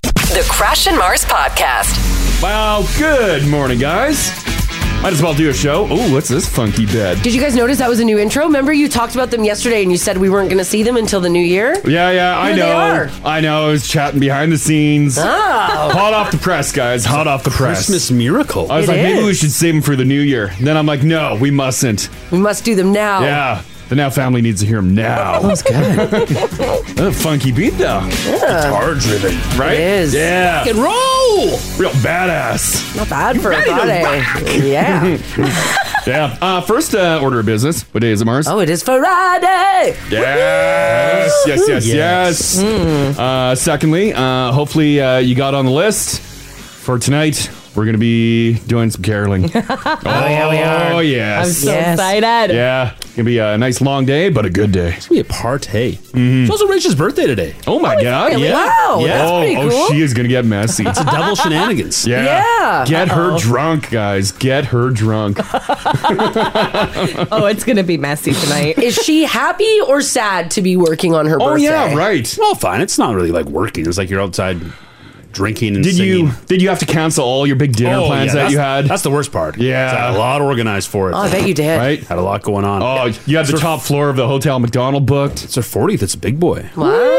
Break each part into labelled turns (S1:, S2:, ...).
S1: The Crash and Mars Podcast.
S2: Well, good morning, guys. Might as well do a show. Oh, what's this funky bed?
S3: Did you guys notice that was a new intro? Remember you talked about them yesterday and you said we weren't going to see them until the new year?
S2: Yeah, yeah, I
S3: Here they
S2: know.
S3: are.
S2: I know. I was chatting behind the scenes.
S3: Oh.
S2: Hot off the press, guys. Hot off the press.
S4: Christmas miracle.
S2: I was
S3: It
S2: like, maybe
S3: is.
S2: we should save them for the new year. Then I'm like, no, we mustn't.
S3: We must do them now.
S2: Yeah. The Now family needs to hear them now. That was good. a funky beat, though. Guitar driven, right?
S3: It is.
S2: Yeah.
S4: and roll.
S2: Real badass.
S3: Not bad for a
S2: Ready to
S3: Friday. Yeah.
S2: Yeah. Uh, first uh, order of business. What day is it, Mars?
S3: oh, it is Friday.
S2: Yes, yes, yes, yes.
S4: Yes.
S2: Uh, secondly, uh, hopefully uh, you got on the list for tonight. We're gonna be doing some caroling. oh yeah, we are. Oh yes,
S5: I'm so
S3: Yes.
S5: excited.
S2: yeah. Gonna be a nice long day, but a good day. Mm-hmm.
S4: It's gonna be a party. It's also Rachel's birthday today.
S2: Oh my god! Yeah.
S3: Wow,
S2: Yeah.
S3: that's
S2: oh,
S3: pretty
S2: oh,
S3: cool.
S2: she is gonna get messy. yeah.
S4: Double shenanigans.
S3: Yeah.
S2: Get her drunk, guys. Get her drunk.
S5: Oh, it's gonna be messy tonight.
S3: Is she happy or sad to be working on her
S2: oh
S3: birthday?
S2: yeah, right.
S4: Well, fine. It's not really like working. It's like you're outside drinking and
S2: Did
S4: singing.
S2: you did you have to cancel all your big dinner
S4: Oh,
S2: plans
S4: yeah,
S2: that
S4: that's-
S2: you had?
S4: That's the worst part.
S2: Yeah.
S4: It's, I had a lot organized for it.
S3: Oh, I bet you did.
S2: right.
S4: had a lot going on.
S2: Oh, you had the top floor of the hotel McDonald booked.
S4: It's her 40th. It's a big boy.
S3: Wow.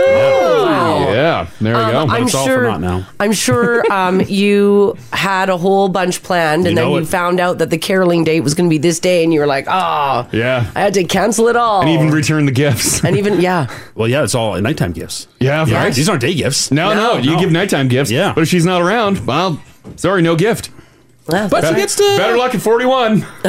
S2: Yeah, there we go.
S3: Um, I'm
S4: it's all for
S3: sure.
S4: naught now.
S3: I'm sure um, you had a whole bunch planned, and
S4: You
S3: then
S4: know
S3: you
S4: it.
S3: found out that the caroling date was going to be this day, and you were like, "Ah,
S2: yeah,
S3: I had to cancel it all."
S2: and even return the gifts.
S3: and even yeah,
S4: Well, yeah, it's all nighttime gifts.
S2: Yeah,
S4: Yeah,
S2: right.
S4: These aren't day gifts.
S2: No, no, you give nighttime gifts.
S4: Yeah.
S2: but if she's not around, well, sorry, no gift.
S3: Yeah,
S4: But she
S3: that's-
S4: gets to.
S2: Better luck at forty-one.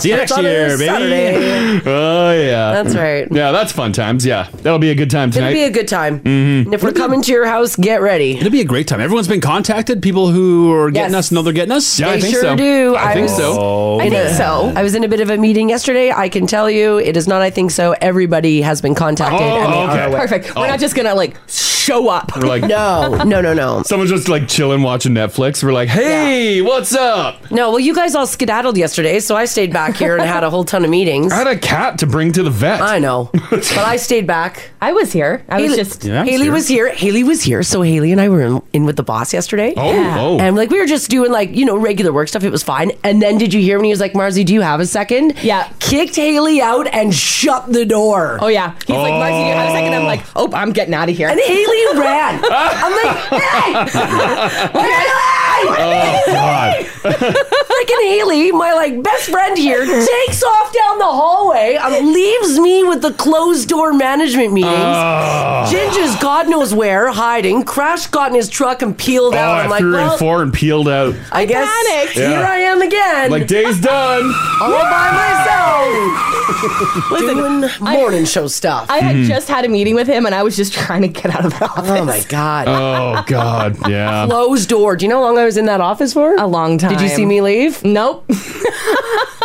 S4: See you next
S3: on a
S4: year, baby.
S3: Saturday.
S2: oh yeah,
S3: That's right.
S2: yeah, that's fun times. Yeah, that'll be a good time
S3: It'll
S2: tonight.
S3: be a good time.
S2: Mm-hmm.
S3: And if we're coming to your house, get ready.
S4: It'll be a great time. Everyone's been contacted. People who are getting
S3: Yes.
S4: us know they're getting us.
S2: yeah, I
S3: They
S2: think
S3: sure
S2: so.
S3: do.
S2: I, think
S3: I-
S2: so.
S4: Oh,
S5: I think so.
S3: I was in a bit of a meeting yesterday. I can tell you, it is not. I think so. Everybody has been contacted.
S2: Oh,
S3: and they
S2: okay.
S3: are aware.
S5: Perfect. We're not just gonna like show up.
S2: We're like,
S3: No, no, no, no,
S2: someone's just like chilling, watching Netflix. We're like, hey, what's up?
S3: no. Well, you guys all skedaddled yesterday, so I stayed back here and had a whole ton of meetings.
S2: I had a cat to bring to the vet.
S3: I know, but I stayed back.
S5: I was here. I was just
S4: Yeah, I was
S3: Haley
S4: here.
S3: was here. Haley was here. So Haley and I were in, in with the boss yesterday.
S2: Oh,
S5: Yeah.
S2: oh,
S3: And like we were just doing like, you know, regular work stuff. It was fine. And then did you hear when he was like, Marzi, do you have a second?
S5: Yeah.
S3: Kicked Haley out and shut the door.
S5: Oh yeah. He's like, Marcy, do you have a second? I'm like, oh, I'm getting out of here.
S3: And Haley ran. I'm like, hey! Haley!
S2: oh, God.
S3: Freaking Haley, my like best friend here, takes off down the hallway, um, leaves me with the closed door management meetings.
S2: Ah.
S3: Ginger's God knows where hiding. Crash got in his truck and peeled
S2: Oh,
S3: out.
S2: I
S3: I'm like,
S2: threw in
S3: well,
S2: four and peeled out.
S3: I guess
S5: panicked.
S3: here
S2: Yeah.
S3: I am again,
S2: Like day's done.
S3: all by myself, doing morning show stuff.
S5: I
S2: Hmm.
S5: had just had a meeting with him, and I was just trying to get out of that office.
S3: oh my god,
S2: Oh God, yeah.
S3: closed door. Do you know how long I was in that office for?
S5: A long time.
S3: Did you see me leave?
S5: Nope.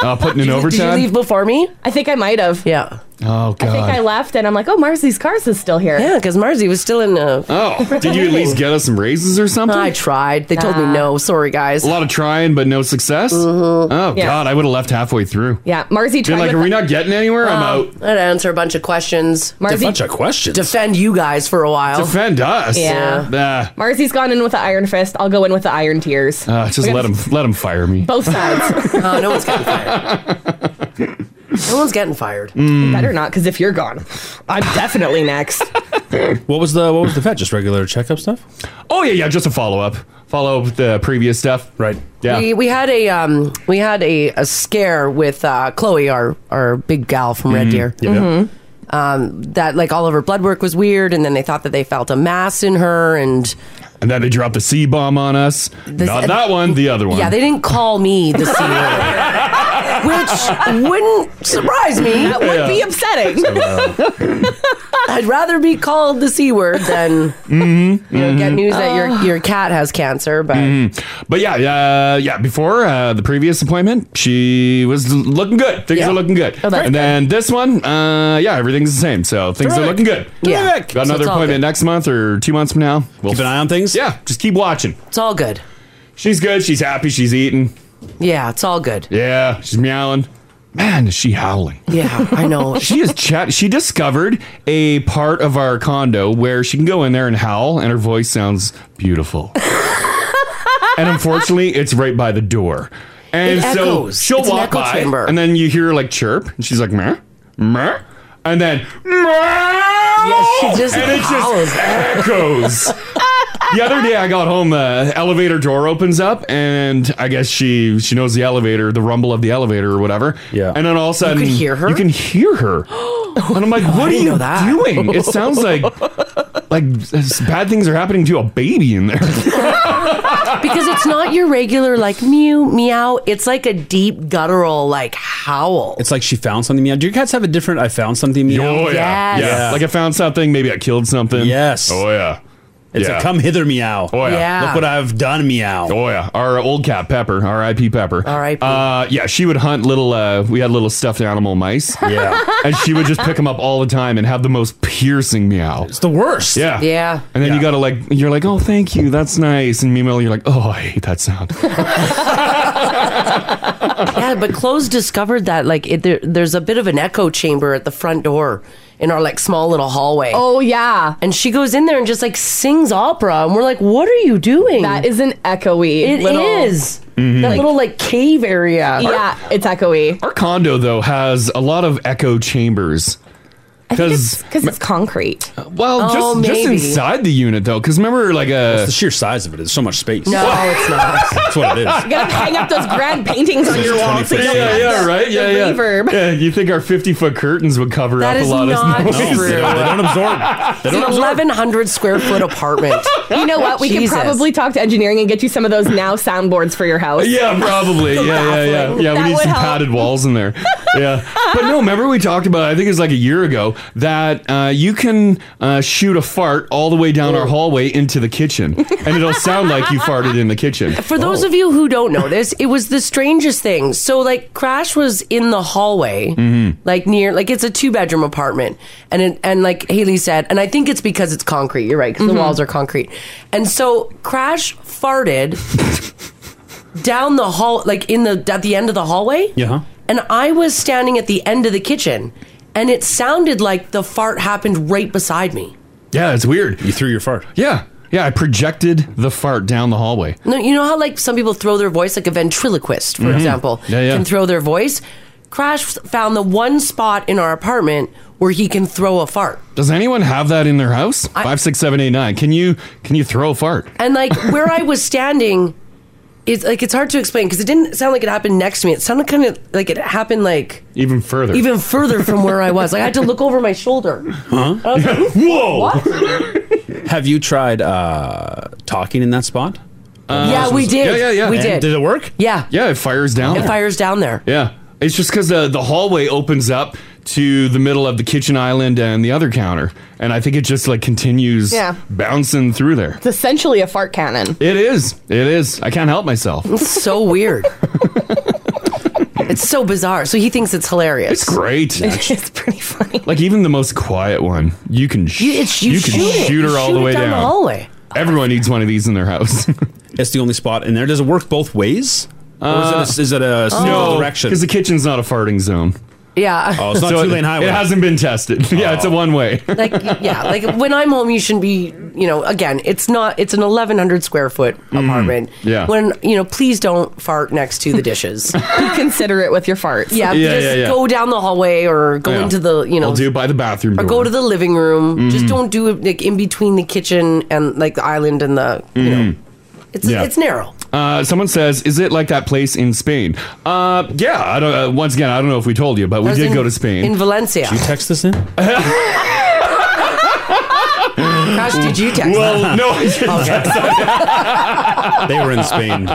S2: Uh, putting in
S3: Did you
S2: overtime.
S3: leave before me?
S5: I think I might have.
S3: Yeah,
S2: Oh
S5: I think I
S2: God.
S5: left, and I'm like, oh, Marcy's cars is still here.
S3: yeah, because Marzi was still in. Uh,
S2: oh, did you at least get us some raises or something?
S3: I
S2: A
S3: tried. They told me
S5: Nah.
S3: no. Sorry, guys. Mm-hmm.
S2: lot of trying, but no success. Oh
S5: Yeah.
S2: God, I would have left halfway through.
S5: Yeah, Marcy
S2: Been
S5: tried.
S2: like,
S5: with
S2: are we
S5: the-
S2: not getting anywhere? I'm out.
S3: I'd answer a bunch of questions.
S4: A
S5: Marcy,
S4: bunch of questions.
S3: Defend you guys for a while.
S2: Defend us.
S5: Yeah.
S2: Nah.
S5: Marcy's gone in with the iron fist. I'll go in with the iron tears.
S2: Uh, just let him let him fire me.
S5: Both sides.
S3: Uh, no one's getting fired. no one's getting fired.
S2: Mm.
S5: Better not, because if you're gone, I'm definitely next.
S4: what was the what was the vet? Just regular checkup stuff.
S2: Oh yeah, yeah. Just a follow up. Follow up the previous stuff.
S4: Right.
S2: Yeah.
S3: We, we had a um we had a, a scare with uh, Chloe, our our big gal from
S2: Mm-hmm.
S3: Red Deer.
S5: Mm-hmm.
S3: Um, that like all of her blood work was weird, and then they thought that they felt a mass in her, and
S2: and then they dropped the C bomb on us. Not that one. The other one.
S3: uh, yeah, they didn't call me the C word, which wouldn't surprise me.
S5: That would be upsetting.
S2: uh,
S3: I'd rather be called the C word than you
S5: Mm-hmm.
S2: Mm-hmm.
S3: know, get news that
S5: Oh.
S3: your your cat has cancer. But
S2: But yeah, uh, yeah. Before uh, the previous appointment, she was l- looking good. Things
S3: Yeah.
S2: are looking good.
S3: Oh, that's
S2: and
S3: good.
S2: then this one, uh, yeah, everything's the same. So things are
S4: Terrific.
S2: looking good.
S3: Yeah.
S2: Terrific. Got
S3: So
S2: another
S3: it's all
S2: appointment
S3: good.
S2: next month or two months from now. We'll
S4: Keep an eye on things.
S2: Yeah, just keep watching.
S3: it's all good.
S2: She's good. She's happy. She's eating.
S3: Yeah, it's all good.
S2: Yeah, she's meowing. Man, is she howling.
S3: Yeah, I know.
S2: she is chat. She discovered a part of our condo where she can go in there and howl, and her voice sounds beautiful. and unfortunately, it's right by the door, and
S3: It
S2: so
S3: echoes.
S2: she'll
S3: It's an
S2: walk
S3: echo
S2: by,
S3: chamber.
S2: and then you hear her like chirp, and she's like meh, meh, and then yes,
S3: she just
S2: and it
S3: howls.
S2: just echoes. the other day I got home, the elevator door opens up, and I guess she she knows the elevator, the rumble of the elevator or whatever. Yeah. And then all of a sudden,
S3: could hear her?
S2: You can hear her. and I'm like, what are
S3: didn't
S2: you
S3: know that."
S2: doing? It sounds like like s- bad things are happening to a baby in there.
S3: because it's not your regular like mew meow. It's like a deep guttural like howl.
S4: It's like she found something meow. Do your cats have a different I found something meow?
S2: Oh
S3: Yes.
S2: yeah, yeah. Like I found something. Maybe I killed something.
S4: Yes.
S2: Oh yeah.
S4: It's
S2: yeah.
S4: a come hither meow.
S2: Oh yeah.
S3: Yeah.
S4: Look what I've done meow.
S2: Oh yeah, our old cat Pepper, R.I.P. Pepper.
S3: R.I.P..
S2: Uh, yeah, she would hunt little. Uh, we had little stuffed animal mice.
S4: Yeah.
S2: and she would just pick them up all the time and have the most piercing meow.
S4: It's the worst.
S2: Yeah.
S3: Yeah.
S2: And then you
S4: Yeah.
S2: gotta like, you're like, oh, thank you, that's nice. And meanwhile, you're like, oh, I hate that sound.
S3: yeah, but Close discovered that like it, there, there's a bit of an echo chamber at the front door in our like small little hallway.
S6: Oh yeah,
S3: And she goes in there and just like sings opera, and Uh, we're like, "What are you doing?"
S6: that is an echoey.
S3: It is
S6: little,
S2: Mm-hmm.
S3: that little like cave area.
S6: Yeah, it's echoey.
S2: Our condo though has a lot of echo chambers. Because
S6: Because it's concrete.
S2: well,
S3: Oh,
S2: just just
S3: maybe.
S2: inside the unit though, because remember like uh, a
S4: The sheer size of it is so much space.
S3: No, it's not.
S4: That's what it is.
S6: You gotta hang up those grand paintings on your wall. So you don't
S2: yeah,
S6: have
S2: yeah,
S6: the-
S2: right, yeah,
S6: the
S2: yeah.
S6: reverb.
S2: Yeah, you think our fifty foot curtains would cover
S3: That
S2: up
S3: is
S2: a lot
S3: not
S2: of noise?
S4: No, they, don't, they don't absorb. They
S3: It's an
S4: don't absorb.
S3: 1,100 square foot apartment.
S6: You know what? We could
S3: Jesus.
S6: probably talk to engineering and get you some of those now soundboards for your house.
S2: Yeah, probably. Yeah, yeah, yeah. Yeah,
S6: That
S2: we need
S6: would
S2: some
S6: help.
S2: padded walls in there. Yeah. But no, remember we talked about, I think it was like a year ago, that uh, you can uh, shoot a fart all the way down our hallway into the kitchen. And it'll sound like you farted in the kitchen.
S3: For those of you who don't know this, it was the strangest thing. So, like, Crash was in the hallway, like near, like it's a two bedroom apartment, and it, and like Haley said, and I think it's because it's concrete. You're right, because the walls are concrete, and so Crash farted down the hall, like in the at the end of the hallway.
S4: Yeah.
S3: and I was standing at the end of the kitchen, and it sounded like the fart happened right beside me.
S2: Yeah, it's weird.
S4: You threw your fart.
S2: Yeah. Yeah, I projected the fart down the hallway.
S3: No, you know how like some people throw their voice, like a ventriloquist, for example,
S2: Mm-hmm. Yeah, yeah.
S3: can throw their voice. Crash found the one spot in our apartment where he can throw a fart,
S2: Does anyone have that in their house? Five, six, seven, eight, nine. Can you can you throw a fart?
S3: and like where I was standing, it's like it's hard to explain because it didn't sound like it happened next to me. It sounded kind of like it happened like
S2: Even further.
S3: even further from where I was. Like I had to look over my shoulder.
S2: Whoa!
S4: Have you tried uh, talking in that spot?
S3: yeah, we did.
S2: Uh, Yeah, yeah, yeah.
S3: We
S2: And
S3: did.
S4: Did it work?
S3: yeah.
S2: Yeah, it fires down.
S3: It
S2: there.
S3: fires down there.
S2: Yeah. It's just because the, the hallway opens up to the middle of the kitchen island and the other counter. And I think it just like continues
S6: Yeah.
S2: bouncing through there.
S6: It's essentially a fart cannon.
S2: It is. It is. I can't help myself.
S3: It's so weird. it's so bizarre. So he thinks it's hilarious.
S2: It's great.
S6: It's pretty funny.
S2: like even the most quiet one, you can, sh-
S3: You, it's, you,
S2: can
S3: shoot, it.
S2: shoot her
S3: You
S2: all
S3: shoot
S2: the
S3: it
S2: way
S3: down.
S2: down.
S3: the hallway.
S2: Everyone needs one of these in their house.
S4: It's the only spot in there. Does it work both ways? or is it a, is it a single direction?
S2: because Uh, the kitchen's not a farting zone.
S3: Yeah.
S4: oh, it's not
S2: So
S4: two lane
S2: it,
S4: highway. Oh.
S2: it hasn't been tested. Yeah, it's a one way.
S3: like yeah, like when I'm home, you shouldn't be. You know, again, it's not. It's an 1,100 square foot apartment.
S2: Mm-hmm. yeah.
S3: When you know, please don't fart next to the dishes.
S6: Be considerate with your farts.
S3: yeah,
S2: Yeah,
S3: Just
S2: yeah, yeah.
S3: go down the hallway or go
S2: Yeah.
S3: into the you know
S2: I'll do Mm-hmm. by the bathroom
S3: or go
S2: door.
S3: to the living room. Just don't do it like in between the kitchen and like the island and the you know. It's
S2: Mm. Yeah.
S3: it's narrow.
S2: Uh, someone says, "Is it like that place in Spain?" Uh, yeah. I don't. Uh, once again, I don't know if we told you, but we
S3: I was
S2: did
S3: in-
S2: go to Spain.
S3: in Valencia.
S4: you text this in?
S3: Gosh, did you text?
S2: well, no, I didn't.
S4: they were in Spain.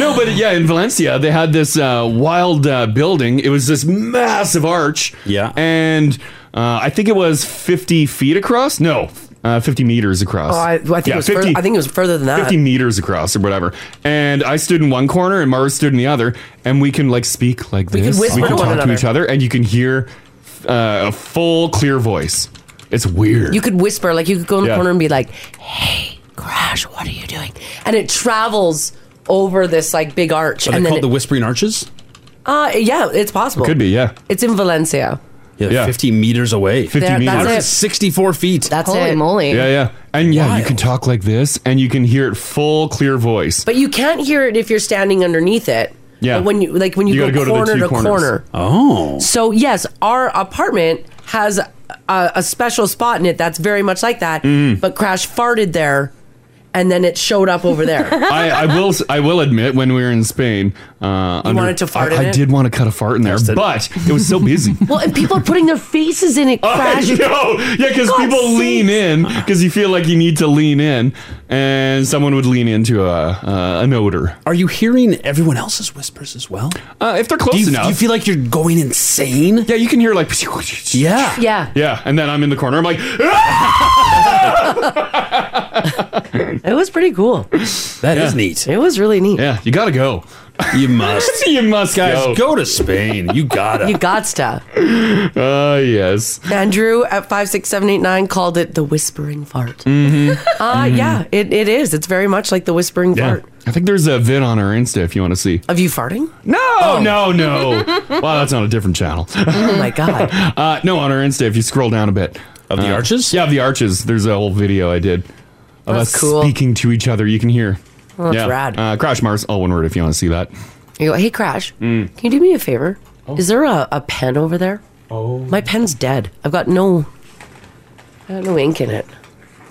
S2: no, but yeah, in Valencia they had this uh, wild uh, building. It was this massive arch.
S4: Yeah.
S2: and uh, I think it was fifty feet across. No, uh, fifty meters across.
S3: Oh, I, I think
S2: Yeah,
S3: it was. fur- I think it was further than that.
S2: 50 meters across or whatever. And I stood in one corner and Mars stood in the other. And we can like speak like
S3: can
S2: this.
S3: whisper
S2: we
S3: to
S2: can
S3: one
S2: talk to
S3: another.
S2: each other and you can hear uh, a full, clear voice. It's weird.
S3: you could whisper, like you could go in the
S2: Yeah.
S3: corner and be like, "Hey, Crash, what are you doing?" And it travels over this like big arch,
S4: Are
S3: and
S4: they
S3: then
S4: called
S3: it,
S4: the Whispering Arches?
S3: Uh, yeah, it's possible.
S4: Could be, yeah.
S3: It's in Valencia.
S4: Yeah, 50 meters away.
S3: 50 There- meters. that's it.
S4: 64 feet.
S3: That's Holy it. moly.
S2: Yeah, yeah. And yeah, you can talk like this and you can hear it full, clear voice.
S3: But you can't hear it if you're standing underneath it.
S2: Yeah.
S3: But when you like when you,
S2: gotta
S3: go, corner
S2: two
S3: to,
S2: corners.
S3: corner.
S4: Oh.
S3: So yes, our apartment has a, a special spot in it that's very much like that.
S2: Mm.
S3: But Crash farted there, and then it showed up over there.
S2: I, I will. I will admit, when we were in Spain, uh, you
S3: wanted to fart
S2: I,
S3: in
S2: I
S3: it?
S2: did want to cut a fart in there, but it was so busy.
S3: well, and people are putting their faces in it,
S2: I
S3: Crash.
S2: know. Yeah, because
S3: God's
S2: people
S3: sake.
S2: lean in because you feel like you need to lean in, and someone would lean into a uh, an odor.
S4: Are you hearing everyone else's whispers as well?
S2: Uh, if they're close
S4: do you,
S2: enough.
S4: Do you feel like you're going insane?
S2: Yeah, you can hear like.
S4: Yeah.
S3: Yeah.
S2: Yeah, and then I'm in the corner. I'm like,
S3: It was pretty cool. That
S4: is neat.
S3: It was really neat.
S2: Yeah, you gotta go.
S4: You must.
S2: you must,
S4: guys.
S2: go.
S4: Go. to Spain. You gotta.
S3: You got stuff.
S2: Uh, yes.
S3: Andrew at five six seven eight nine called it the whispering fart.
S2: Mm-hmm.
S3: Uh, Yeah, it, it is. It's very much like the whispering
S2: Hmm. Yeah.
S3: fart.
S2: I think there's a vid on our Insta if you want to see.
S3: Of you farting?
S2: No, no, no. wow, that's on a different channel.
S3: Oh my god.
S2: uh, no, on our Insta, if you scroll down a bit. Of the arches? Yeah, of the arches. There's a whole video I did of
S3: That's
S2: us
S3: cool.
S2: speaking to each other. You can hear.
S3: Oh, that's rad.
S2: Uh, Crash Mars, all one word if you want to see that. Mm.
S3: You go, hey Crash, can you do me a favor?
S2: Oh.
S3: Is there a, a pen over there? Oh. My pen's dead. I've got no I got no ink in it.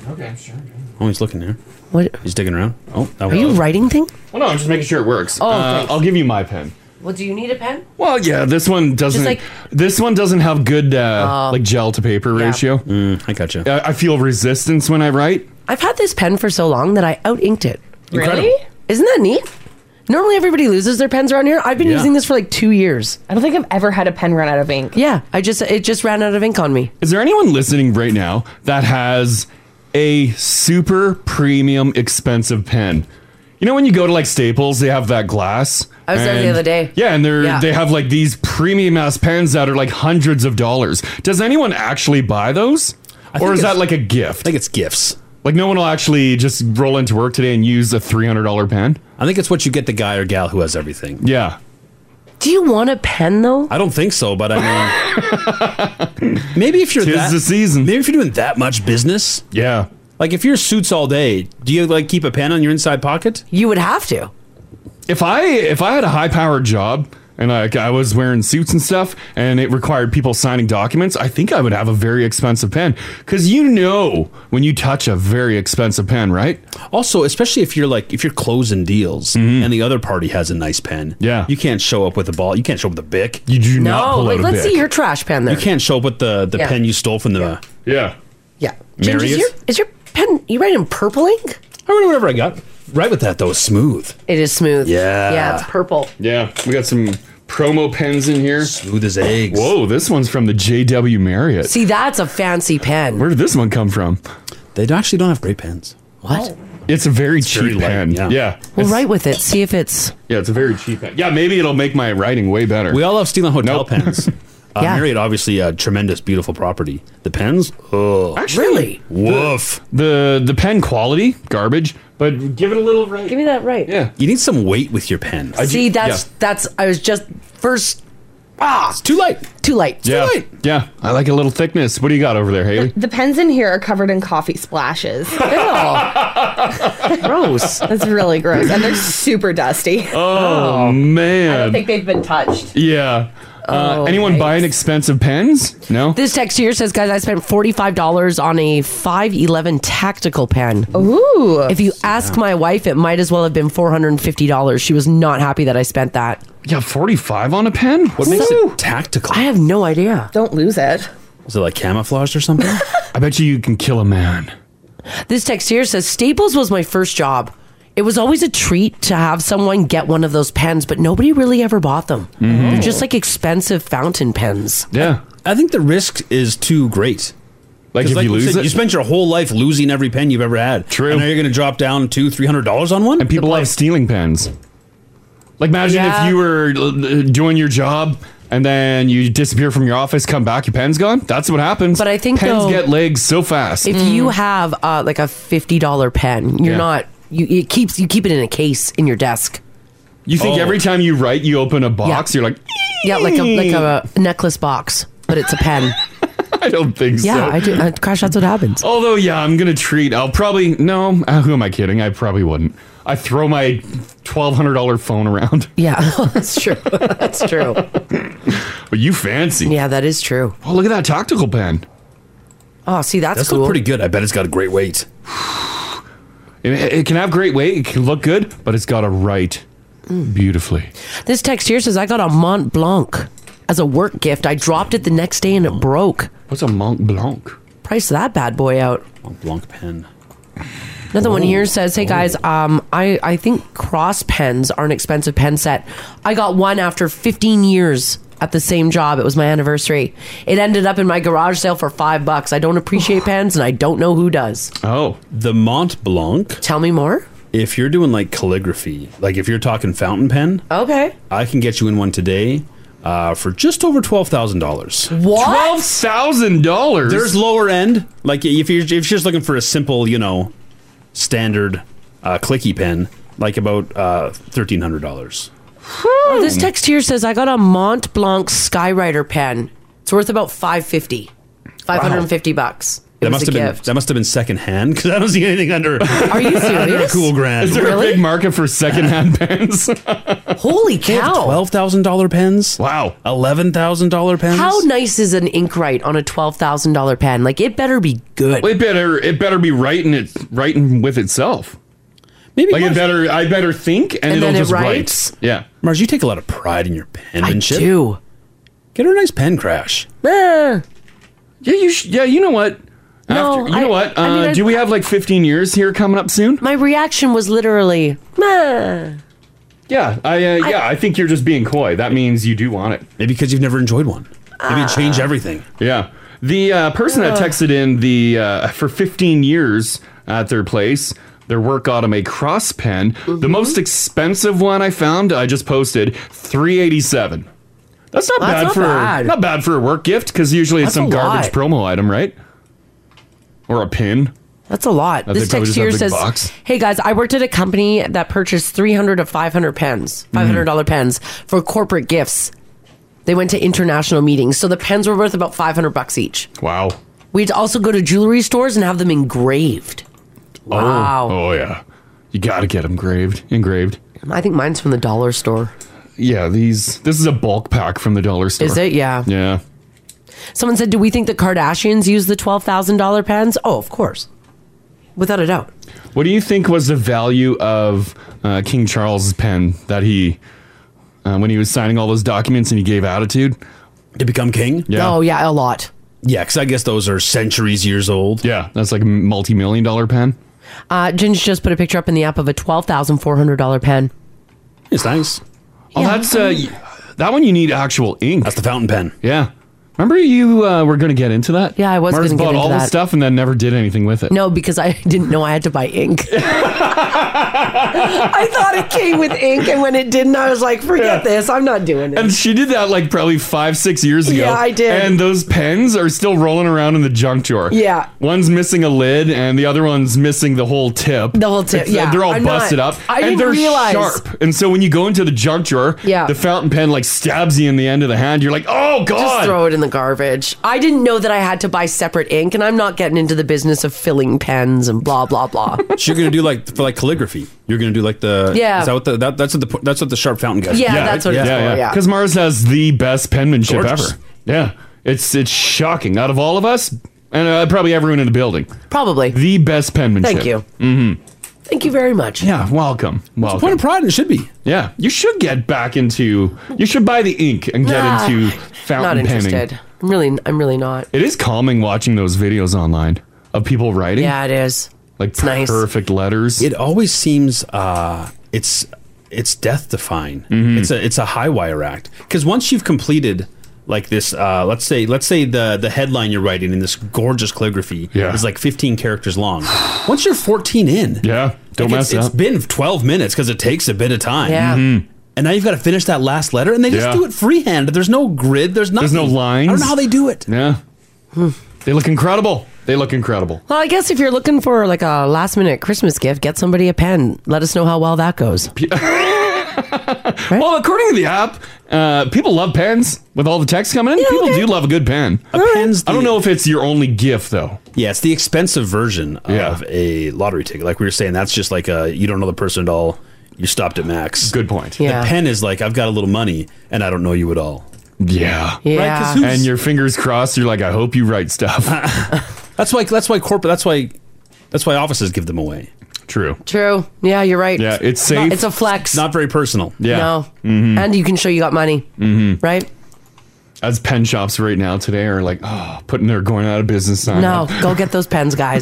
S2: Okay, sure.
S4: Oh, he's looking there.
S3: What?
S4: He's digging around. Oh, that
S3: Are
S4: was-
S3: you writing thing?
S2: Well, no, I'm just making sure it works.
S3: Oh,
S2: Uh,
S3: thanks.
S2: I'll give you my pen.
S3: Well, do you need a pen?
S2: Well, yeah, this one doesn't.
S3: like-
S2: this one doesn't have good uh,
S3: Oh.
S2: like gel to paper
S3: Yeah.
S2: ratio. Uh,
S4: I gotcha.
S2: Mm, I feel resistance when I write.
S3: I've had this pen for so long that I out inked it.
S2: Incredible. Really?
S3: Isn't that neat? Normally everybody loses their pens around here. I've been
S2: Yeah.
S3: using this for like two years.
S6: I don't think I've ever had a pen run out of ink.
S3: Yeah, I just it just ran out of ink on me.
S2: Is there anyone listening right now that has a super premium expensive pen? You know when you go to like Staples, they have that glass.
S3: I was there the
S2: and-
S3: other day.
S2: Yeah, and they're
S3: Yeah.
S2: they have like these premium ass pens that are like hundreds of dollars. Does anyone actually buy those? Or
S4: think
S2: is that
S4: it's-
S2: like a gift? I
S4: think it's gifts.
S2: Like no one will actually just roll into work today and use a three hundred dollar pen.
S4: I think it's what you get the guy or gal who has everything.
S2: Yeah.
S3: Do you want a pen though?
S4: I don't think so, but I mean, maybe if you're
S2: Tis
S4: that
S2: the season,
S4: maybe if you're doing that much business,
S2: yeah.
S4: Like if you're suits all day, do you like keep a pen on your inside pocket?
S3: You would have to.
S2: If I if I had a high powered job and like I was wearing suits and stuff and it required people signing documents, I think I would have a very expensive pen because you know when you touch a very expensive pen, right?
S4: Also, especially if you're like if you're closing deals
S2: Mm-hmm.
S4: and the other party has a nice pen, yeah, you can't show up with a ball. You can't show up with a bic.
S2: You do
S3: no, like let's see your trash pen there.
S4: You can't show up with the the
S3: Yeah.
S4: pen you stole from the
S2: yeah.
S3: Yeah. Ginger,
S4: Marius.
S3: is your, is your pen you write in purple ink?
S4: I wrote whatever I got. Right with that though, it's smooth.
S3: It is smooth.
S4: Yeah.
S3: Yeah, it's purple.
S2: Yeah, we got some promo pens in here.
S4: Smooth as eggs.
S2: Whoa, this one's from the JW Marriott.
S3: See, that's a fancy pen.
S2: Where did this one come from?
S4: They actually don't have great pens.
S3: What?
S2: It's a very cheap
S4: very light,
S2: pen.
S4: yeah.
S2: yeah.
S3: We'll write with it. See if it's
S2: Yeah, it's a very cheap pen. Yeah, maybe it'll make my writing way better.
S4: We all love stealing hotel pens. Uh,
S3: Yeah.
S4: Marriott, obviously, a tremendous, beautiful property. The pens, oh,
S3: really.
S4: woof.
S2: The the pen quality garbage, but give it a little right.
S3: Give me that right.
S2: Yeah.
S4: You need some weight with your pen.
S3: See, that's that's. I was just first. Ah,
S4: It's too light.
S3: too late.
S2: yeah. Yeah. I like a little thickness. What do you got over there, Haley?
S6: The pens in here are covered in coffee splashes.
S3: Gross.
S6: That's really gross. And they're super dusty.
S2: Oh,
S6: I don't
S2: man.
S6: think they've been touched.
S2: yeah. Uh,
S3: Oh,
S2: anyone
S3: yikes.
S2: buying expensive pens? No.
S3: This text here says, guys, I spent forty five dollars on a five eleven tactical pen.
S6: Ooh.
S3: If you ask my wife, it might as well have been four hundred and fifty dollars. She was not happy that I spent that.
S2: Yeah, forty five on a pen.
S4: What makes it tactical?
S3: I have no idea.
S6: don't lose it.
S4: Is it like camouflaged or something?
S2: I bet you you can kill a man.
S3: This text here says Staples was my first job. It was always a treat to have someone get one of those pens, but nobody really ever bought them.
S2: Mm-hmm.
S3: They're just like expensive fountain pens.
S2: Yeah.
S4: I think the risk is too great.
S2: Like
S4: 'Cause
S2: if you lose
S4: said,
S2: it,
S4: you spent your whole life losing every pen you've ever had. True. And now you're going to drop down two, three hundred dollars on one.
S2: and people love stealing pens. Like imagine
S3: Yeah.
S2: if you were uh, doing your job and then you disappear from your office, come back, your pen's gone. That's what happens.
S3: But I think,
S2: pens
S3: though-
S2: get legs so fast.
S3: If
S2: Mm.
S3: you have uh, like a fifty dollar pen, you're
S2: Yeah.
S3: not you it keeps you keep it in a case in your desk.
S2: You think every time you write, you open a box? You're like,
S3: Yeah, like a like a necklace box, but it's a pen.
S2: I don't think so.
S3: yeah, I do. Uh, Crash, that's what happens.
S2: Although, yeah, I'm gonna treat. I'll probably no. uh, Who am I kidding? I probably wouldn't. I throw my twelve hundred dollar phone around.
S3: Yeah, that's true. That's true.
S2: But you fancy?
S3: Yeah, that is true.
S2: Oh, look at that tactical pen.
S3: Oh, see, that's,
S2: That's
S3: cool.
S2: pretty good. I bet it's got a great weight. It, it can have great weight. It can look good, but it's got to write beautifully.
S3: This text here says I got a Mont Blanc as a work gift. I dropped it the next day and it broke.
S2: What's a Mont Blanc?
S3: Price that bad boy out.
S4: Mont Blanc pen.
S3: Another one
S4: Ooh.
S3: here says, "Hey guys,
S4: Oh.
S3: um, I I think cross pens are an expensive pen set. I got one after 15 years at the same job. It was my anniversary. It ended up in my garage sale for five bucks. I don't appreciate pens, and I don't know who does.
S4: Oh, the Mont Blanc.
S3: Tell me more.
S4: If you're doing like calligraphy, like if you're talking fountain pen,
S3: okay,
S4: I can get you in one today uh, for just over twelve thousand dollars.
S3: What?
S2: Twelve thousand dollars.
S4: There's lower end. Like if you're if you're just looking for a simple, you know, standard uh, clicky pen, like about uh, thirteen hundred dollars. Hmm.
S3: Oh, this text here says I got a Mont Blanc Skywriter pen. It's worth about 550, 550 bucks. It
S4: That
S3: was
S4: must
S3: a
S4: have been
S3: gift.
S4: that must have been second hand because I don't see anything under. Are
S3: you
S4: Under a
S3: serious?
S4: cool grand.
S3: Is there a Really? big
S2: market for secondhand pens?
S3: Holy cow!
S4: Twelve thousand dollar pens.
S2: Wow.
S4: Eleven thousand dollar pens.
S3: How nice is an inkwrite on a twelve thousand dollar pen? Like it better be good.
S2: It better. It better be writing it writing with itself.
S4: Maybe
S2: like it better. I better think, and,
S4: And
S2: it'll
S4: then it
S2: just
S4: writes?
S2: write. Yeah.
S4: Mars, you take a lot of pride in your penmanship. I
S3: do.
S4: Get her a nice pen crash.
S3: yeah,
S2: you. Sh- Ah. yeah, you know what?
S3: No,
S2: After, you know
S3: I-
S2: what? Uh,
S3: I mean, I-
S2: do we have like 15 years here coming up soon?
S3: My reaction was literally, meh.
S2: Yeah, I uh, yeah, I think you're just being coy. That means you do want it.
S4: Maybe because you've never enjoyed one. Maybe it
S3: Ah.
S4: changed everything.
S2: Yeah. The uh, person that
S4: Ugh.
S2: texted in the uh, for 15 years at their place, their work got them a cross pen.
S3: Mm-hmm.
S2: The most expensive one I found, I just posted 387. That's not
S4: That's
S2: bad
S4: not
S2: for
S4: bad.
S2: not bad for a work gift because usually it's
S4: That's
S2: some
S4: a lot.
S2: garbage promo item, right? Or a pin.
S3: That's a lot.
S2: That they
S3: this
S2: probably
S3: text
S2: just have
S3: here
S2: a big
S3: says,
S2: box.
S3: "Hey guys, I worked at a company that purchased 300 to 500 pens, 500 dollar
S2: Mm-hmm.
S3: pens for corporate gifts. They went to international meetings, so the pens were worth about 500 bucks each.
S2: Wow.
S3: We'd also go to jewelry stores and have them engraved. Wow.
S2: Oh, oh yeah. You got to get them engraved. Engraved.
S3: I think mine's from the dollar store.
S2: Yeah, these this is a bulk pack from the dollar store.
S3: Is it? Yeah.
S2: Yeah.
S3: Someone said, "Do we think the Kardashians use the twelve thousand dollar pens?" Oh, of course, without a doubt.
S2: What do you think was the value of uh, King Charles's pen that he, uh, when he was signing all those documents and he gave attitude
S4: to become king?
S2: Yeah.
S3: Oh yeah, a lot.
S4: Yeah, because I guess those are centuries years old.
S2: Yeah, that's like a multi-million dollar pen.
S3: Uh, Ginge just put a picture up in the app of a twelve thousand four hundred dollar pen.
S4: It's nice.
S2: Oh, that's uh, that one. You need actual ink. That's
S4: the fountain pen.
S2: Yeah. Remember you uh, were going to get into that?
S3: Yeah, I was
S2: Mars
S3: gonna get
S2: bought
S3: into
S2: all the
S3: that.
S2: stuff and then never did anything with it.
S3: No, because I didn't know I had to buy ink. I thought it came with ink, and when it didn't, I was like, "Forget this. I'm not doing it."
S2: And she did that like probably five, six years ago.
S3: Yeah, I did.
S2: And those pens are still rolling around in the junk drawer.
S3: Yeah.
S2: One's missing a lid and the other one's missing the whole tip. The
S3: whole tip, yeah.
S2: They're all
S3: I'm not-
S2: busted up.
S3: I
S2: and
S3: didn't
S2: they're
S3: realize.
S2: sharp. And so when you go into the junk drawer,
S3: Yeah.
S2: the fountain pen like stabs you in the end of the hand. You're like, oh, God.
S3: Just throw it in the garbage. I didn't know that I had to buy separate ink, and I'm not getting into the business of filling pens and blah blah blah.
S4: So you're gonna do like for like calligraphy. You're gonna do like the
S3: Yeah.
S4: Is that what the that, that's what the that's what the sharp fountain guy.
S3: Yeah, Yeah, that's what it's yeah, for, yeah. yeah.
S2: Because Mars has the best penmanship
S4: Gorgeous.
S2: ever. Yeah. It's it's shocking. Out of all of us, and uh, probably everyone in the building.
S3: Probably.
S2: The best penmanship.
S3: Thank you.
S2: Mm-hmm.
S3: Thank you very much.
S2: Yeah, welcome. Welcome.
S4: point of pride and it should be.
S2: Yeah. You should get back into you should buy the ink and get
S3: Nah,
S2: into
S3: Ah, not
S2: fountain
S3: interested.
S2: penning.
S3: I'm really, I'm really not.
S2: It is calming watching those videos online of people writing.
S3: Yeah, it is.
S2: Like perfect letters.
S4: It always seems uh it's it's death defying.
S2: Mm-hmm.
S4: It's a it's a high wire act. Because once you've completed like this, uh, let's say let's say the the headline you're writing in this gorgeous calligraphy is like 15 characters long. Once you're 14 in,
S2: yeah, don't
S4: like
S2: mess
S4: it's,
S2: it
S4: It's
S2: up.
S4: been 12 minutes because it takes a bit of time.
S2: Yeah. Mhm.
S4: And now you've got to finish that last letter, and they just
S2: Yeah.
S4: do it freehand. There's no grid. There's nothing.
S2: There's no lines.
S4: I don't know how they do it.
S2: Yeah. They look incredible. They look incredible.
S3: Well, I guess if you're looking for like a last minute Christmas gift, get somebody a pen. Let us know how well that goes.
S2: Well, according to the app, uh, people love pens with all the text coming in. people do love a good pen. A pen's I don't know if it's your only gift, though.
S4: Yeah, it's the expensive version of a lottery ticket. Like we were saying, that's just like a you don't know the person at all. You stopped at max.
S2: Good point.
S3: Yeah.
S4: The pen is like I've got a little money and I don't know you at all.
S2: Yeah.
S3: Yeah.
S4: 'Cause who's-
S2: And your fingers crossed, you're like, I hope you write stuff.
S4: that's why. That's why corporate. That's why. That's why offices give them away.
S2: True.
S3: True. Yeah, you're right.
S2: Yeah, it's
S3: not-
S2: safe.
S3: It's a flex.
S4: Not very personal.
S2: Yeah.
S3: No.
S2: Mm-hmm.
S3: And you can show you got money. Mm-hmm. Right?
S2: As pen shops right now today are like, oh, putting their going out of business sign. up.
S3: No. Go get those pens, guys.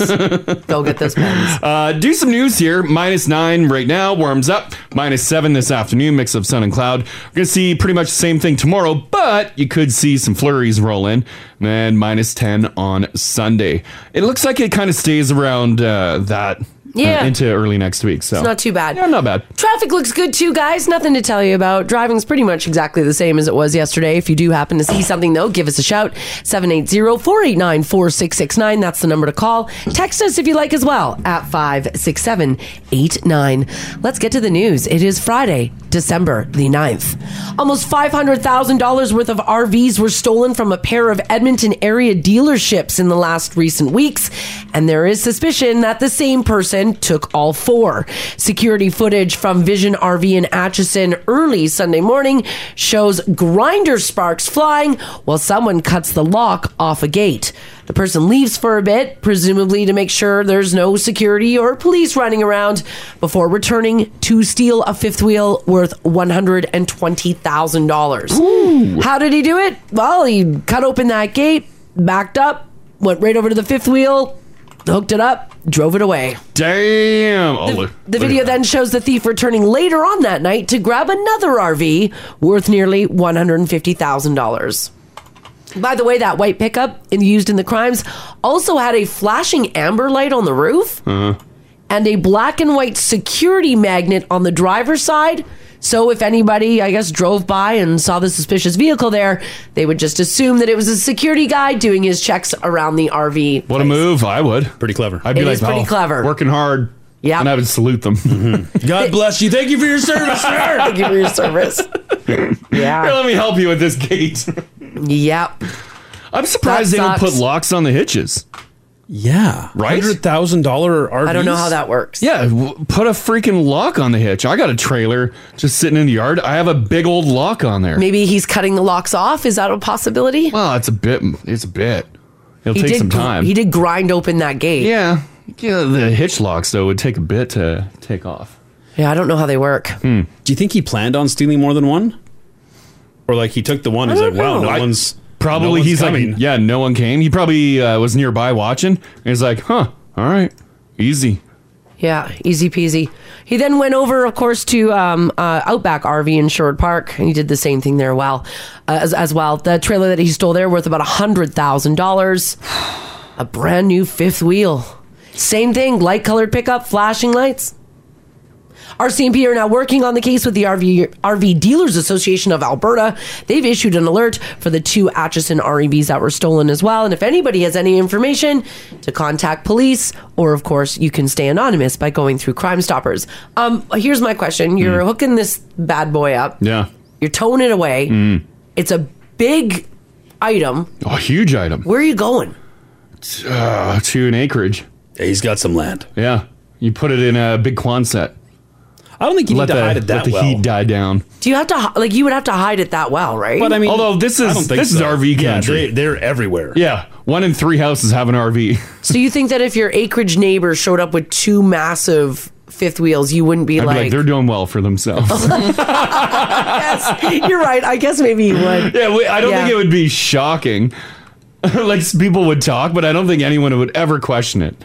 S3: Go get those pens.
S2: Uh, do some news here. Minus nine right now, warms up. Minus seven this afternoon, mix of sun and cloud. We're going to see pretty much the same thing tomorrow, but you could see some flurries roll in. Then minus 10 on Sunday. It looks like it kind of stays around uh, that uh,
S3: Yeah.
S2: into early next week. So
S3: It's not too bad.
S2: Yeah, not bad.
S3: Traffic looks good too, guys. Nothing to tell you about. Driving's pretty much exactly the same as it was yesterday. If you do happen to see something, though, give us a shout. 780-489-4669. That's the number to call. Text us if you like as well at 56789. Let's get to the news. It is Friday, December the 9th. Almost $500,000 worth of RVs were stolen from a pair of Edmonton area dealerships in the last recent weeks, and there is suspicion that the same person took all four. Security footage from Vision RV in Atchison early Sunday morning shows grinder sparks flying while someone cuts the lock off a gate. The person leaves for a bit, presumably to make sure there's no security or police running around, before returning to steal a fifth wheel worth $120,000. How did he do it? Well, he cut open that gate, backed up, went right over to the fifth wheel, hooked it up, drove it away.
S2: Damn. Oh, look-
S3: The
S2: look at
S3: video
S2: that.
S3: then shows the thief returning later on that night to grab another RV worth nearly $150,000. By the way, that white pickup in- used in the crimes also had a flashing amber light on the roof
S2: Uh-huh.
S3: and a black and white security magnet on the driver's side. So if anybody, I guess, drove by and saw the suspicious vehicle there, they would just assume that it was a security guy doing his checks around the RV.
S2: What a move. I would.
S4: Pretty clever.
S2: I'd be
S3: It
S2: like,
S3: is pretty
S2: "Oh,
S3: clever."
S2: Working hard.
S3: Yeah.
S2: And I would salute them.
S4: God bless you. Thank you for your service, sir.
S3: Thank you for your service.
S2: Here,
S3: yeah.
S2: let me help you with this gate.
S3: Yep.
S2: I'm surprised they don't
S3: sucks.
S2: put locks on the hitches.
S4: Yeah.
S2: Right?
S4: Hundred thousand dollar RV.
S3: I don't know how that works.
S2: Yeah, w- put a freaking lock on the hitch. I got a trailer just sitting in the yard. I have a big old lock on there.
S3: Maybe he's cutting the locks off. Is that a possibility?
S2: Well, it's a bit. It's a bit. It'll
S3: he
S2: take
S3: did
S2: some
S3: gr-
S2: time.
S3: He did grind open that gate.
S2: Yeah. yeah, the hitch locks though would take a bit to take off.
S3: Yeah, I don't know how they work.
S2: Hmm.
S4: Do you think he planned on stealing more than one? Or like he took the one. He's like,
S3: don't
S4: wow, no
S3: know. I-
S4: one's
S2: Probably
S4: no one's
S2: he's
S4: coming.
S2: like, yeah, no one came. He probably uh, was nearby watching. And he's like, huh, all right, easy.
S3: Yeah, easy peasy. He then went over, of course, to um, uh, Outback RV in Sherwood Park, and he did the same thing there. Well, uh, as, as well, the trailer that he stole there worth about hundred thousand dollars, a brand new fifth wheel. Same thing, light colored pickup, flashing lights. RCMP are now working on the case with the RV RV Dealers Association of Alberta. They've issued an alert for the two Atchison REVs that were stolen as well. And if anybody has any information, to contact police, or of course, you can stay anonymous by going through Crime Stoppers. Um, here's my question: You're hooking this bad boy up.
S2: Hmm. Yeah. Hmm.
S3: You're towing it away. It's a big item.
S2: Oh, huge item.
S3: Where are you going?
S2: Uh, to an acreage.
S4: Hey, he's got some land.
S2: Yeah. You put it in a big Quonset.
S4: I don't think you
S2: Let
S4: need to
S2: the,
S4: hide it
S2: let
S4: that
S2: the
S4: well.
S2: heat die down.
S3: Do you have to hi- like? You would have to hide it that well, right?
S4: But I mean,
S2: Although this is-
S4: I don't think
S2: this is
S4: so.
S2: RV
S4: Yeah,
S2: country.
S4: they, they're everywhere.
S2: Yeah. One in three houses have an RV.
S3: So you think that if your acreage neighbor showed up with two massive fifth wheels, you wouldn't be
S2: I'd
S3: like,
S2: be like, they're doing well for themselves.
S3: yes, you're right. I guess maybe you would.
S2: yeah, we, I don't
S3: Yeah.
S2: think it would be shocking. like s- people would talk, but I don't think anyone would ever question it.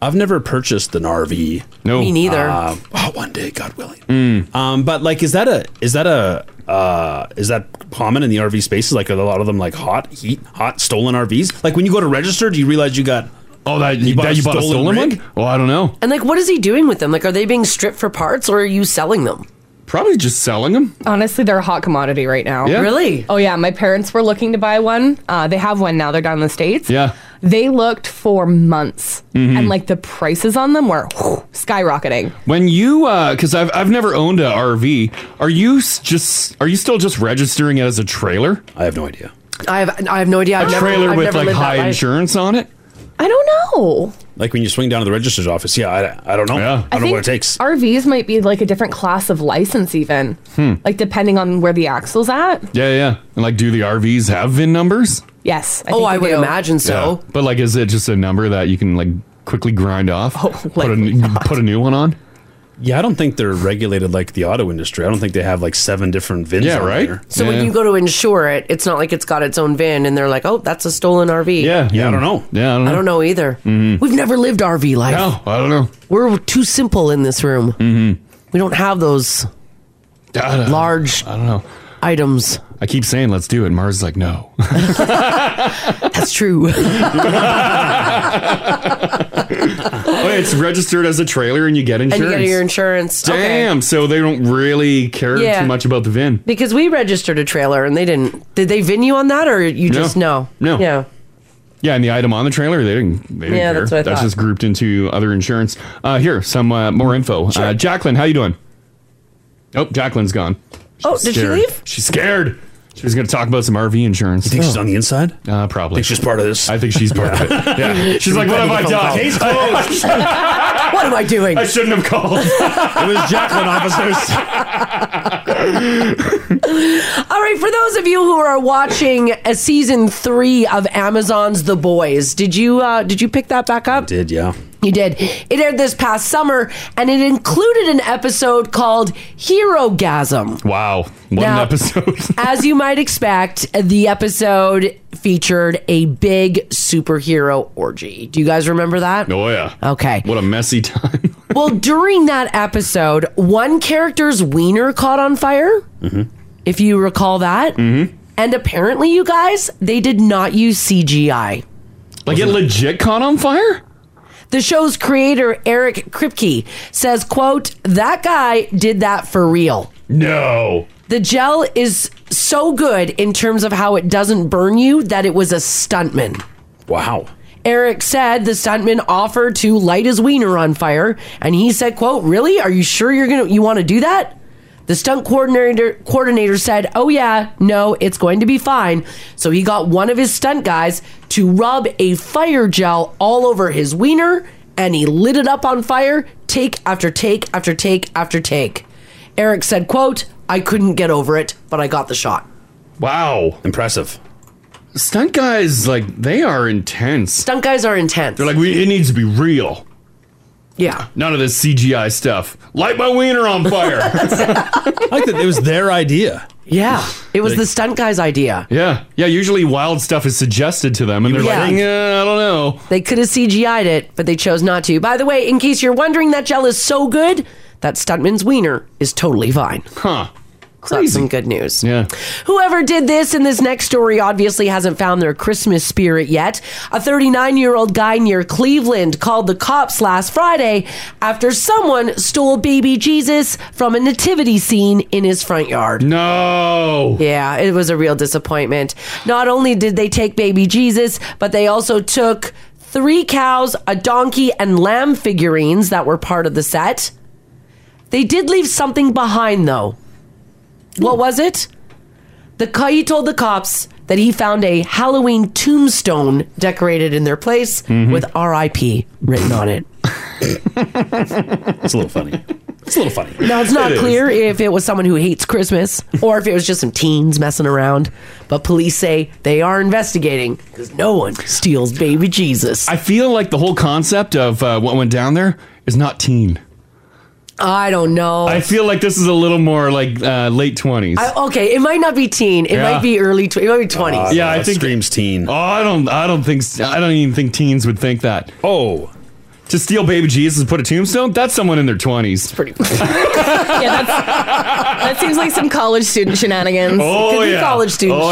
S4: I've never purchased an RV.
S2: No, Hmm.
S3: Me neither.
S4: Um, oh, one day, God willing. Um, but like, is that a is that a uh, is that common in the RV spaces? Like, are a lot of them like hot heat, hot stolen RVs? Like, when you go to register, do you realize you got?
S2: Oh, that you,
S4: bought
S2: that
S4: a
S2: you bought a
S4: stolen
S2: stolen
S4: rig?
S2: one? Well, I don't know.
S3: and like, what is he doing with them? Like, are they being stripped for parts or are you selling them?
S2: Probably just selling them.
S6: Honestly, they're a hot commodity right now.
S2: Yeah.
S3: Really?
S6: Oh yeah, my parents were looking to buy one. Uh, they have one now. They're down in the states.
S2: Yeah.
S6: They looked for months,
S4: Mm-hmm.
S6: and like the prices on them were whew, skyrocketing.
S2: When you, because I've I've never owned a RV. Are you s- just are you still just registering it as a trailer?
S4: I have no idea.
S3: I have I have no idea.
S2: A
S3: I've never,
S2: trailer
S3: I've
S2: with
S3: never
S2: like
S3: lived that
S2: high
S3: life.
S2: insurance on it.
S6: I don't know.
S4: Like when you swing down to the register's office, yeah, I, I don't know.
S2: Yeah.
S4: I don't know what it takes.
S6: RVs might be like a different class of license, even
S4: Hmm.
S6: like depending on where the axle's at.
S2: Yeah, yeah. And like, do the RVs have VIN numbers?
S6: Yes.
S3: Oh,
S6: think
S3: I
S6: they
S3: would
S6: do.
S3: imagine so.
S2: But like, is it just a number that you can like quickly grind off?
S3: Oh,
S2: put a
S6: likely
S2: n- put a new one on.
S4: Yeah, I don't think they're regulated like the auto industry. I don't think they have like seven different VINs.
S2: Yeah,
S4: on
S2: right?
S4: there.
S3: So
S2: Yeah.
S3: when you go to insure it, it's not like it's got its own VIN, and they're like, "Oh, that's a stolen RV."
S2: Yeah,
S4: Yeah, I don't know.
S2: Yeah, I don't know. Mm-hmm.
S3: I don't know either. We've never lived RV life.
S2: No, I don't know.
S3: We're too simple in this room. We don't have those
S2: I don't,
S3: large
S2: I don't know.
S3: items.
S2: I keep saying let's do it. and Mars is like no.
S3: That's true.
S2: oh, it's registered as a trailer, and you get
S3: and
S2: insurance.
S3: you get your insurance. Okay.
S2: Damn. So they don't really care
S3: Yeah.
S2: too much about the VIN.
S3: Because we registered a trailer and they didn't. Did they VIN you on that or you
S2: No.
S3: just know?
S2: No.
S3: Yeah.
S2: Yeah, and the item on the trailer, they didn't. They didn't
S3: Yeah,
S2: care.
S3: that's what I thought.
S2: just grouped into other insurance. Uh, here, some uh, more info. Uh, Jacqueline, how you doing? Oh, Jacqueline's gone.
S3: Oh,
S2: She's
S3: did she
S2: scared.
S3: leave?
S2: She's scared. She was going to talk about some RV insurance.
S4: Think she's on the inside?
S2: Uh, probably.
S4: Think she's part of this?
S2: I think she's part of it. Yeah. She's like, what have I done?
S4: Case
S2: closed.
S3: What am I doing?
S2: I shouldn't have called.
S4: it was Jacqueline officers.
S3: All right, for those of you who are watching a season three of Amazon's The Boys, did you uh, did you pick that back up?
S4: Did yeah.
S3: You did. It aired this past summer, and it included an episode called Hero Gasm.
S2: Wow. What
S3: Now-
S2: an episode.
S3: As you might expect, the episode featured a big superhero orgy. Do you guys remember that?
S2: oh, yeah.
S3: Okay.
S2: What a messy time.
S3: Well, during that episode, one character's wiener caught on fire.
S2: Mm-hmm.
S3: If you recall that. Mm-hmm. And apparently, you guys, they did not use CGI.
S2: like, it legit caught on fire?
S3: The show's creator, Eric Kripke, says, quote, that guy did that for real.
S2: No.
S3: The gel is so good in terms of how it doesn't burn you that it was a stuntman.
S4: Wow.
S3: Eric said the stuntman offered to light his wiener on fire, and he said, "quote Really? Are you sure you're gonna you want to do that?" The stunt coordinator coordinator said, "Oh yeah, no, it's going to be fine." So he got one of his stunt guys to rub a fire gel all over his wiener, and he lit it up on fire, take after take after take after take. Eric said, "quote I couldn't get over it, but I got the shot."
S2: Wow.
S4: Impressive.
S2: Stunt guys, like, they are intense.
S3: Stunt guys are intense.
S2: They're like, we, it needs to be real.
S3: yeah.
S2: None of this CGI stuff. Light my wiener on fire.
S4: I like that it was their idea.
S3: Yeah. It was the stunt guy's idea.
S2: yeah. Yeah. Usually wild stuff is suggested to them, and they're
S3: Yeah.
S2: like, "Uh, I don't know.
S3: They could have CGI'd it, but they chose not to. By the way, in case you're wondering, that gel is so good that stuntman's wiener is totally fine.
S2: Huh.
S3: So that's some good news.
S2: Yeah.
S3: Whoever did this in this next story obviously hasn't found their Christmas spirit yet. A 39 year old guy near Cleveland called the cops last Friday after someone stole baby Jesus from a nativity scene in his front yard.
S2: No.
S3: Yeah, it was a real disappointment. Not only did they take baby Jesus, but they also took three cows, a donkey, and lamb figurines that were part of the set. They did leave something behind, though. What was it? The guy he told the cops that he found a Halloween tombstone decorated in their place
S2: Mm-hmm.
S3: with "R.I.P." written on it.
S4: It's a little funny. It's a little funny.
S3: Now it's not
S2: It is.
S3: clear if it was someone who hates Christmas or if it was just some teens messing around. But police say they are investigating because no one steals baby Jesus. I,
S2: I feel like the whole concept of uh, what went down there is not teen.
S3: don't know.
S2: I feel like this is a little more like uh, late 20s.
S3: okay, it might not be teen. It
S2: Yeah. Uh,
S3: might be early. Tw- it might be twenties.
S2: yeah, I
S4: That
S2: think.
S4: Uh, screams teen.
S2: Oh, I don't. I don't think. I don't even think teens would think that.
S4: Oh,
S2: To steal baby Jesus and put a tombstone? That's someone in their 20s. It's pretty
S6: That seems like some college student shenanigans.
S2: Oh yeah, Oh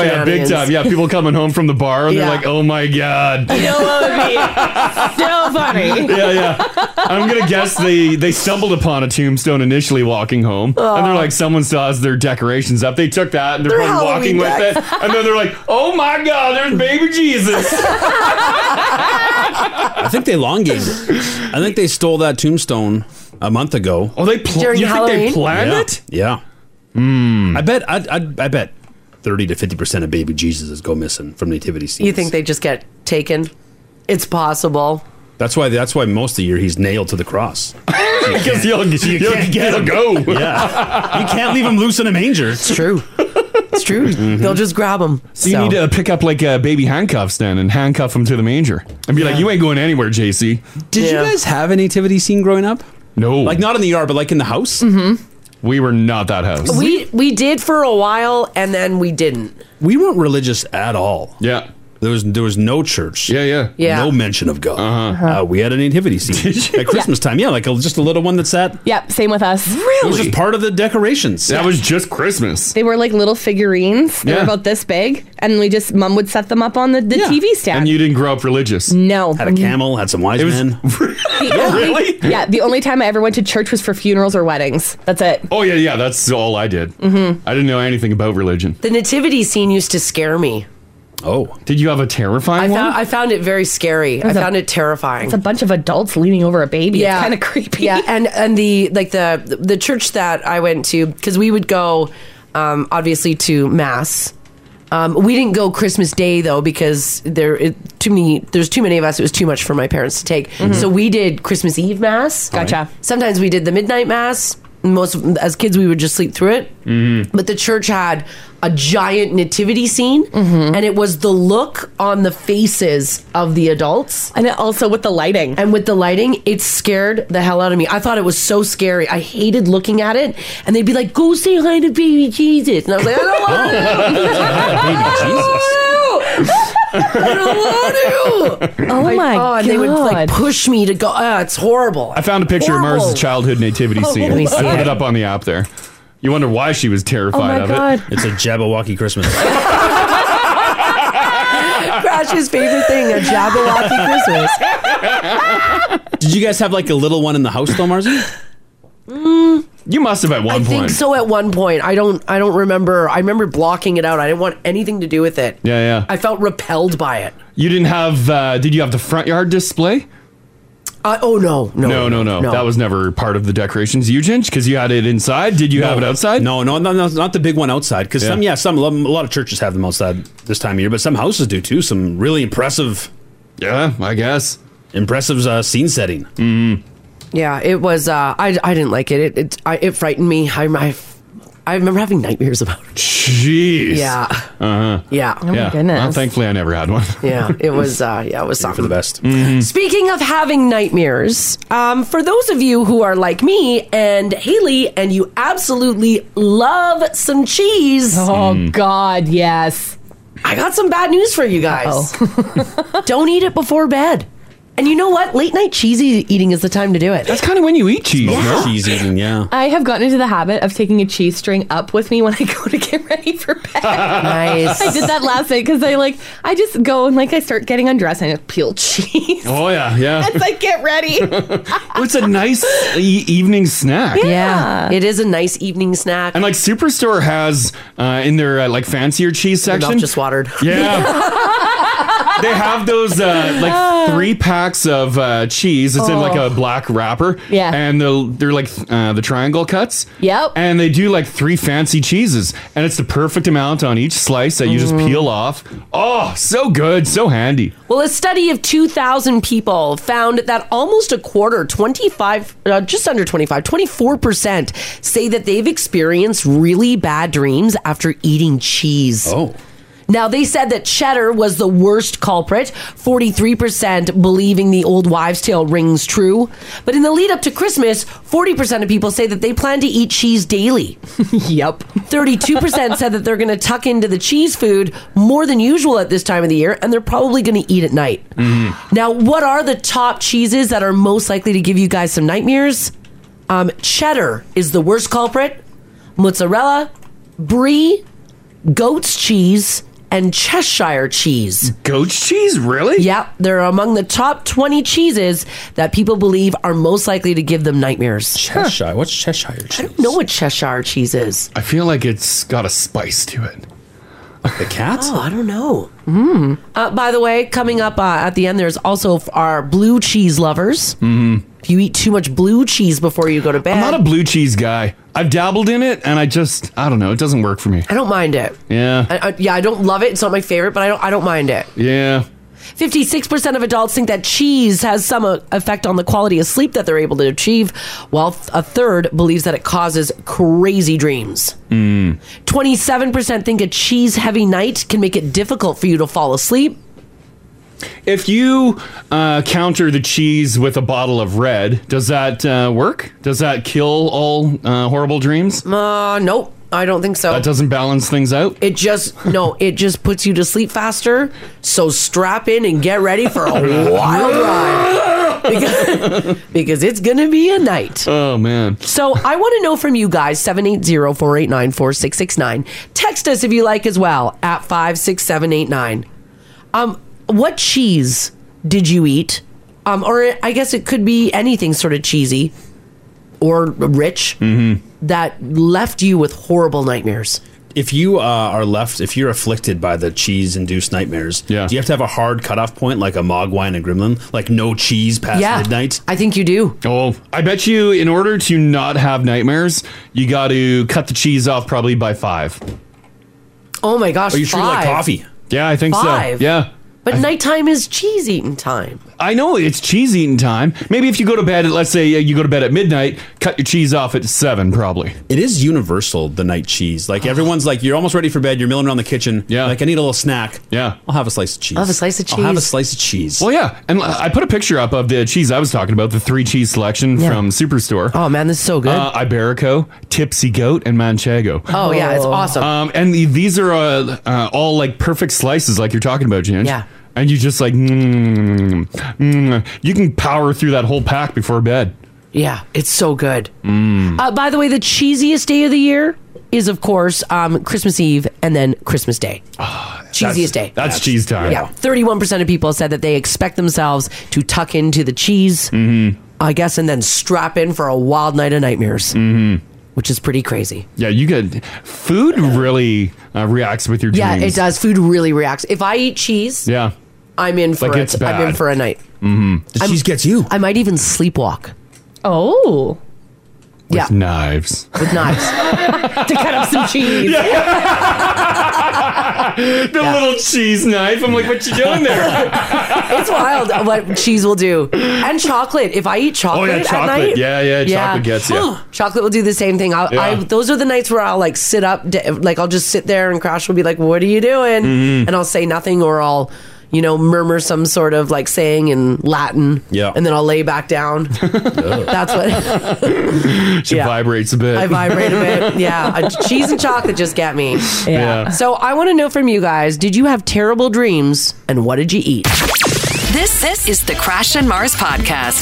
S2: yeah, big time. Yeah, people coming home from the bar and
S6: Yeah.
S2: they're like, "Oh my god."
S6: You know what would be so funny?
S2: yeah, yeah. I'm gonna guess they they stumbled upon a tombstone initially walking home, and they're like, "Someone still has their decorations up." They took that and they're,
S7: They're
S2: probably walking
S7: Halloween
S2: with it, and then they're like, "Oh my god, there's baby Jesus."
S4: I think they elongated it. I think they stole that tombstone a month ago.
S2: Oh, they
S4: planned.
S2: pl- During you think they Halloween? planned
S4: yeah.
S2: it? Hmm.
S4: Yeah. I bet. I, I, I bet thirty to fifty percent of baby Jesuses go missing from nativity scenes.
S3: You think they just get taken? It's possible.
S4: That's why. That's why most of the year he's nailed to the cross.
S2: Because he'll,
S4: you
S2: he'll-
S4: can't get
S2: he'll
S4: him.
S2: go.
S4: Yeah, you can't leave him loose in a manger. It's
S3: true. It's true.
S2: Mm-hmm.
S3: They'll just grab them.
S2: So you need to pick up like uh, baby handcuffs then and handcuff them to the manger and be like, "You ain't going anywhere, JC."
S4: Did you guys have a nativity scene growing up? Mm-hmm.
S2: No,
S4: like not in the yard, but like in the house.
S3: Mhm.
S2: We were not that house.
S3: We we did for a while and then we didn't.
S4: We weren't religious at all.
S2: Yeah.
S4: There was there was no church. Yeah,
S2: yeah.
S3: Yeah.
S4: No mention of God. Uh-huh. we had a nativity scene at Christmas time. Yeah, like a, just a little one that sat.
S6: Yep, same with us.
S4: It was just part of the decorations.
S6: That was
S2: just Christmas.
S6: They were like little figurines. They
S2: Yeah.
S6: were about this big, and we just mom would set them up on the, the TV stand.
S2: And you didn't grow up religious.
S6: No. Had
S4: a camel. Had some wise men.
S6: The only- Yeah, the only time I ever went to church was for funerals or weddings. That's it.
S2: Oh yeah, yeah. That's all I did.
S6: Mhm.
S2: I didn't know anything about religion.
S3: The nativity scene Mm-hmm. used to scare me.
S4: Oh,
S2: did you have a terrifying
S3: I
S2: one?
S3: found I found it very scary. I
S6: was a-
S3: found it terrifying.
S6: It's a bunch of adults leaning over a baby. It's kind of creepy.
S3: Yeah, and and the like the the church that I went to because we would go um, obviously to mass. Um, we didn't go Christmas Day though because there it, too many there's too many of us. It was too much for my parents to take.
S6: Mhm.
S3: So we did Christmas Eve mass.
S6: Gotcha. Alright.
S3: Sometimes we did the midnight mass. Most of, as kids we would just sleep through it.
S2: Mm-hmm.
S7: Mm.
S3: But the church had a giant nativity scene,
S6: Mm-hmm.
S3: and it was the look on the faces of the adults,
S6: and also with the lighting.
S3: And with the lighting, it scared the hell out of me. I thought it was so scary. I hated looking at it, and they'd be like, "Go say hi to baby Jesus," and I was like, "Oh." "I don't want to."
S6: Oh
S3: Like,
S6: my
S3: and They would like push me to go. Ah, it's horrible.
S2: I found a picture of Mars'
S3: Horrible.
S2: childhood nativity
S3: Oh,
S2: scene.
S3: let me
S2: I
S3: see
S2: put it
S3: it. Oh
S2: up on the app there. You wonder why she was terrified
S3: my
S2: of
S3: God.
S2: it. It's a Jabberwocky Christmas.
S3: Crash's favorite thing: a Jabberwocky Christmas.
S4: Did you guys have like a little one in the house though, Marzi?
S2: Mm. You must have at
S3: I
S2: one
S3: think so. At one point, I don't. I don't remember. I remember blocking it out. I didn't want anything to do with it.
S2: Yeah, yeah.
S3: I felt repelled by it.
S2: You didn't have? Uh, did you have the front yard display?
S3: Uh, oh no, no,
S2: no, no, no, That was never part of the decorations, Eugen, because you had it inside. Did you have it outside?
S4: No, no, no, no not the big one outside. Because some, yeah, some a lot- a lot of churches have them outside this time of year, but some houses do too. Some really impressive.
S2: Yeah, I guess
S4: impressive uh, scene setting.
S2: Mm.
S3: Yeah, it was. Uh, I I didn't like it. It it, I, it frightened me. I, I I remember having nightmares about it.
S2: Jeez.
S3: Yeah.
S2: Uh huh.
S3: Yeah. Oh my
S2: yeah.
S3: goodness.
S2: Well, thankfully, I never had one.
S3: Yeah, it was. Uh, yeah, it was something
S4: for the best.
S2: Mm-hmm.
S3: Speaking of having nightmares, um, for those of you who are like me and Haley, and you absolutely love some cheese.
S6: Oh God, yes.
S3: I got some bad news for you guys.
S6: Oh.
S3: Don't eat it before bed. And you know what? Late night cheesy eating is the time to do it. That's
S2: kind of when you eat cheese.
S4: Yeah. Cheese eating, yeah.
S6: I have gotten into the habit of taking a cheese string up with me when I go to get ready for bed.
S3: Nice.
S6: I did that last night because I like I just go and like I start getting undressed and I just peel cheese
S2: Oh yeah, yeah.
S6: as I get ready.
S2: Well, it's a nice e- evening snack.
S3: Yeah. It is a nice evening snack.
S2: And like Superstore has uh, in their uh, like fancier cheese
S3: Your mouth
S2: section.
S3: just watered.
S2: Yeah. they have those uh, like three packs of uh, cheese. It's in like a black wrapper.
S6: Oh. Yeah.
S2: And they're, they're like uh, the triangle cuts.
S6: Yep.
S2: And they do like three fancy cheeses. And it's the perfect amount on each slice that you just
S6: Mm-hmm.
S2: peel off. Oh, so good. So handy.
S3: Well, a study of 2,000 people found that almost a quarter, 25, uh, just under 25, 24% say that they've experienced really bad dreams after eating cheese.
S4: Oh.
S3: Now, they said that cheddar was the worst culprit, 43% believing the old wives' tale rings true. But in the lead up to Christmas, 40% of people say that they plan to eat cheese daily.
S6: yep.
S3: 32% said that they're going to tuck into the cheese food more than usual at this time of the year, and they're probably going to eat at night.
S6: Mm-hmm.
S3: Now, what are the top cheeses that are most likely to give you guys some nightmares? Um, cheddar is the worst culprit, mozzarella, brie, goat's cheese, and Cheshire cheese.
S2: Goat's cheese, really?
S3: Yep, they're among the top 20 cheeses that people believe are most likely to give them nightmares.
S4: Cheshire. What's Cheshire cheese? I
S3: don't know what Cheshire cheese is.
S2: I feel like it's got a spice to it.
S4: The cat?
S3: Oh, I don't know.
S6: Mm-hmm.
S3: Mm. Uh, by the way, coming up uh, at the end, there's also f- our blue cheese lovers. Mm-hmm. If you eat too much blue cheese before you go to bed,
S2: I'm not a blue cheese guy. I've dabbled in it, and I just I don't know. It doesn't work for me.
S3: I don't mind it.
S2: Yeah,
S3: I, I, yeah, I don't love it. It's not my favorite, but I don't. I don't mind it.
S2: yeah.
S3: Fifty-six percent of adults think that cheese has some uh, effect on the quality of sleep that they're able to achieve, while a third believes that it causes crazy dreams.
S2: Mm.
S6: Mm-hmm.
S3: 27% think a cheese heavy night can make it difficult for you to fall asleep.
S2: If you uh, counter the cheese with a bottle of red, does that uh, work? Does that kill all uh, horrible dreams?
S3: Uh, nope. I don't think so.
S2: That doesn't balance things out.
S3: It just no, it just puts you to sleep faster. So strap in and get ready for a wild ride because, because it's gonna be a night.
S2: Oh man.
S3: So I want to know from you guys 780-489-4669. Text us if you like as well at 56789. Um what cheese did you eat? Um or I guess it could be anything sort of cheesy or rich
S2: Mm-hmm.
S3: that left you with horrible nightmares.
S4: If you uh, are left, if you're afflicted by the cheese-induced nightmares, yeah. do you have to have a hard cutoff point, like a Mogwai and a Gremlin, like no cheese past
S3: Yeah.
S4: midnight?
S3: I think you do.
S2: Oh, I bet you in order to not have nightmares, you got to cut the cheese off probably by five.
S3: Oh my gosh.
S2: Or you treat it like
S3: five.
S2: coffee. Yeah, I think
S3: Five?
S2: so. Yeah.
S3: But nighttime is cheese eating time.
S2: I know it's cheese eating time. Maybe if you go to bed at, let's say uh, you go to bed at midnight, cut your cheese off at seven, probably. Ah.
S4: It is universal, the night cheese. Like everyone's like, you're almost ready for bed. You're milling around the kitchen. Yeah. Like I need a little snack. Yeah. I'll have a slice of cheese.
S2: I'll have a slice of
S4: I'll have a
S2: cheese.
S4: slice of cheese.
S2: Well, yeah. And l- I put a picture up of the cheese I was talking about, the three cheese selection
S3: Yeah.
S2: from Superstore.
S3: Oh, man, this is so good.
S2: Uh, Iberico, Tipsy Goat, and Manchego.
S3: Oh, yeah, it's awesome.
S2: Um, and the, these are uh, uh, all like perfect slices, like you're talking about, Ginge.
S3: Yeah.
S2: And you just like, mm, mm. you can power through that whole pack before bed. Mm.
S3: Yeah, it's so good. Uh, by the way, the cheesiest day of the year is, of course, um, Christmas Eve and then Christmas Day. cheesiest day.
S2: Ah, That's, cheese time.
S3: Yeah, 31% of people said that they expect themselves to tuck into the cheese,
S2: Mm-hmm.
S3: I guess, and then strap in for a wild night of nightmares, mm-hmm. which is pretty crazy.
S2: Yeah, you get food really uh, reacts with your
S3: Yeah,
S2: dreams.
S3: it does. Food really reacts. If I eat cheese,
S2: Yeah.
S3: I'm in for
S2: Like,
S3: it.
S2: it's
S3: I'm in
S2: bad.
S3: for a night.
S2: Mm-hmm.
S4: The cheese gets you.
S3: I might even sleepwalk.
S6: Oh.
S3: yeah.
S2: Knives.
S3: With knives.
S6: to cut up some cheese.
S2: the little cheese knife. I'm like, what you doing there?
S3: it's wild what cheese will do. And chocolate. If I eat chocolate,
S2: Oh, chocolate.
S3: at night,
S2: Yeah, yeah, chocolate gets ya.
S3: chocolate will do the same thing. I'll, I,
S2: Yeah.
S3: those are the nights where I'll like sit up, d- like I'll just sit there and Crash will be like, "What are you doing?"
S2: Mhm.
S3: And I'll say nothing, or I'll, you know, murmur some sort of like saying in Latin.
S2: Yeah.
S3: And then I'll lay back down. That's what
S2: she vibrates a bit.
S3: I vibrate a bit. Yeah, Uh, cheese and chocolate just get me.
S2: Yeah.
S3: So I want to know from you guys: Did you have terrible dreams, and what did you eat?
S1: This this is the Crash and Mars podcast.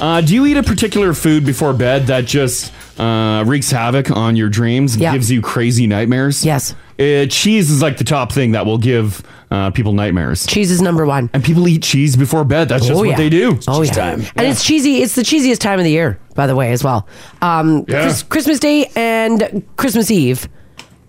S2: Uh, do you eat a particular food before bed that just uh, wreaks havoc on your dreams and
S1: Yeah.
S2: gives you crazy nightmares? Yes. Uh, cheese is like the top thing that will give uh, people nightmares.
S3: Cheese is number one.
S2: And people eat cheese before bed. That's just
S3: Oh,
S2: what
S3: yeah.
S2: they do.
S3: Oh yeah. And it's cheesy. It's the cheesiest time of the year, by the way, as well. Um,
S2: Yeah.
S3: Chris- Christmas Day and Christmas Eve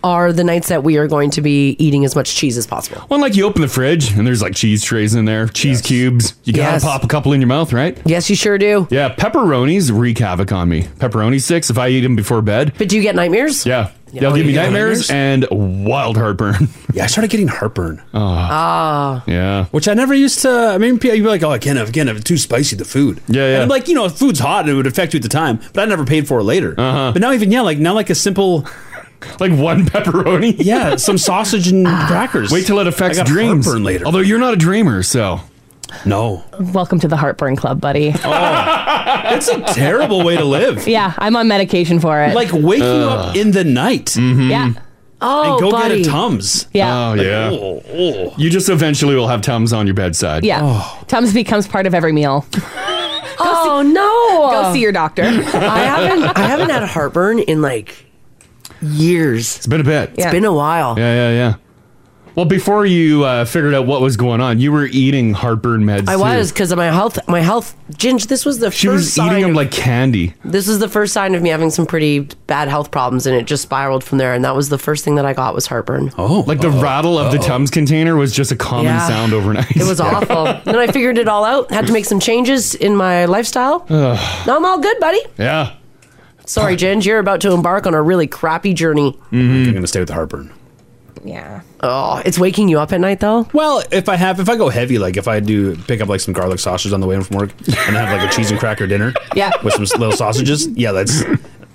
S3: are the nights that we are going to be eating as much cheese as possible.
S2: Well, like you open the fridge and there's like cheese trays in there, cheese cubes. You gotta
S3: Yes.
S2: pop a couple in your mouth, right?
S3: Yes, you sure do.
S2: Yeah, pepperonis wreak havoc on me. Pepperoni sticks, if I eat them before bed.
S3: But do you get nightmares?
S2: Yeah.
S3: Yeah.
S2: They'll
S3: Oh,
S2: give
S3: you
S2: me
S3: get
S2: nightmares, and wild heartburn.
S4: Yeah, I started getting heartburn.
S3: Ah.
S2: Yeah.
S4: Which I never used to. I mean, people- you'd be like, oh, I can't have, can't have it too spicy, the food. Yeah, yeah. And I'm like, you know, if food's hot, it would affect you at the time, but I never paid for it later. Uh-huh. But now, even, yeah, like, now, like a simple
S2: like one pepperoni.
S4: Yeah, some sausage and
S2: Ah.
S4: crackers.
S2: Wait till it affects
S4: I got
S2: dreams.
S4: heartburn later.
S2: Although you're not a dreamer, so
S4: no,
S6: Welcome to the Heartburn Club, buddy.
S4: it's a terrible way to live.
S6: Yeah, I'm on medication for it.
S4: Like waking up in the night
S2: Mm-hmm.
S6: yeah.
S3: Oh,
S4: and go
S3: buddy.
S4: get a tums.
S6: Yeah.
S2: Hmm. Oh yeah.
S4: Oh, oh.
S2: You just eventually will have Tums on your bedside.
S6: yeah. Tums becomes part of every meal.
S3: Oh no!
S6: Go see your doctor.
S3: I haven't. I haven't had heartburn in like years.
S2: It's been a bit.
S6: Yeah.
S3: It's been a while.
S2: Yeah, yeah, yeah. Well, before you uh, figured out what was going on, you were eating heartburn meds.
S3: I
S2: too.
S3: was because my health. My health. Ginge, this was the
S2: She
S3: first
S2: was
S3: sign
S2: eating them
S3: of-
S2: like candy.
S3: this was the first sign of me having some pretty bad health problems, and it just spiraled from there. And that was the first thing that I got was heartburn.
S4: Oh,
S2: Like the rattle of the Tums container was just a common
S3: Yeah.
S2: sound overnight.
S3: It was awful. then I figured it all out. Had to make some changes in my lifestyle. now I'm all good, buddy.
S2: yeah.
S3: Sorry, Ginge, you're about to embark on a really crappy journey.
S2: Mm-hmm.
S4: I'm gonna stay with the heartburn.
S6: yeah.
S3: Oh, it's waking you up at night though.
S4: Well, if I have, if I go heavy, like if I do pick up like some garlic sausage on the way home from work, and I have like a cheese and cracker dinner,
S6: Yeah.
S4: with some little sausages, yeah, that's.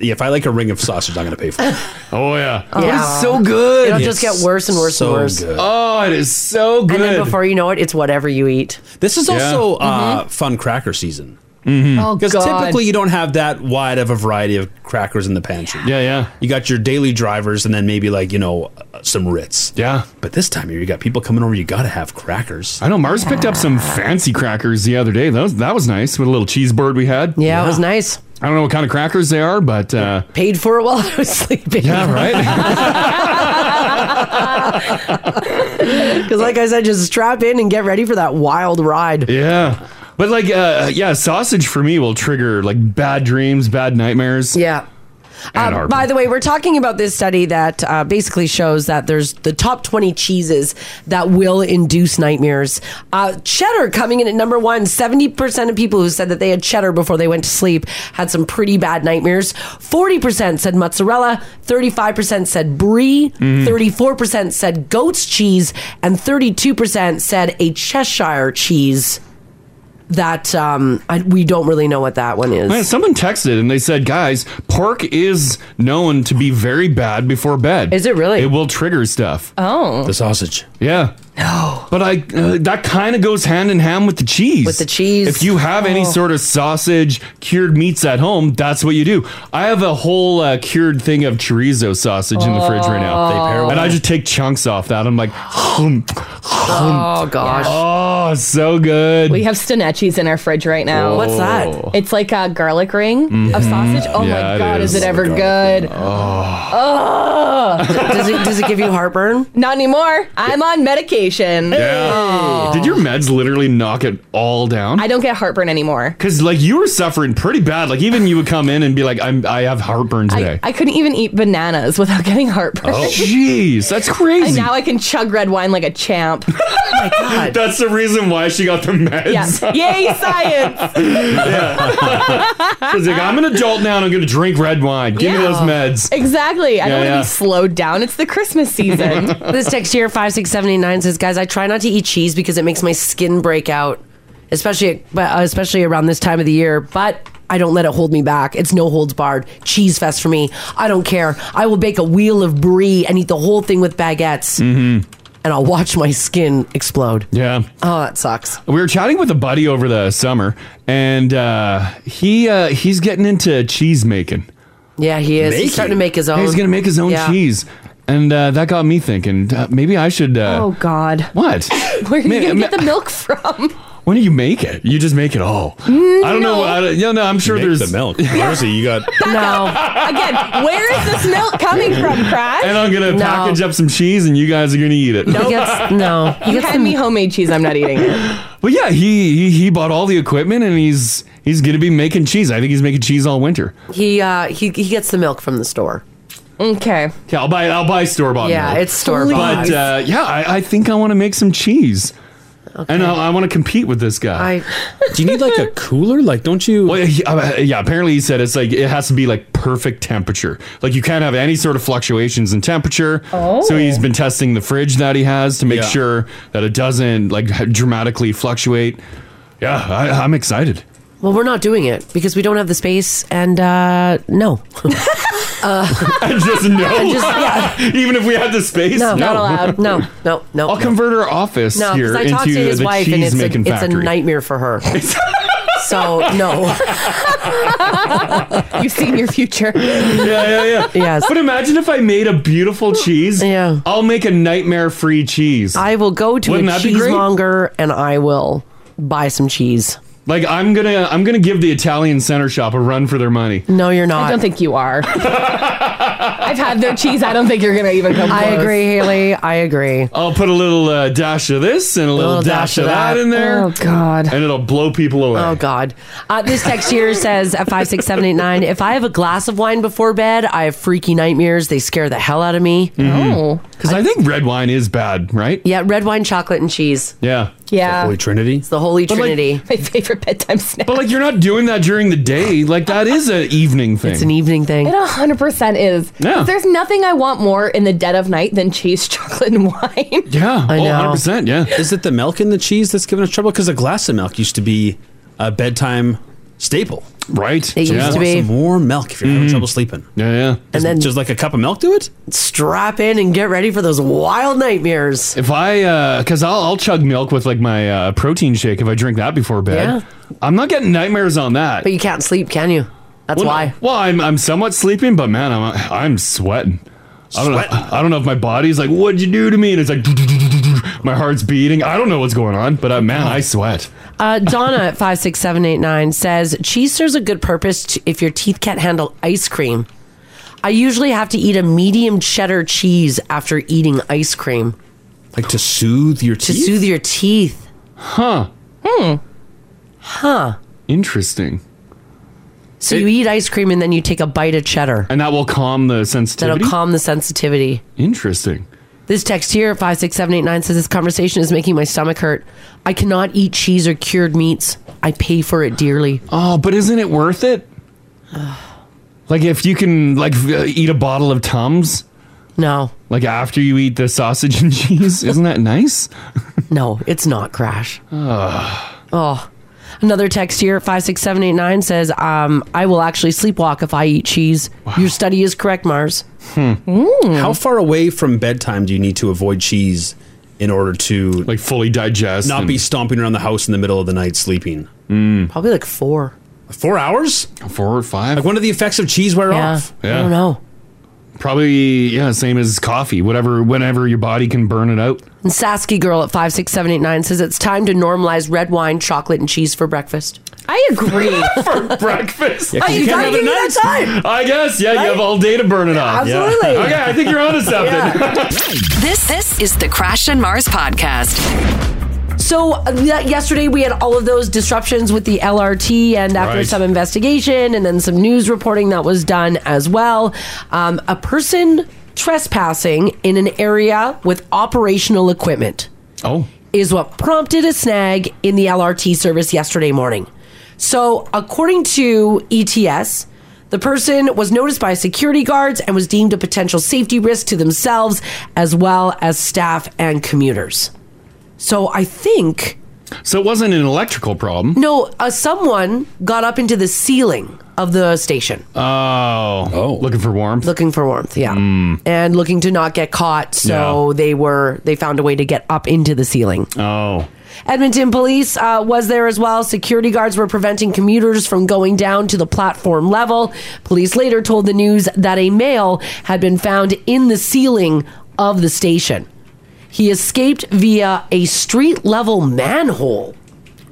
S4: Yeah, if I like a ring of sausage, I'm gonna pay for it.
S2: Oh yeah.
S3: Yeah.
S2: so good.
S3: It'll just get worse and worse
S4: so
S3: and worse.
S4: good.
S2: Oh, it is so good.
S3: And then before you know it, it's whatever you eat.
S4: This is also uh,
S3: Mm-hmm.
S4: fun cracker season
S2: Mm-hmm.
S6: Oh,
S4: because
S6: God.
S4: typically you don't have that wide of a variety of crackers in the pantry.
S2: yeah, yeah,
S4: You got your daily drivers and then maybe like, you know, uh, some Ritz.
S2: yeah.
S4: But this time of year, you got people coming over, you got to have crackers.
S2: I know Mars picked up some fancy crackers the other day. That was, that was nice with a little cheese board we had.
S3: Yeah, it was nice.
S2: I don't know what kind of crackers they are, but uh,
S3: Paid for it while I was sleeping.
S2: yeah, right.
S3: Because, like I said, just strap in and get ready for that wild ride.
S2: yeah. But like, uh, yeah, sausage for me will trigger like bad dreams, bad nightmares.
S3: Yeah.
S2: and
S3: Uh,
S2: heartburn.
S3: by the way, we're talking about this study that uh, basically shows that there's the top 20 cheeses that will induce nightmares. Uh, cheddar coming in at number one. 70% of people who said that they had cheddar before they went to sleep had some pretty bad nightmares. 40% said mozzarella. 35% said brie. 34% said goat's cheese. And 32% said a Cheshire cheese that um, I, we don't really know what that one is.
S2: Man, someone texted and they said, guys, pork is known to be very bad before bed.
S3: Is it really?
S2: It will trigger stuff.
S6: Oh.
S4: The sausage.
S2: yeah. No. But I uh, that kind of goes hand in hand with the cheese.
S3: With the cheese.
S2: If you have any sort of sausage cured meats at home, that's what you do. I have a whole uh, cured thing of chorizo sausage in the fridge right now.
S4: They pair
S2: and
S4: well.
S2: I just take chunks off that. I'm like, hum, hum.
S3: Oh, gosh.
S2: oh, so good.
S6: We have stonechis in our fridge right now.
S3: Oh. What's that? Mm-hmm.
S6: It's like a garlic ring of sausage. Oh
S2: Yeah,
S6: my
S2: it
S6: god, is.
S2: is.
S6: it ever good? Oh.
S3: does it does it give you heartburn?
S6: Not anymore. I'm on medication.
S2: yeah. Oh. Did your meds literally knock it all down?
S6: I don't get heartburn anymore.
S2: Cause like you were suffering pretty bad. Like even you would come in and be like, "I'm I have heartburn today." Oh,
S6: I, I couldn't even eat bananas without getting heartburn.
S2: Jeez, that's
S6: And
S2: crazy.
S6: now I can chug red wine like a champ.
S2: that's the reason why she got the
S6: Yeah.
S2: meds.
S6: Yay, science.
S2: She's like, "I'm an adult now, and I'm gonna drink red wine. Give me
S6: Yeah.
S2: those meds."
S6: Exactly. I
S2: Yeah,
S6: don't want to
S2: yeah.
S6: be slowed down. It's the Christmas season.
S3: This text here five six seventy nine says, guys, I try not to eat cheese because it makes my skin break out, especially but, uh, especially around this time of the year. But I don't let it hold me back. It's no holds barred. Cheese fest for me. I don't care. I will bake a wheel of brie and eat the whole thing with baguettes,
S2: Mm-hmm.
S3: and I'll watch my skin explode.
S2: Yeah.
S3: Oh, that sucks.
S2: We were chatting with a buddy over the summer, and uh, he uh, he's getting into cheese making.
S3: Yeah, he is.
S4: Making.
S3: He's starting to make his own.
S2: He's gonna make his own
S3: Yeah.
S2: cheese, and uh, that got me thinking. Uh, maybe I should. Uh,
S6: oh God.
S2: What?
S6: Where are you
S2: Ma-
S6: gonna
S2: ma-
S6: get the milk from?
S2: When do you make it? You just make it all. I don't know.
S6: No.
S2: I don't, yeah, no, I'm sure
S4: Make
S2: there's
S4: the milk. Honestly, you got.
S3: No,
S6: Again, where is this milk coming from, Crash?
S2: And I'm gonna
S3: No.
S2: package up some cheese, and you guys are gonna eat it.
S3: he gets no. He
S6: You
S3: gets
S6: hand
S3: some
S6: me homemade cheese. I'm not eating it.
S2: But yeah, he, he he bought all the equipment, and he's he's gonna be making cheese. I think he's making cheese all winter.
S3: he uh he he gets the milk from the store.
S6: Okay.
S2: Yeah, I'll buy I'll buy store bought.
S3: Yeah, it's store bought.
S2: But uh, yeah, I, I think I want to make some cheese, and I, I want to compete with this guy.
S3: I
S4: Do you need like a cooler? Like, don't you?
S2: well, he- uh, yeah, apparently he said it's like it has to be like perfect temperature. Like you can't have any sort of fluctuations in temperature. Oh. So he's been testing the fridge that he has to make
S4: Yeah.
S2: sure that it doesn't like dramatically fluctuate. Yeah, I, I'm excited.
S3: well, we're not doing it because we don't have the space, and uh no.
S2: I just no.
S3: I just- yeah.
S2: Even if we had the space,
S3: No, not allowed. No, no, no.
S2: I'll
S3: no.
S2: convert our office
S3: No,
S2: here
S3: because I
S2: into
S3: talked to his
S2: the
S3: wife, and
S2: cheese
S3: it's a,
S2: making
S3: it's a
S2: factory.
S3: nightmare for her. so no,
S6: You've seen your future.
S2: yeah, yeah, yeah.
S3: Yes.
S2: But imagine if I made a beautiful cheese.
S3: Yeah.
S2: I'll make a nightmare-free cheese.
S3: I will go to
S2: Wouldn't
S3: a
S2: that be great?
S3: cheesemonger and I will buy some cheese.
S2: Like I'm gonna, I'm gonna give the Italian center shop a run for their money.
S3: No, you're not.
S6: I don't think you are. I've had their cheese. I don't think you're gonna even come.
S3: I
S6: close.
S3: agree, Haley. I agree.
S2: I'll put a little uh, dash of this and a little, dash, of that, in there,
S6: Oh God.
S2: and it'll blow people away.
S3: Oh God! Uh, this text here says at five six seven eight nine. If I have a glass of wine before bed, I have freaky nightmares. They scare the hell out of me.
S6: Oh.
S2: Mm-hmm. Because I, think red wine is bad, right?
S3: Yeah, red wine, chocolate, and cheese.
S2: Yeah.
S6: Yeah.
S4: Holy Trinity.
S3: It's the holy
S2: But, like,
S3: trinity.
S6: My favorite bedtime snack.
S2: But like you're not doing that during the day. Like that is an evening thing.
S3: it's an evening thing.
S6: It 100% is.
S2: Yeah.
S6: 'Cause There's nothing I want more in the dead of night than cheese, chocolate, and wine.
S2: yeah.
S3: I
S2: oh,
S3: know.
S2: 100%, yeah.
S4: Is it the milk in the cheese that's giving us trouble? Because a glass of milk used to be a bedtime staple.
S2: Right.
S3: It
S2: yeah. Mm-hmm.
S3: used to
S4: Want
S3: be.
S4: some warm milk if you're having trouble sleeping.
S2: Yeah, yeah.
S3: and then
S4: Just like a cup of milk to it.
S3: strap in and get ready for those wild nightmares.
S2: If I, uh, cause I'll, I'll chug milk with like my uh, protein shake if I drink that before bed. I'm not getting nightmares on that.
S3: But you can't sleep, can you? That's
S2: well,
S3: why.
S2: Well, I'm, I'm somewhat sleeping, but man, I'm, I'm sweating. I don't, know,
S4: Sweating.
S2: I don't know if my body's like, what'd you do to me? And it's like, my heart's beating. I don't know what's going on, but uh, man, I sweat.
S3: Uh, Donna at five six seven eight nine says cheese serves a good purpose t- if your teeth can't handle ice cream. I usually have to eat a medium cheddar cheese after eating ice cream
S4: Like to soothe your
S3: to
S4: teeth.
S3: soothe your teeth.
S2: Huh. Hmm. Huh. Interesting.
S3: So you eat ice cream and then you take a bite of cheddar.
S2: And that will calm the
S3: That'll
S2: sensitivity.
S3: calm the sensitivity.
S2: Interesting.
S3: This text here, 56789, says this conversation is making my stomach hurt. I cannot eat cheese or cured meats. I pay for it dearly.
S2: Oh, but isn't it worth it? like if you can like v- uh, eat a bottle of Tums
S3: No,
S2: like after you eat the sausage and cheese, isn't that nice?
S3: no, it's not crash. oh. Another text here, 56789, says, um, I will actually sleepwalk if I eat cheese. Your study is correct, Mars.
S2: Mm.
S4: How far away from bedtime do you need to avoid cheese in order to
S2: Like fully digest.
S4: not
S2: and- Mm.
S4: be stomping around the house in the middle of the night sleeping?
S3: Probably like four.
S4: Four hours?
S2: four or five.
S4: Like when do the effects of cheese wear
S3: Yeah.
S4: off?
S2: Yeah.
S3: I don't know.
S2: Probably yeah, same as coffee. Whatever, whenever your body can burn it out.
S3: And Sasky Girl at 56789 says, it's time to normalize red wine, chocolate, and cheese for breakfast.
S6: I agree.
S2: For breakfast.
S4: Yeah, 'cause you can't have it at night.
S2: I guess, yeah, you have all day to burn it off.
S5: absolutely.
S2: Okay, I think you're onto something.
S1: This this is the Crash and Mars podcast.
S3: So uh, that- yesterday we had all of those disruptions with the LRT, and after
S2: Right.
S3: some investigation and then some news reporting that was done as well, um, a person trespassing in an area with operational equipment
S2: Oh.
S3: is what prompted a snag in the LRT service yesterday morning. So, according to ETS, the person was noticed by security guards and was deemed a potential safety risk to themselves as well as staff and commuters. So, I think
S2: So it wasn't an electrical problem.
S3: no, uh, someone got up into the ceiling of the station
S2: Oh. Oh. Looking for warmth. Hmm.
S3: looking for warmth, yeah, and looking to not get caught. So,
S2: Yeah.
S3: they were they found a way to get up into the ceiling.
S2: Oh.
S3: Edmonton police uh, was there as well. Security guards were preventing commuters from going down to the platform level. Police later told the news that a male had been found in the ceiling of the station. He escaped via a street level manhole.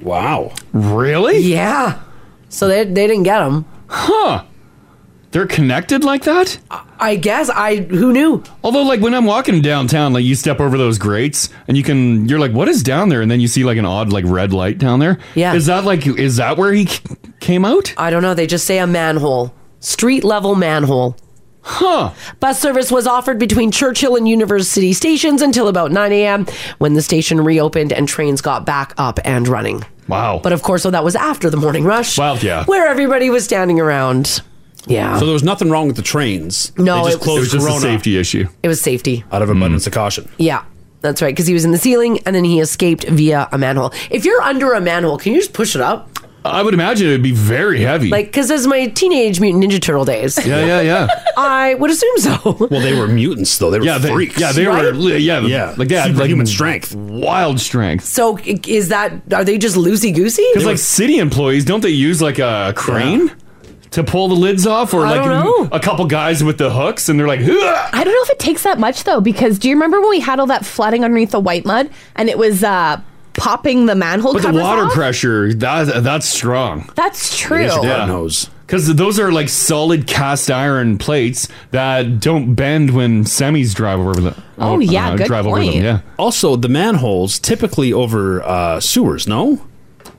S4: Wow.
S2: Really?
S3: Yeah. So they, they didn't get him.
S2: Huh. They're connected like that?
S3: I guess I who knew?
S2: Although like when I'm walking downtown, like you step over those grates and you can you're like, what is down there? And then you see like an odd like red light down there.
S3: Yeah.
S2: Is that like is that where he c- came out?
S3: I don't know. They just say a manhole. Street level manhole.
S2: Huh.
S3: Bus service was offered between Churchill and University stations until about 9 a.m. when the station reopened and trains got back up and running.
S2: Wow.
S3: But of course, well, that was after the morning rush.
S2: Well, yeah.
S3: Where everybody was standing around. Yeah.
S4: So there was nothing wrong with the trains.
S3: No,
S4: they
S3: it
S4: just
S3: was-
S2: it
S4: closed
S2: was just
S4: Corona
S2: a safety issue.
S3: it was safety.
S4: out of
S2: Mm.
S4: abundance of caution.
S3: Yeah. That's right. Because he was in the ceiling and then he escaped via a manhole. If you're under a manhole, can you just push it up?
S2: I would imagine it would be very heavy.
S3: Like, because as my teenage mutant ninja turtle days.
S2: Yeah, yeah, yeah.
S3: I would assume so.
S4: Well, they were mutants though. They were
S2: Oh. yeah, they,
S4: freaks.
S2: yeah, they
S3: Right?
S2: were. li- Yeah,
S4: Yeah.
S2: like yeah, like
S4: Superhuman strength.
S2: wild strength.
S3: So i- is that are they just loosey goosey?
S2: Because like city employees, don't they use like a crane to pull the lids off, or
S3: I
S2: like
S3: don't know.
S2: a couple guys with the hooks, and they're like, "Hua!"
S6: I don't know if it takes that much though, because do you remember when we had all that flooding underneath the white mud and it was uh, popping the manhole
S2: but the
S6: covers
S2: water
S6: off?
S2: pressure that that's strong.
S6: That's true.
S4: nose.
S2: Because those are like solid cast iron plates that don't bend when semis drive over them.
S6: Oh, yeah, good
S2: drive over them.
S6: point.
S2: Yeah,
S4: Also, the manholes typically over uh, sewers. No,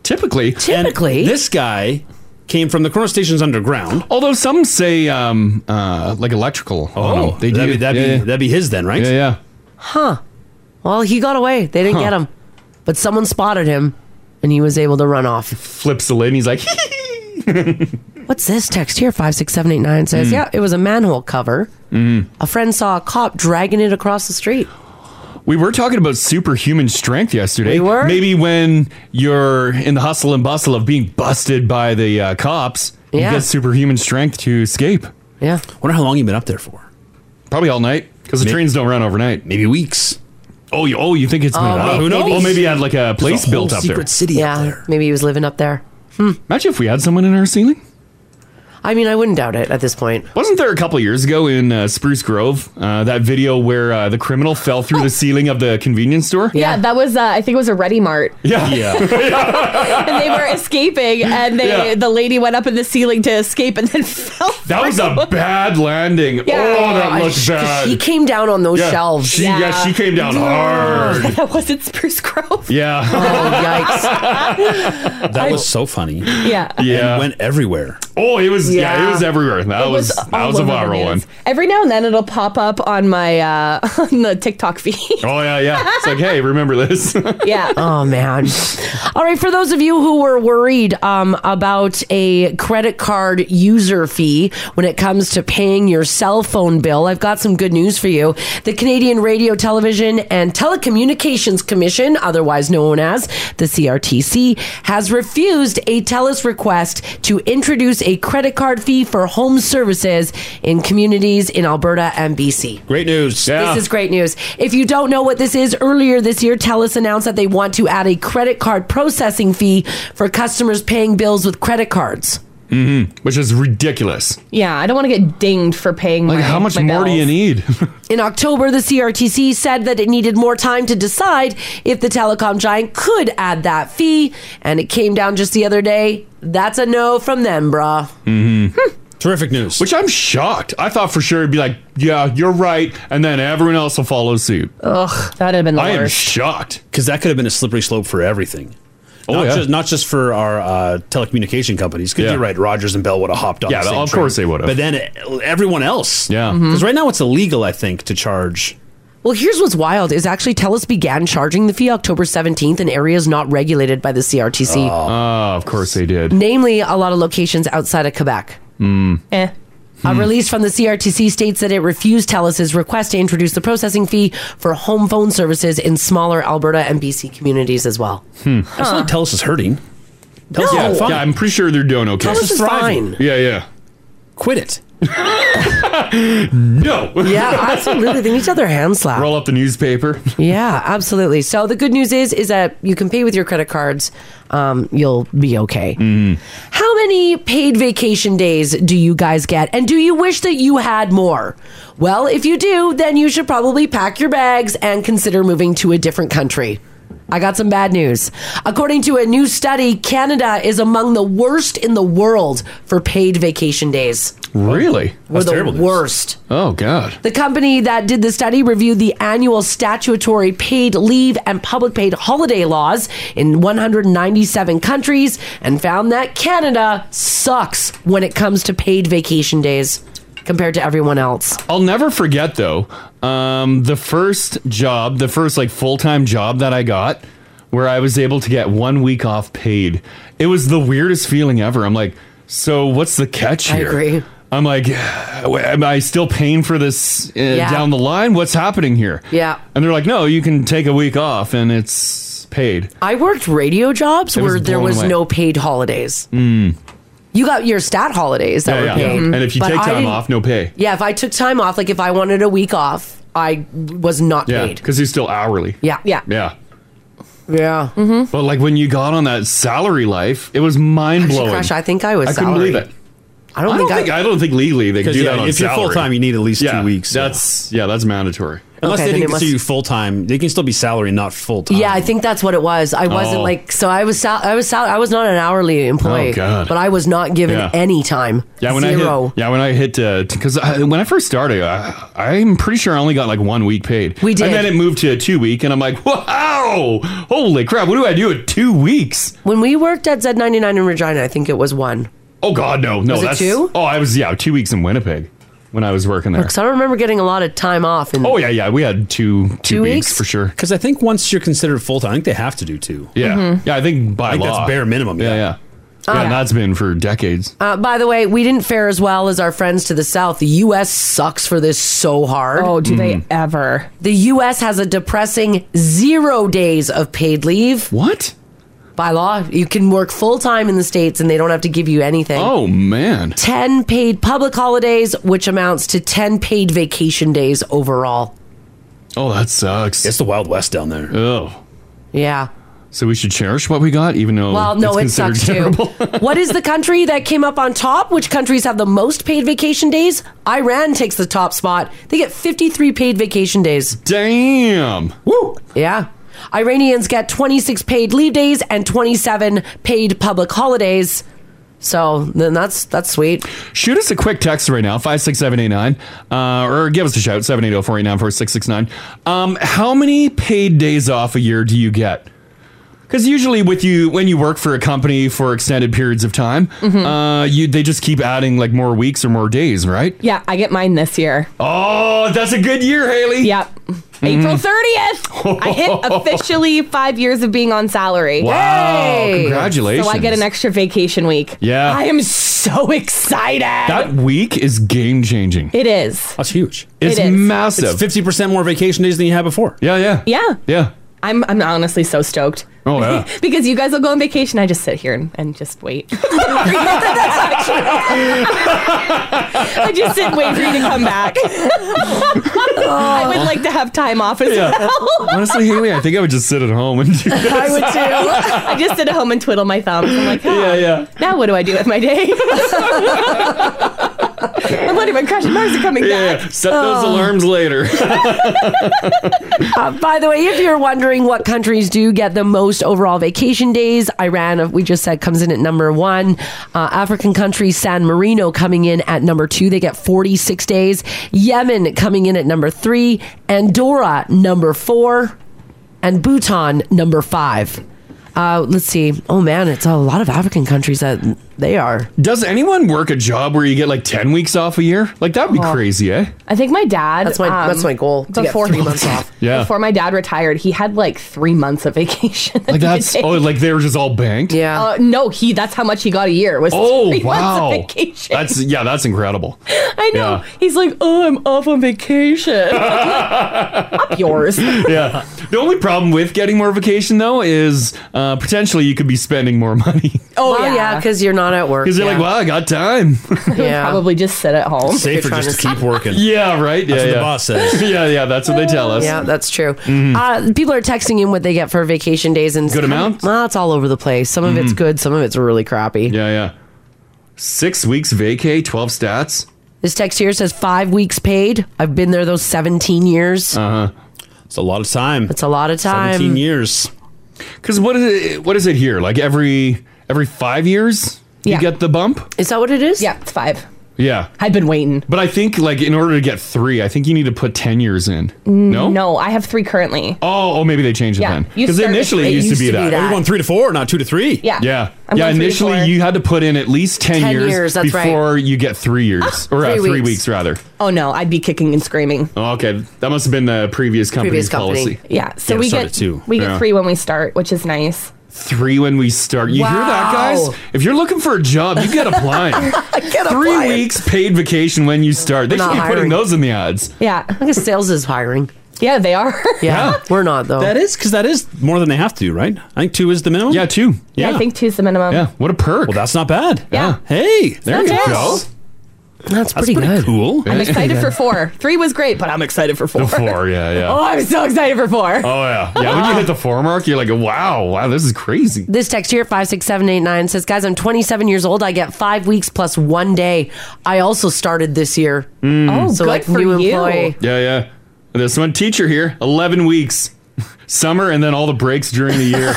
S2: typically.
S4: And
S3: Typically.
S4: this guy came from the corner stations underground.
S2: Although some say um uh like electrical. I don't know.
S4: Oh,
S2: they
S4: that'd
S2: do.
S4: Be, that'd,
S2: yeah,
S4: be,
S2: yeah.
S4: that'd be his then, right?
S2: yeah, yeah.
S3: well, he got away. They didn't get him, but someone spotted him, and he was able to run off.
S2: Flips the lid and he's like,
S3: What's this text here? Five six seven eight nine says,
S2: Hmm.
S3: "Yeah, it was a manhole cover.
S2: Mm-hmm.
S3: A friend saw a cop dragging it across the street.
S2: We were talking about superhuman strength yesterday.
S3: We were?
S2: Maybe when you're in the hustle and bustle of being busted by the uh, cops, you
S3: Yeah.
S2: get superhuman strength to escape.
S3: Yeah,
S4: Wonder how long he been up there for.
S2: Probably all night because the
S4: May-
S2: trains don't run overnight.
S4: Maybe weeks.
S2: Oh, you, oh, you think it's been
S3: Oh,
S2: an hour?
S3: may-
S2: Who knows?
S3: maybe-
S2: Well, maybe you had like a
S4: There's
S2: place
S4: a whole
S2: built up
S4: secret
S2: there.
S4: city up
S3: yeah.
S4: there.
S3: Maybe he was living up there. Hmm.
S2: Imagine if we had someone in our ceiling.
S3: I mean, I wouldn't doubt it at this point.
S2: Wasn't there a couple of years ago in uh, Spruce Grove uh, that video where uh, the criminal fell through the ceiling of the convenience store?
S6: Yeah, that was uh, I think it was a Ready Mart,
S2: Yeah.
S4: Yeah,
S6: and they were escaping, and they
S2: Yeah.
S6: the lady went up in the ceiling to escape, and then fell.
S2: That was a bad landing. Oh, that
S3: I-
S2: looked
S3: 'cause
S2: bad.
S3: He came down on those
S2: Yeah.
S3: shelves.
S2: She, yeah.
S6: Yeah.
S2: she came down hard.
S6: that wasn't Spruce Grove.
S2: Yeah.
S3: Oh, yikes!
S4: that was so funny.
S6: Yeah.
S2: Yeah.
S4: and went everywhere.
S2: oh, it was yeah.
S3: Yeah.
S2: it was everywhere. That was, that
S6: all
S2: was a
S6: over the
S2: viral one.
S6: news. Every now and then it'll pop up on my uh on the TikTok feed.
S2: Oh yeah, yeah. It's like, hey, remember this?
S6: yeah.
S3: Oh man! All right, for those of you who were worried um, about a credit card user fee when it comes to paying your cell phone bill, I've got some good news for you. The Canadian Radio, Television, and Telecommunications Commission, otherwise known as the CRTC, has refused a TELUS request to introduce a credit card fee for home services in communities in Alberta and BC.
S4: Great news.
S2: Yeah.
S3: This is great news. If you don't know what this is, earlier this year, TELUS announced that they want to add a credit card processing fee for customers paying bills with credit cards.
S2: Mm-hmm. Which is ridiculous.
S6: Yeah, I don't want to get dinged for paying
S2: Like,
S6: my
S2: how much
S6: my
S2: more do you
S6: bills.
S2: need?
S3: In October, the CRTC said that it needed more time to decide if the telecom giant could add that fee, and it came down just the other day. That's a no from them, bruh. Hmm.
S4: Terrific news.
S2: Mm-hmm. Which I'm shocked. I thought for sure it'd be like, yeah, you're right, and then everyone else will follow suit.
S6: Ugh, that'd have been the
S2: I am
S6: worst.
S2: shocked.
S4: because that could have been a slippery slope for everything.
S2: Oh,
S4: not
S2: yeah.
S4: just not just for our uh, telecommunication companies. Because
S2: Yeah.
S4: you're right, Rogers and Bell would have hopped on.
S2: Yeah,
S4: the same
S2: of
S4: train.
S2: course they would've.
S4: But then it, everyone else.
S2: Yeah. Mhm.
S4: Because right now it's illegal, I think, to charge.
S3: Well, here's what's wild is actually TELUS began charging the fee October 17th in areas not regulated by the CRTC,
S2: Oh, of course they did. Mm.
S3: namely a lot of locations outside of Quebec.
S6: Eh.
S3: A release from the CRTC states that it refused TELUS's request to introduce the processing fee for home phone services in smaller Alberta and BC communities as well.
S2: Hmm.
S4: It's not Telus is hurting. Telus is doing fine.
S2: Yeah, I'm pretty sure they're doing okay.
S3: TELUS is
S4: thriving.
S3: fine.
S2: Yeah, yeah.
S4: Quit it.
S2: No.
S3: Yeah, absolutely. They need other hand slap.
S2: Roll up the newspaper.
S3: Yeah, absolutely. So the good news is is that you can pay with your credit cards. Um, you'll be okay.
S2: Mm-hmm.
S3: How many paid vacation days do you guys get? And do you wish that you had more? Well, if you do, then you should probably pack your bags and consider moving to a different country. I got some bad news. According to a new study, Canada is among the worst in the world for paid vacation days.
S2: really?
S3: We're
S4: That's
S3: the
S4: terrible news.
S3: worst.
S2: Oh God.
S3: The company that did the study reviewed the annual statutory paid leave and public paid holiday laws in 197 countries and found that Canada sucks when it comes to paid vacation days compared to everyone else.
S2: I'll never forget though, um, the first job, the first like full time job that I got, where I was able to get one week off paid. It was the weirdest feeling ever. I'm like, so what's the catch
S3: I
S2: here?
S3: agree.
S2: I'm like, am I still paying for this uh,
S3: Yeah.
S2: down the line? What's happening here?
S3: Yeah.
S2: And they're like, no, you can take a week off, and it's paid.
S3: I worked radio jobs
S2: It was
S3: where there
S2: blown
S3: was
S2: away.
S3: no paid holidays.
S2: Mm.
S3: You got your stat holidays that
S2: Yeah,
S3: were
S2: yeah.
S3: paid.
S2: And if you
S3: but
S2: take
S3: I
S2: time
S3: didn't-
S2: off, no pay.
S3: Yeah, if I took time off, like if I wanted a week off, I was not
S2: Yeah,
S3: paid.
S2: because he's still hourly.
S3: Yeah. Yeah.
S2: Yeah.
S3: Yeah. Mm-hmm.
S2: But like when you got on that salary life, it was mind blowing.
S3: Crash, I think I was
S2: I couldn't believe
S3: salaried.
S2: it.
S3: I don't, think, I,
S2: I don't think legally they can
S4: 'Cause,
S2: do
S4: yeah,
S2: that on
S4: if you're
S2: salary.
S4: full-time, you need at least two
S2: weeks. That's yeah, that's mandatory.
S4: Unless
S3: Okay,
S4: they
S3: then
S4: didn't
S3: it must-
S4: consider you full time, they can still be salary, not full time.
S3: Yeah, I think that's what it was. I wasn't
S4: Oh.
S3: like so. I was sal- I was sal- I was not an hourly employee.
S2: Oh, God.
S3: But I was not given
S2: Yeah.
S3: any time.
S2: Yeah, when
S3: zero.
S2: I hit, yeah when I hit because I when I first started, I, I'm pretty sure I only got like one week paid. We
S3: did.
S2: and then it moved to two week, and I'm like, wow, holy crap, what do I do at two weeks?
S3: When we worked at Z99 in Regina, I think it was one.
S2: Oh God, no, no,
S3: Was it
S2: that's
S3: two?
S2: Oh, I was yeah two weeks in Winnipeg when I was working there.
S3: Because I remember getting a lot of time off. In
S2: Oh yeah, yeah, we had two two
S3: Two
S2: weeks,
S3: weeks?
S2: for sure.
S4: Because I think once you're considered full time, I think they have to do two.
S2: Yeah, yeah, I think
S4: I
S2: by
S4: think
S2: law
S4: that's bare minimum.
S2: Yeah, yeah, yeah.
S3: Mm-hmm. Ah.
S2: and that's been for decades.
S3: Uh, by the way, we didn't fare as well as our friends to the south. The U.S. sucks for this so hard. Oh,
S6: do
S2: Hmm.
S6: they ever?
S3: The U.S. has a depressing zero days of paid leave.
S2: What?
S3: By law, you can work full time in the states, and they don't have to give you anything.
S2: Oh man,
S3: 10 paid public holidays, which amounts to 10 paid vacation days overall.
S2: oh that sucks. It's
S4: the Wild West down there.
S2: Oh,
S3: yeah.
S2: So we should cherish what we got, even though
S3: well, no, it
S2: it's considered
S3: sucks too.
S2: terrible.
S3: what is the country that came up on top? Which countries have the most paid vacation days? Iran takes the top spot. They get 53 paid vacation days.
S2: Damn.
S3: Woo. Yeah. Iranians get 26 paid leave days and 27 paid public holidays. So then that's that's sweet.
S2: Shoot us a quick text right now, 56789, uh, or give us a shout, 780 489 4669. Um, How many paid days off a year do you get? Because usually, with you when you work for a company for extended periods of time, uh, you they just keep adding like more weeks or more days, right?
S6: Yeah, I get mine this year.
S2: Oh, that's a good year, Haley. Mm.
S6: Yep. April 30th. I hit officially five years of being on salary.
S2: Wow, Yay. congratulations.
S6: So I get an extra vacation week.
S2: Yeah.
S6: I am so excited.
S2: That week is game changing.
S6: it is.
S4: That's huge.
S6: It's It is. massive.
S4: It's 50% more vacation days than you had before.
S2: Yeah, yeah.
S6: Yeah.
S2: Yeah.
S6: I'm, I'm honestly so stoked.
S2: Oh, yeah.
S6: because you guys will go on vacation. I just sit here and, and just wait. I just sit and wait for you to come back. I would like to have time off as
S2: Yeah.
S6: well.
S2: Honestly, Haley, I think I would just sit at home and do this.
S6: I would too. I just sit at home and twiddle my thumbs. I'm like, "Ah,
S2: Yeah, yeah.
S6: Now what do I do with my day? I'm letting my crush and Mars are coming
S2: Yeah,
S6: back.
S2: yeah. Set those
S3: Oh.
S2: alarms later.
S3: Uh, by the way, if you're wondering what countries do get the most overall vacation days, Iran, uh, we just said, comes in at number one. Uh, African country San Marino coming in at number two. They get 46 days. Yemen coming in at number three. Andorra, number four. And Bhutan, number five. Uh, let's see. Oh, man, it's a lot of African countries that they are.
S2: Does anyone work a job where you get like 10 weeks off a year? Like, that'd be crazy, eh?
S6: I think my dad. um,
S3: That's my- that's my goal, to get three months off.
S2: Yeah.
S6: Before my dad retired, he had like three months of vacation.
S2: Like, that's, oh, like they were just all banked?
S3: Yeah.
S6: Uh, no, he. That's how much he got a year. Was
S2: Oh,
S6: three months
S2: wow.
S6: of vacation.
S2: That's, yeah, that's incredible.
S6: I know.
S2: Yeah.
S6: He's like, oh, I'm off on vacation. Up yours.
S2: yeah. The only problem with getting more vacation, though, is uh, potentially you could be spending more money.
S3: Oh,
S6: yeah.
S3: yeah, because you're not at work.
S2: Because you're like,
S3: yeah.
S2: wow, I got time.
S3: Yeah.
S6: Probably just sit at home.
S4: Safer just to keep working.
S2: yeah, right? Yeah,
S4: That's what
S2: yeah.
S4: the boss says.
S2: yeah, yeah, that's what they tell us.
S3: Yeah, that's true. Uh, people are texting in what they get for vacation days and
S2: Hmm. Mm-hmm. Good amount? Mm-hmm.
S3: Well, it's all over the place. Some of it's good, some of it's really crappy.
S2: Yeah, yeah. Six weeks vacay, 12 stats.
S3: This text here says five weeks paid. I've been there those seventeen years.
S2: Uh huh.
S4: It's a lot of time.
S3: It's a lot of time.
S4: 17 years.
S2: Because what is it? What is it here? Like every every five years,
S6: Yeah.
S2: you get the bump.
S3: Is that what it is?
S6: Yeah, it's five.
S2: Yeah,
S6: I've been waiting.
S2: but I think like in order to get three, I think you need to put ten years in. No,
S6: Mm, No, I have three currently.
S2: Oh, oh, maybe they changed it
S6: Yeah,
S2: then.
S6: you
S2: Because
S6: start-
S2: initially it, used, to be, that.
S4: We're going Oh, three to four, not two to three.
S6: Yeah.
S2: Yeah,
S6: I'm
S2: yeah.
S6: going three to
S2: Initially,
S6: four.
S2: you had to put in at least ten,
S3: 10
S2: years,
S3: years, that's right.
S2: before you get three years
S6: Ah,
S2: or uh,
S3: Three
S2: three
S3: weeks.
S2: weeks. rather.
S6: Oh no, I'd be kicking and screaming.
S2: Oh, okay, that must have been the previous
S3: Previous
S2: company's
S3: company.
S2: policy.
S6: Yeah. So
S4: Yeah,
S6: we
S4: start
S6: get
S4: at two.
S6: we get
S2: Yeah.
S6: three when we start, which is nice.
S2: Three when we start. You hear
S3: Wow.
S2: that, guys? If you're looking for a job, Um, you get applying. three weeks paid vacation when you start. They
S3: We're
S2: should
S3: not
S2: be
S3: hiring.
S2: putting those in the ads.
S6: Yeah.
S3: I guess sales is hiring.
S6: Yeah, they are.
S4: Yeah,
S3: we're not though.
S4: That is because that is more than they have to, right? I think two is the minimum. Yeah,
S2: two.
S6: Yeah, I think two's the minimum.
S4: Yeah,
S2: what a perk.
S4: Well, that's not bad.
S6: Yeah.
S4: Hey, there
S6: That's
S4: you
S6: it.
S4: go.
S3: That's
S6: pretty good.
S4: Cool.
S6: I'm excited for four. Three was great, but I'm excited for four.
S2: The four, yeah, yeah.
S6: Oh, I'm so excited for four.
S2: Oh yeah, yeah. When you hit the four mark, you're like, wow, wow, this is crazy.
S3: This text here at 56789 says, Guys, I'm 27 years old. I get five weeks plus one day. I also started this year.
S2: Mm.
S3: so, like,
S6: for
S3: new
S6: you.
S3: employee.
S2: Yeah, yeah. This one teacher here, eleven weeks, summer, and then all the breaks during the year.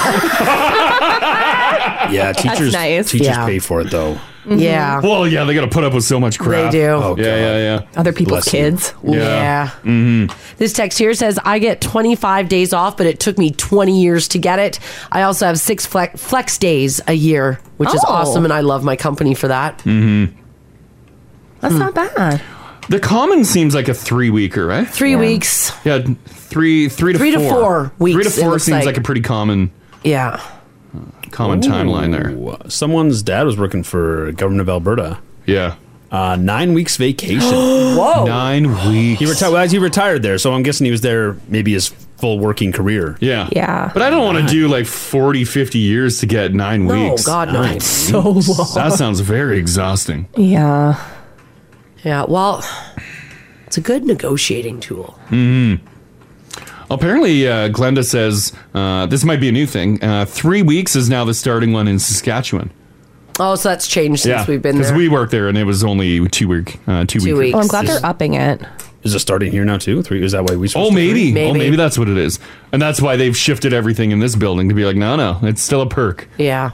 S4: yeah,
S2: That's
S4: teachers.
S2: nice.
S4: Teachers
S2: Yeah.
S4: pay for it though.
S3: Mhm. Yeah.
S2: Well, yeah, they got to put up with so much crap.
S3: They do.
S2: Oh, yeah, yeah, yeah.
S6: Other people's kids.
S2: Yeah.
S3: Yeah.
S2: Mm-hmm.
S3: This text here says, I get 25 days off, but it took me 20 years to get it. I also have six flex, flex days a year, which is
S6: Oh.
S3: awesome. And I love my company for that. Hmm.
S2: Mm-hmm.
S6: That's not bad.
S2: The common seems like a three weeker, right?
S3: Three Yeah. weeks.
S2: Yeah, three, three to
S3: Three to
S2: four.
S3: four
S2: Three
S3: weeks,
S2: to
S3: it
S2: four
S3: looks
S2: seems
S3: like.
S2: like. a pretty common,
S3: Yeah.
S2: common
S4: Ooh.
S2: timeline there.
S4: Someone's dad was working for government of Alberta.
S2: Yeah.
S4: Uh, nine weeks vacation.
S3: Whoa.
S2: Nine weeks.
S4: He retired well, as he retired there, so I'm guessing he was there maybe his full working career.
S2: Yeah.
S6: Yeah.
S2: But I don't want to do like 40, 50 years to get nine
S4: No,
S2: weeks.
S4: God, no.
S2: Nine
S4: So
S2: weeks.
S4: long.
S2: That sounds very exhausting.
S6: Yeah.
S3: Yeah. Well, it's a good negotiating tool.
S2: hmm Apparently, uh, Glenda says uh, this might be a new thing. Uh, three weeks is now the starting one in Saskatchewan.
S3: Oh, so that's changed since we've been
S2: because
S3: there.
S2: we worked there and it was only two week, uh, two,
S3: Two
S2: week.
S3: weeks.
S6: Well, Oh, I'm glad they're upping it.
S4: Is it starting here now too? Three? Is that why we?
S2: Oh,
S4: switched to
S2: maybe.
S4: three?
S2: Oh, maybe that's what it is, and that's why they've shifted everything in this building to be like, no, no, it's still a perk.
S3: yeah.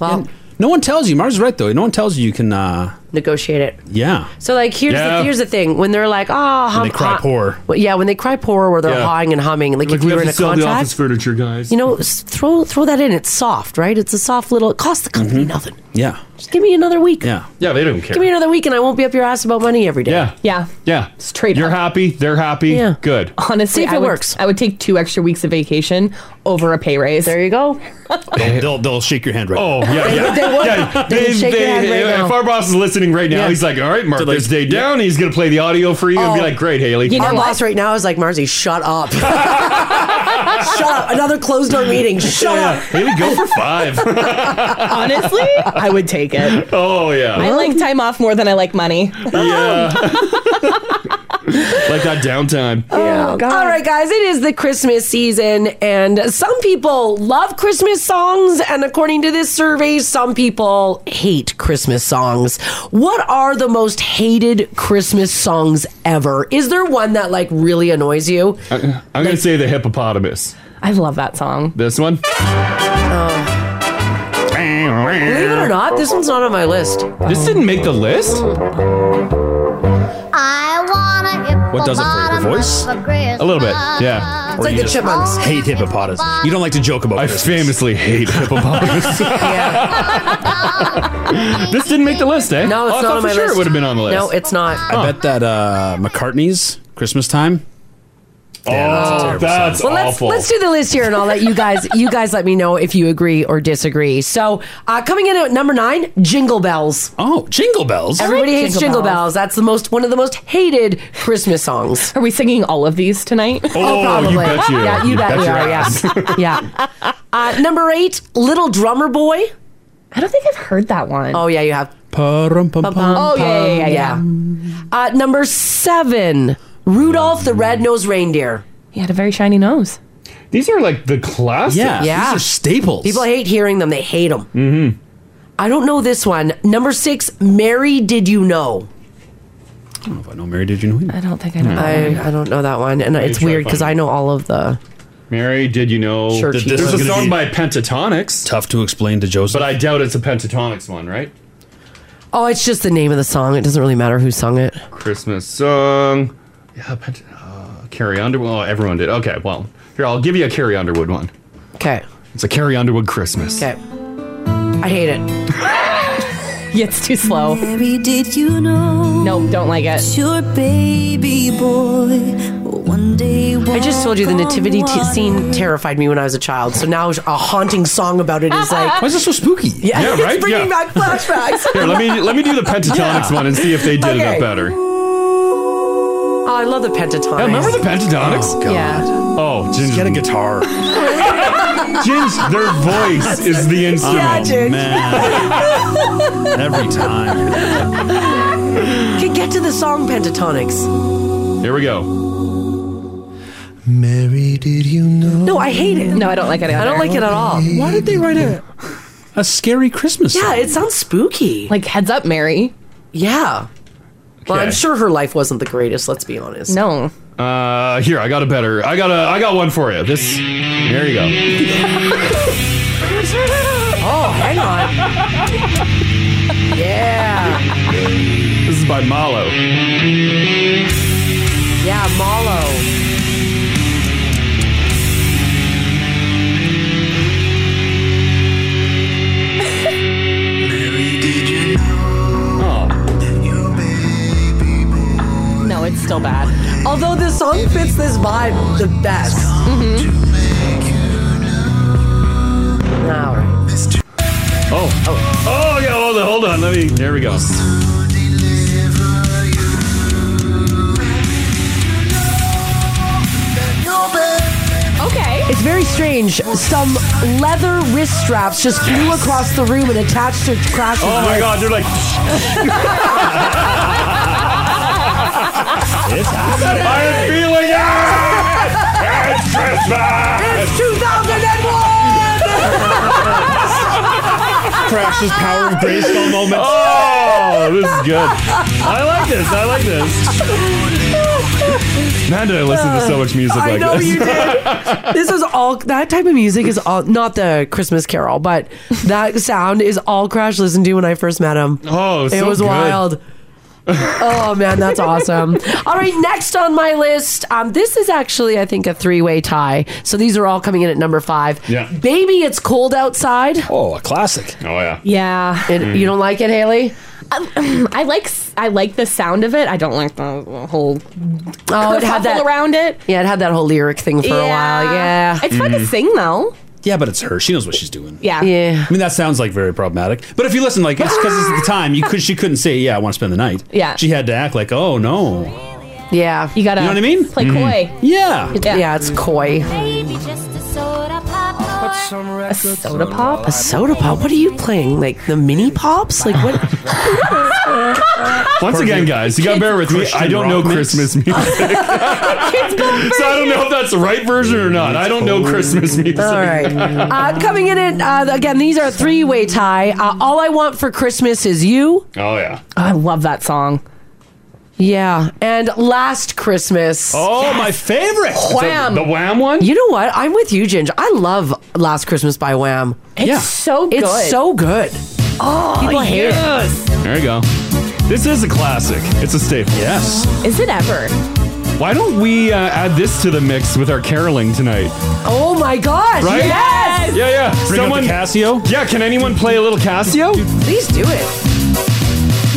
S3: Well,
S4: No one tells you. Mars is right though. No one tells you you can. uh
S3: negotiate it.
S4: Yeah.
S3: So like here's
S4: Yeah.
S3: the here's the thing when they're like oh
S4: When they cry poor.
S3: well, yeah when they cry poor or they're
S2: Yeah.
S3: hawing and humming like,
S2: Like,
S3: if
S2: we
S3: you
S2: have
S3: were in
S2: to
S3: a
S2: sell the office
S3: contract
S2: furniture, guys.
S3: you know s- throw throw that in it's soft right it's a soft little it costs the company
S2: Mm-hmm.
S3: nothing
S4: yeah,
S3: just give me another week
S4: yeah,
S2: yeah. They don't care.
S3: give me another week and I won't be up your ass about money every day
S2: Yeah.
S6: Yeah.
S2: yeah,
S6: straight
S2: You're happy. They're happy.
S6: Yeah.
S2: Good.
S4: Oh.
S6: Honestly,
S3: See if
S6: I
S3: it
S6: would,
S3: works.
S6: I would take two extra weeks of vacation over a pay raise. There
S3: you go.
S4: They'll, they'll, they'll shake your hand right.
S2: Oh yeah,
S4: They-
S2: yeah.
S4: they would.
S2: Yeah,
S4: They would shake your hand right
S2: if
S4: now.
S2: our boss is listening right now,
S4: Yeah.
S2: he's like, "All right, mark
S4: So, like,
S2: this day down." He's gonna play the audio for you and be
S3: Oh.
S2: like, "Great, Haley."
S3: our boss right now is like Marzi shut up shut up another closed door meeting shut
S2: Yeah,
S3: up
S2: Haley, go for five.
S6: Honestly, I would take it.
S2: Oh yeah,
S6: I like time off more than I like money.
S2: yeah. like that downtime.
S3: Oh, All right, guys, it is the Christmas season, and some people love Christmas songs, and according to this survey, some people hate Christmas songs. What are the most hated Christmas songs ever? Is there one that like really annoys you?
S2: I, am gonna say the hippopotamus.
S6: I love that song.
S2: This one.
S3: Um, Believe it or not, this one's not on my list.
S2: This didn't make the list.
S7: I want a
S4: What does it for you? Your voice?
S7: A
S2: yeah.
S4: Or you just Hate hippopotamus. You don't like to joke about. I
S2: famously hate hippopotamus. this didn't make the list, eh?
S3: No, it's
S2: Oh, I
S3: not
S2: thought
S3: on
S2: for
S3: my
S2: sure
S3: list.
S2: it would have been on the list.
S3: No, it's not.
S4: I bet that uh McCartney's Christmas time.
S2: Oh, that's
S3: well, let's
S2: awful.
S3: let's do the list here, and I'll let you guys you guys let me know if you agree or disagree. So, uh, coming in at number nine, Jingle Bells.
S4: Oh, Jingle Bells.
S3: Everybody
S6: I like
S3: hates
S6: Jingle
S3: Jingle bells.
S6: Bells.
S3: That's the most one of the most hated Christmas songs.
S6: Are we singing all of these tonight?
S2: Oh, you bet you.
S3: Yeah, you,
S2: You
S3: bet,
S2: bet
S3: we
S2: your
S3: are.
S2: ass.
S3: Yeah, yeah. Uh, number eight, Little Drummer Boy.
S6: I don't think I've heard that one.
S3: Oh yeah, you have.
S6: Oh, yeah, yeah, yeah, yeah.
S3: Uh, number seven, Rudolph the Red-Nosed Reindeer.
S6: He had a very shiny nose.
S2: These are like the classics.
S3: Yeah.
S4: staples.
S3: People hate hearing them. They hate them. Mm-hmm. I don't know this one. Number six, Mary, did you know?
S4: I don't know if I know Mary. Did you know him?
S6: I don't think I know. that one.
S3: I, I don't know that one, and
S2: Let me
S3: it's
S2: try
S3: weird because
S2: finding
S3: I know all of the.
S2: Mary, did you know
S3: Sure,
S2: that
S3: she
S2: this
S3: was
S2: there's a
S3: gonna
S2: song
S4: be-
S2: by Pentatonics?
S4: Tough to explain to Joseph.
S2: But I doubt it's a Pentatonics one, right?
S3: Oh, it's just the name of the song. It doesn't really matter who sung it.
S2: Christmas song. Yeah, Pent- uh, Carrie Underwood. Well, everyone did. Okay, well, here, I'll give you a Carrie Underwood one.
S3: Okay.
S2: It's a Carrie Underwood Christmas.
S3: Okay. I hate it.
S6: Yeah, it's too slow.
S8: Mary, did you know?
S6: Nope, don't like it.
S8: Your baby boy will one day.
S3: I just told you the
S8: walk on
S3: nativity t-
S8: water.
S3: scene terrified me when I was a child. So now a haunting song about it is like.
S4: Why is this so spooky?
S3: Yeah,
S2: Yeah, right?
S3: it's bringing
S2: Yeah.
S3: back flashbacks.
S2: Here, let me let me do the Pentatonics
S4: Yeah.
S2: one and see if they did it
S3: Okay.
S2: up better.
S3: Oh, I love the pentatonics.
S2: Yeah, remember the pentatonics?
S4: God.
S6: Yeah.
S2: Oh, Ginger's
S4: Get a guitar.
S2: Ginge, their voice is the instrument.
S3: Yeah, dude.
S4: man. Every time.
S3: Okay, get to the song pentatonics.
S2: Here we go.
S7: Mary, did you know?
S3: No, I hate it.
S6: No, I don't like it. Either.
S3: I don't like it at all.
S4: Why did they write a a scary Christmas
S3: Yeah,
S4: song?
S3: it sounds spooky.
S6: Like heads up, Mary.
S3: Yeah. Well, I'm
S2: Okay.
S3: sure her life wasn't the greatest, let's be honest.
S6: No.
S2: Uh, here, I got a better. I got a. I got one for you. This. There you go.
S3: Oh, hang on. yeah.
S2: This is by Malo.
S3: Yeah, Malo.
S6: Oh. No, it's still bad.
S3: Although this song fits this vibe the best. All right.
S2: Oh. Oh. Oh yeah. Hold on. Hold on. Let me. There we go.
S6: Okay.
S3: It's very strange. Some leather wrist straps just flew across the room and attached to Crash's
S2: Oh my God. They're like. I'm feeling it. It's Christmas.
S3: It's 2001!
S4: Crash's power of grayscale moment.
S2: Oh, this is good. I like this. I like this. Man, did I listen to so much music
S3: I
S2: like
S3: know
S2: this?
S3: you did. This is all that type of music is all not the Christmas Carol, but that sound is all Crash listened to when I first met him.
S2: Oh,
S3: It
S2: so
S3: was
S2: good.
S3: wild. oh man, that's awesome. All right, next on my list, um, this is actually I think a three-way tie. So these are all coming in at number five.
S2: Yeah.
S3: baby, it's cold outside.
S4: Oh, a classic.
S2: Oh yeah.
S6: Yeah. Um,
S3: It, You don't like it, Haley?
S6: I like s- I like the sound of it. I don't like the whole
S3: Oh, it
S6: kerfuffle
S3: had that.
S6: around it.
S3: Yeah, it had that whole lyric thing for a while. Yeah,
S6: It's fun to sing though.
S4: Yeah, but it's her. She knows what she's doing.
S6: Yeah.
S3: yeah.
S4: I mean, that sounds like very problematic. But if you listen, like, it's because it's the time. You could, she couldn't say, "Yeah, I want to spend the night."
S6: Yeah.
S4: she had to act like, "Oh no."
S3: Yeah.
S6: You gotta
S4: You know what I mean? Mm-hmm.
S6: play coy.
S4: Yeah.
S3: yeah. it's coy.
S9: Maybe just a soda pop.
S6: A soda pop.
S3: A soda pop? What are you playing? Like the mini pops? Like what?
S2: Once again, guys, you gotta bear with me.
S4: Christian
S2: I don't know
S4: rock mix.
S2: Christmas music. so I don't know if that's the right version or not. I don't know Christmas music.
S3: All right. Uh, coming in at, uh, again, these are a three way tie. Uh, All I Want for Christmas is You.
S2: Oh yeah.
S6: I love that song.
S3: Yeah. And Last Christmas.
S4: Oh, my favorite.
S6: Wham.
S2: The Wham one?
S3: You know what? I'm with you, Ginger. I love Last Christmas by Wham.
S6: It's
S4: Yeah.
S6: so good.
S3: It's so good. Oh, People hate it.
S2: There you go. This is a classic. It's a staple.
S4: Yes.
S6: Is it ever?
S2: Why don't we uh, add this to the mix with our caroling tonight?
S3: Oh my gosh.
S2: Right?
S3: Yes.
S2: Yeah, yeah.
S4: Bring Someone
S2: Someone.
S4: out the Casio.
S2: yeah, can anyone play a little Casio?
S3: Please do it.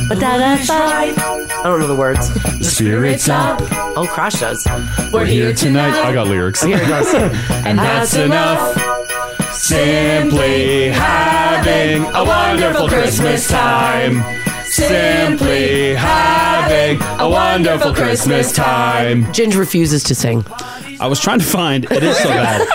S3: But that- that's right. I don't know the words.
S2: Spirits up.
S3: Oh, Crash does.
S2: We're here tonight. I got lyrics.
S3: Here it goes.
S2: And that's enough. Simply having a wonderful Christmas time. Simply having a wonderful Christmas time.
S3: Ginger refuses to sing.
S4: I was trying to find it is so bad.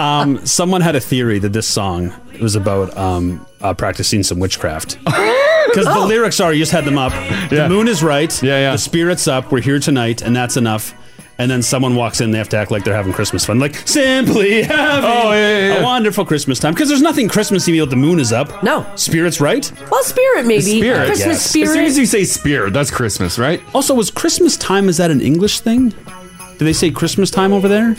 S4: um, someone had a theory that this song was about um, uh, practicing some witchcraft. Because the lyrics are, you just had them up.
S2: Oh. Yeah.
S4: The moon is right.
S2: Yeah, yeah.
S4: The spirit's up. We're here tonight, and that's enough. And then someone walks in, they have to act like they're having Christmas fun. Like, simply having
S2: Oh, yeah, yeah, yeah.
S4: a wonderful Christmas time. Because there's nothing Christmassy about the moon is up.
S3: No.
S4: Spirit's right.
S3: Well, spirit maybe.
S2: Spirit.
S3: Christmas
S4: yes.
S2: As soon as
S3: spirit.
S2: you say spirit, that's Christmas, right?
S4: Also, was Christmas time, is that an English thing? Do they say Christmas time over there?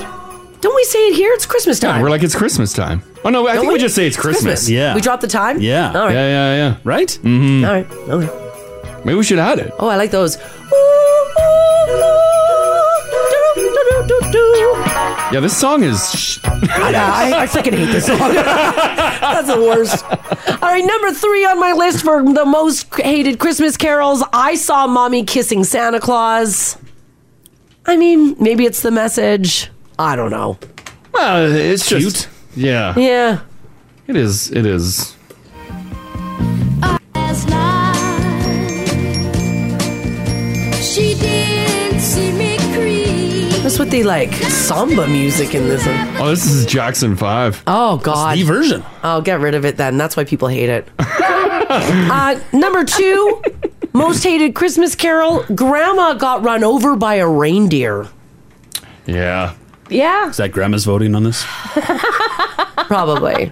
S3: Don't we say it here? It's Christmas time.
S2: Yeah, we're like, it's Christmas time. Oh, no, I
S3: Don't
S2: think we just say it's Christmas.
S4: Yeah.
S3: We drop the time?
S4: Yeah.
S3: All right.
S2: Yeah, yeah, yeah. Mm-hmm.
S4: Right?
S3: All right. All right.
S2: Maybe we should add it.
S3: Oh, I like those. Ooh, ooh, ooh, do, do, do, do.
S2: Yeah, this song is. Sh-
S3: Yeah, I, I freaking hate this song. That's the worst. All right, number three on my list for the most hated Christmas carols. I saw mommy kissing Santa Claus. I mean, maybe it's the message. I don't know.
S2: well, it's
S4: Cute.
S2: just. Yeah,
S3: Yeah.
S2: it is. It is.
S9: Last night, She didn't see me creep.
S3: That's what they like. Samba music in this. one.
S2: Oh, this is Jackson 5.
S3: Oh, God.
S4: The version.
S3: I'll get rid of it then. That's why people hate it. uh, number two, most hated Christmas carol Grandma got run over by a reindeer.
S2: Yeah.
S6: Yeah.
S4: Is that grandma's voting on this?
S3: Probably.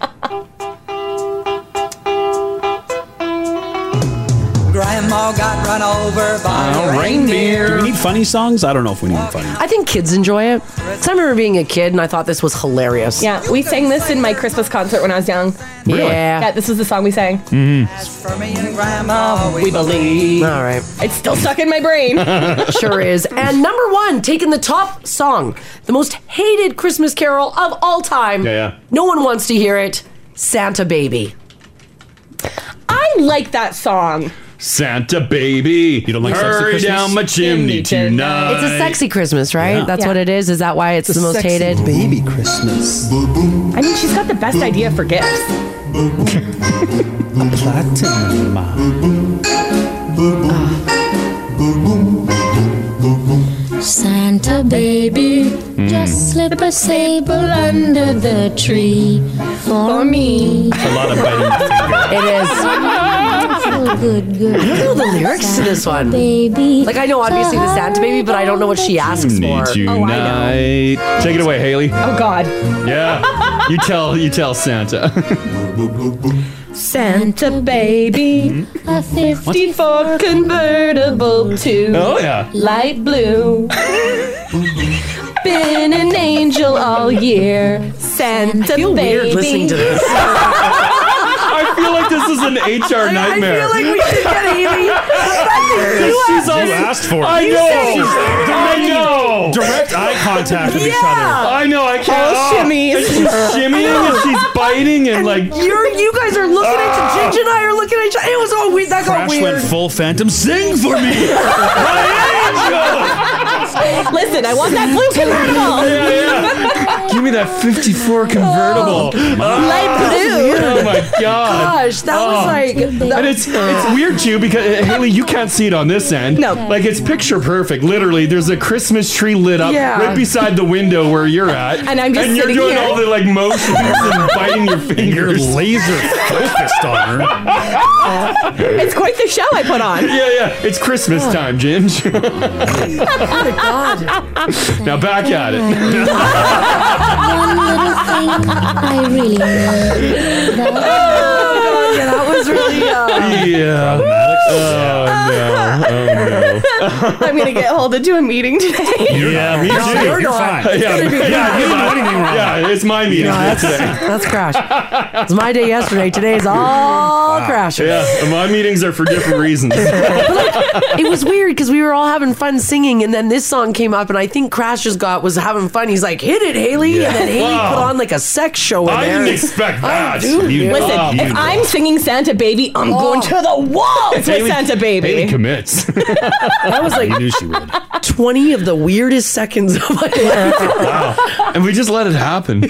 S7: Grandma got run over by a
S4: Do
S7: reindeer.
S4: we need funny songs? I don't know if we need funny.
S3: I think kids enjoy it. So I remember being a kid and I thought this was hilarious.
S6: Yeah, we sang this in my Christmas concert when I was young.
S2: Really?
S6: Yeah,
S3: Yeah.
S6: this was the song we sang.
S2: Mm-hmm.
S7: For me and Grandma, we
S3: believe. All right.
S6: It's still stuck in my brain.
S3: It sure is. And number one, taking the top song, the most hated Christmas carol of all time.
S2: Yeah, yeah.
S3: No one wants to hear it. Santa Baby.
S6: I like that song.
S2: Santa baby. You
S4: don't like Sexy
S2: Hurry
S4: Christmas?
S2: down my chimney
S6: Chimney tonight.
S2: tonight.
S3: It's a sexy Christmas, right?
S4: Yeah.
S3: That's
S6: Yeah.
S3: what it is. Is that why it's, the most hated?
S4: Baby Christmas.
S6: I mean, she's got the best idea for gifts.
S4: Platinum.
S9: Santa baby, just slip a sable under the tree for me.
S4: A lot of biting the finger.
S3: It is.
S9: Feel good, good. I
S3: don't know the lyrics to this one.
S9: Baby,
S3: Like I know obviously the Santa Baby, but I don't know what Oh, she asks for.
S2: Need tonight. Take it away, Haley.
S6: Oh, God.
S2: Yeah. you tell you tell Santa.
S6: Santa baby,
S9: a 50
S6: 54 convertible to
S2: oh yeah.
S6: light blue. Been an angel all year. Santa baby.
S3: Weird listening to this.
S2: I feel like this is an HR
S3: I
S2: nightmare.
S3: feel like we should get Haley.
S2: She's all
S4: You asked for it.
S2: I know.
S3: said you
S2: I
S10: Oh.
S2: know.
S4: Direct eye contact with
S3: Yeah.
S2: I know. I can't. Oh.
S6: All shimmies.
S2: She's shimmying and she's biting and like.
S3: You're, you guys are looking at
S2: Ah!
S3: you. Ginger and I are looking at each other. It was all weird. That got
S4: Crash
S3: weird.
S4: went full phantom. Sing for me, my angel.
S6: Listen, I want that blue convertible.
S2: Yeah, yeah. Give me that 54 convertible.
S6: Light blue.
S2: Oh my god. Oh.
S3: Gosh, that was like.
S2: And it's it's weird too because uh, Haley, you can't see it on this end.
S6: No.
S2: like it's picture perfect. Literally, there's a Christmas tree lit up
S6: Yeah.
S2: right beside the window where you're at,
S6: And I'm just
S2: and you're
S6: sitting
S2: doing
S6: here.
S2: all the like motions and biting your
S4: You're
S2: fingers.
S4: laser focused on her.
S6: It's quite the show I put on.
S2: Yeah, yeah, it's Christmas time, Ginge.
S3: God.
S2: now back at it.
S9: one little thing I
S3: Oh
S9: really need.
S3: Yeah, that was really. Uh,
S2: Yeah, Oh, no. Oh,
S6: I'm gonna get hauled into a meeting today.
S2: Yeah, me
S3: No,
S2: too.
S3: you're not. It's
S2: Yeah,
S3: gonna be
S2: yeah,
S3: bad.
S2: you didn't do anything wrong. Yeah, it's my meeting.
S3: No, that's that's crash. It's my day yesterday. Today's all crashers.
S2: yeah, my meetings are for different reasons.
S3: It was weird because we were all having fun singing, and then this song came up, and I think Crash just got was having fun. He's like, "Hit it, Haley!"
S2: Yeah.
S3: And then Haley
S2: Wow.
S3: put on like a sex show. In
S2: I
S3: there.
S2: didn't expect
S3: I
S2: that.
S3: do,
S2: You-
S3: dude.
S6: Listen,
S2: Oh,
S6: if
S2: you-
S6: I'm singing Santa Baby, I'm going Oh, to the walls with
S2: Haley-
S6: Santa Baby.
S2: Haley commits.
S3: that was like
S4: knew she would.
S3: twenty of the weirdest seconds of my life.
S2: and we just let it happen. You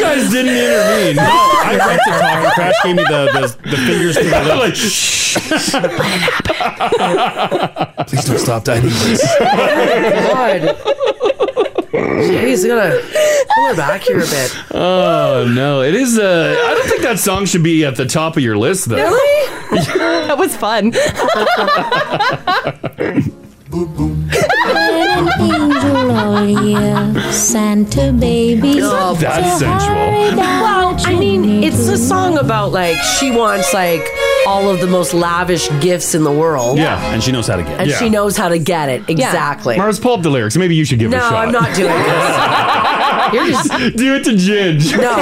S2: guys didn't intervene.
S4: I went to talk and Crash gave me the, the, the fingers to the left.
S2: Like, shh.
S4: Please don't stop dining.
S3: God, jeez, we gotta pull her back here a bit.
S2: Oh no! It is. Uh, I don't think that song should be at the top of your list, though.
S6: that was fun.
S9: an angel all year. Santa baby.
S3: Oh,
S2: That's sensual.
S9: Well,
S3: I mean, it's a song about like she wants like all of the most lavish gifts in the world,
S2: Yeah.
S4: And she knows how to get it.
S3: and
S2: Yeah.
S3: she knows how to get it exactly.
S2: Mars, pull up the lyrics. Maybe you should give it
S3: No,
S2: a shot.
S3: I'm not doing this. You're just
S2: Do it to Ginge.
S3: no.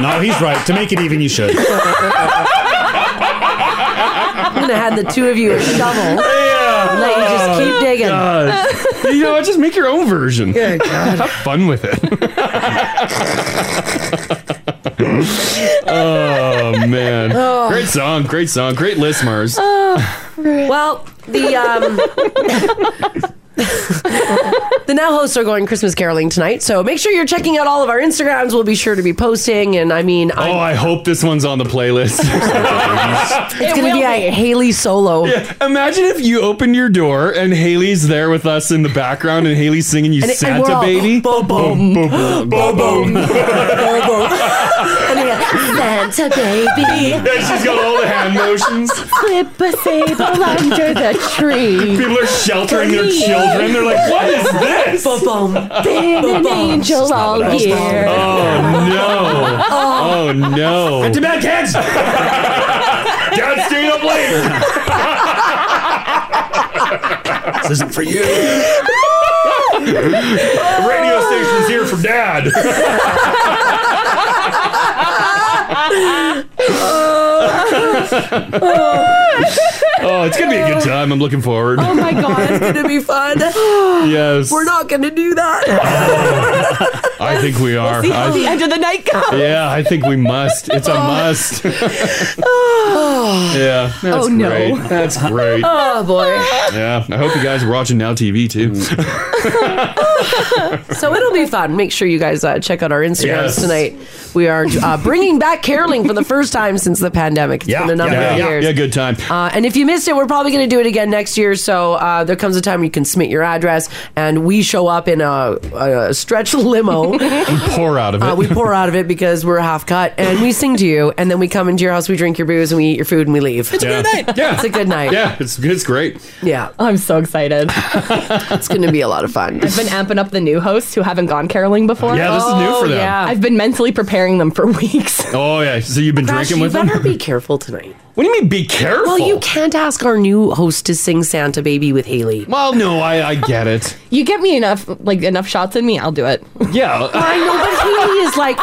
S4: No, he's right. To make it even, you should.
S3: I'm gonna have the two of you a shovel.
S2: Yeah. Oh,
S3: Let you just keep digging.
S2: God. you know what? Just make your own version.
S3: Good God.
S2: Have fun with it. oh man! Great song, great song, great list, Mars.
S3: Well, the um. the now hosts are going Christmas caroling tonight, so make sure you're checking out all of our Instagrams. We'll be sure to be posting, and I mean,
S2: oh,
S3: I'm,
S2: I hope this one's on the playlist.
S3: it's gonna be, a Haley solo.
S2: Imagine if you open your door and Haley's there with us in the background, and Haley's singing you
S3: And it- and we're
S2: Santa
S3: all,
S2: baby.
S3: Boom, boom, boom, boom, boom, boom, boom. And they go,
S9: Santa baby.
S2: Uh. Yeah, she's got all the hand motions.
S6: Slip a sable under the tree.
S2: People are sheltering their children. They're like, "What is this?"
S3: boom, boom.
S6: Been an angel all year.
S2: Oh no! Oh no!
S4: to bed, kids!
S2: Dad stayed up late.
S4: this isn't for you.
S2: The radio station's here for Dad. oh, it's gonna be a good time. I'm looking forward.
S6: Oh my god.
S3: It's gonna be fun.
S2: Yes,
S3: We're not gonna do that.
S2: I think we are.
S6: See how
S2: I-
S6: the Oh. end of the night comes.
S2: yeah, I think we must. It's a must. yeah, that's
S6: Oh, no.
S2: great. That's great.
S3: Oh boy.
S2: Yeah, I hope you guys are watching Now TV too.
S3: So it'll be fun. Make sure you guys uh, check out our Instagrams
S2: Yes.
S3: tonight. We are uh, bringing back caroling for the first time since the pandemic. It's
S4: Yeah,
S3: been a number
S2: Yeah,
S3: of
S2: yeah,
S3: years.
S2: yeah, good time.
S3: Uh, and if you missed it, we're probably going to do it again next year. So uh, there comes a time you can submit your address, and we show up in a, a stretch limo.
S2: Pour out of it.
S3: Uh, we pour out of it because we're half cut, and we sing to you, and then we come into your house, we drink your booze, and we eat your food, and we leave. It's
S2: yeah. Yeah.
S3: a good night. Yeah,
S2: Yeah, it's it's great.
S6: I'm so excited.
S3: it's going to be a lot of fun.
S6: I've been amping up the new hosts who haven't gone caroling before.
S2: Yeah, this is new
S3: Oh,
S2: for them.
S3: yeah.
S6: I've been mentally preparing them for weeks.
S2: Oh yeah, so you've been
S3: Gosh,
S2: drinking
S3: you
S2: with them.
S3: better be careful tonight.
S2: What do you mean? Be careful.
S3: Well, you can't ask our new host to sing Santa Baby with Haley.
S2: Well, no, I I get it.
S6: You get me enough like enough shots in me, I'll do it.
S2: Yeah.
S3: I know, but Haley is like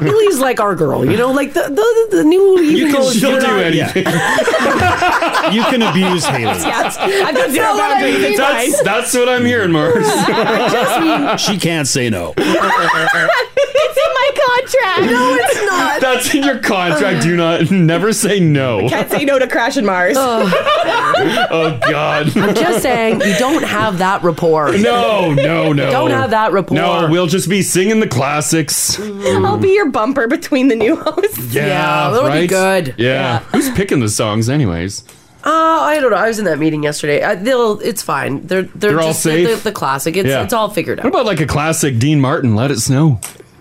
S3: Haley's like our girl, you know, like the the, the new
S2: You
S3: even
S2: can,
S3: though
S2: she'll
S3: you're
S2: do
S3: not-
S2: anything.
S4: You can abuse Haley.
S6: Yes. I've been
S3: not what I mean
S6: therapy.
S2: That's that's what I'm hearing, Mars.
S4: She can't say no.
S6: It's in my contract. No, it's not.
S2: That's in your contract. Do not never say no.
S6: Can't say no to Crash and Mars.
S2: Oh God.
S3: Just saying, you don't have that rapport.
S2: No, no, no.
S3: Don't have that rapport.
S2: No, we'll just be singing the classics. Yeah,
S6: I'll be your bumper between the new hosts.
S3: that'll be
S2: right?
S3: good.
S2: Yeah. Who's picking the songs, anyways?
S3: Uh, I don't know. I was in that meeting yesterday. I, they'll, it's fine. They're they're,
S2: They're all
S3: just
S2: safe?
S3: The, the classic. It's
S2: Yeah.
S3: it's all figured out.
S2: What about like a classic Dean Martin? Let it snow.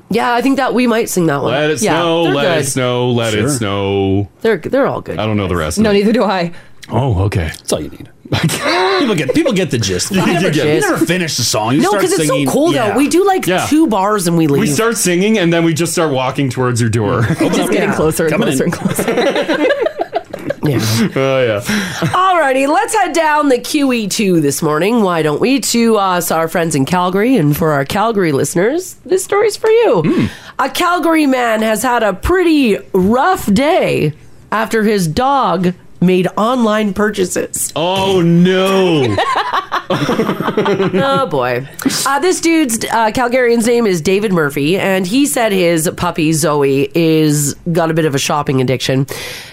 S3: yeah, I think that we might sing that one.
S2: Let it
S3: yeah,
S2: snow.
S3: They're
S2: Let
S3: good.
S2: it snow. Let
S4: Sure.
S2: it snow.
S3: They're they're all good.
S2: I don't know the rest.
S6: No,
S2: of it.
S6: neither do I.
S2: Oh, okay. That's
S4: all you need. people get people get the gist. You
S3: I
S4: never,
S3: get
S4: you
S3: it.
S4: never finish the
S2: Oh,
S4: song. You
S3: No,
S4: start
S3: 'cause it's so
S4: singing-
S3: cold out. We do, like,
S2: Yeah.
S3: two bars and we leave.
S2: We start singing and then we just start walking towards your door.
S3: Just getting Yeah. closer and Coming in. closer and
S2: closer. yeah. Oh yeah.
S3: Alrighty, let's head down the QE2 this morning. Why don't we? To uh, so our friends in Calgary, and for our Calgary listeners, this story's for you.
S2: Hmm.
S3: A Calgary man has had a pretty rough day after his dog made online purchases.
S2: Oh no!
S3: oh boy. Uh, this dude's uh, Calgarian's name is David Murphy, and he said his puppy Zoe is got a bit of a shopping addiction.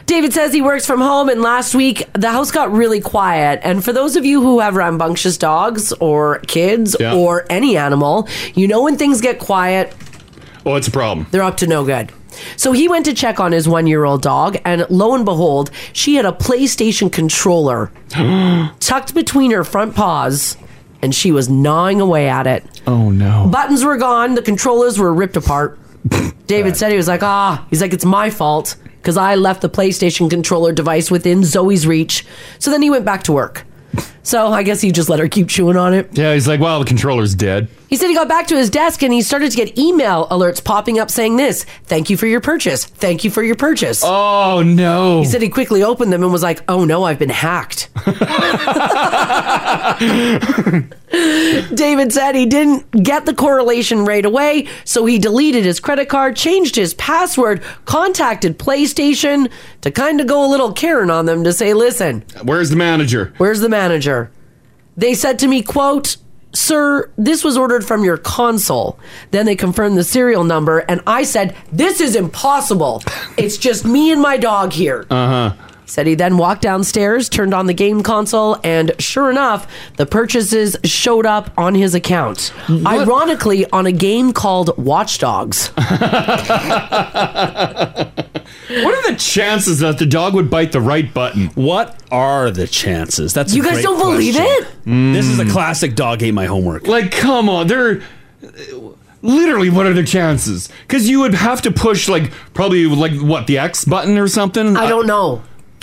S3: David says he works from home, and last week the house got really quiet. And for those of you who have rambunctious dogs or kids
S2: Yeah.
S3: or any animal, you know when things get quiet,
S2: Oh, it's a problem.
S3: they're up to no good. So he went to check on his one year old dog, and lo and behold, she had a PlayStation controller tucked between her front paws, and she was gnawing away at it.
S2: Oh no.
S3: Buttons were gone, the controllers were ripped apart. David said he was like, ah, he's like, it's my fault because I left the PlayStation controller device within Zoe's reach. So then he went back to work. So I guess he just let her keep chewing on it.
S2: Yeah, he's like, wow, the controller's dead.
S3: He said he got back to his desk and he started to get email alerts popping up saying this thank you for your purchase. Thank you for your purchase.
S2: Oh, no.
S3: He said he quickly opened them and was like, oh no, I've been hacked. David said he didn't get the correlation right away, so he deleted his credit card, changed his password, contacted PlayStation to kind of go a little Karen on them to say, listen,
S2: Where's the manager?
S3: Where's the manager? They said to me, quote, Sir, this was ordered from your console. Then they confirmed the serial number, and I said, This is impossible. It's just me and my dog here.
S2: Uh huh.
S3: Said he then walked downstairs, turned on the game console, and sure enough, the purchases showed up on his account. Ironically, on a game called Watch Dogs.
S2: What are the chances that the dog would bite the right button?
S4: What are the chances? That's a
S3: You guys
S4: great
S3: don't believe
S4: question.
S3: it?
S4: This is a classic dog ate my homework.
S2: Mm. Like, come on, they're literally what are the chances? Because you would have to push like probably like what the X button or something. Uh,
S3: I don't know.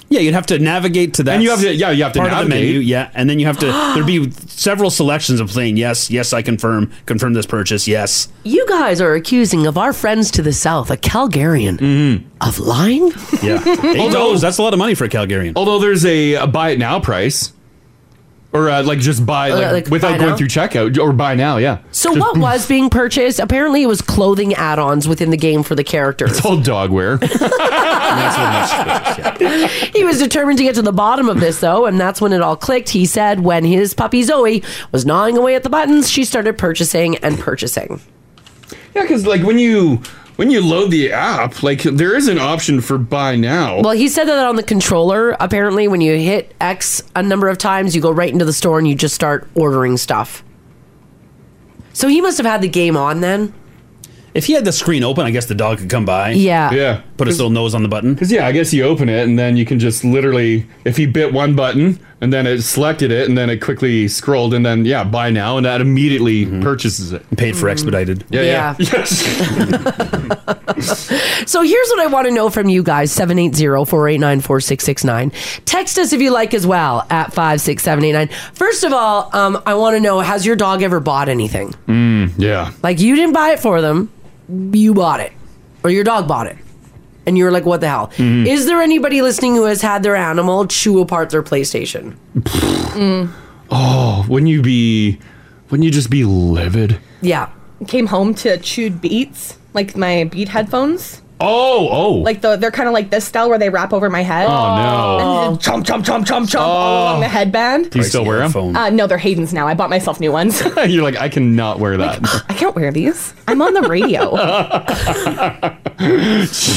S4: Yeah, you'd have to navigate to that.
S2: And you have to- yeah, you have to
S4: part of the
S2: navigate.
S4: menu, yeah, and then you have to. There'd be several selections of saying yes, yes, I confirm, confirm this purchase, yes.
S3: You guys are accusing of our friends to the south, a Calgarian,
S2: Mm-hmm.
S3: of lying?
S4: Yeah, eight dollars. That's a lot of money for a Calgarian.
S2: Although there's a, a buy it now price, or uh, like just buy
S3: Uh,
S2: like,
S3: like
S2: without
S3: buy
S2: going
S3: now?
S2: through checkout or buy now. Yeah.
S3: So what was being purchased? Apparently, it was clothing add-ons within the game for the characters.
S2: It's all dog wear.
S3: he was determined to get to the bottom of this, though, and that's when it all clicked. He said when his puppy Zoe was gnawing away at the buttons, she started purchasing and purchasing.
S2: Yeah, because like when you when you load the app, like there is an option for buy now.
S3: Well, he said that on the controller. Apparently, when you hit X a number of times, you go right into the store and you just start ordering stuff. So he must have had the game on then.
S4: If he had the screen open, I guess the dog could come by.
S3: Yeah.
S2: yeah,
S4: put his little nose on the button.
S2: because yeah, I guess you open it and then you can just literally if he bit one button and then it selected it and then it quickly scrolled and then yeah, buy now and that immediately purchases it.
S4: Mm-hmm. Paid for expedited.
S2: Yeah, yeah.
S3: Mm-hmm. Yeah.
S2: Yes.
S3: So here's what I want to know from you guys 780 489 4669. Text us if you like as well at 56789. First of all, um, I want to know has your dog ever bought anything?
S2: Mm, yeah.
S3: Like you didn't buy it for them, you bought it, or your dog bought it. And you were like, what the hell?
S2: Mm-hmm.
S3: Is there anybody listening who has had their animal chew apart their PlayStation?
S2: Oh, wouldn't you be? Wouldn't you just be livid?
S3: Yeah.
S6: Came home to chewed beats, like my beat headphones.
S2: Oh, oh,
S6: Like the they're kind of like this style where they wrap over my head.
S2: Oh, no. Oh.
S6: And chomp chomp chomp chomp chomp all along the headband.
S2: do you still wear them?
S6: Uh, no, they're Hayden's now. I bought myself new ones.
S2: You're like, I cannot wear that.
S6: I can't wear these. I'm on the radio.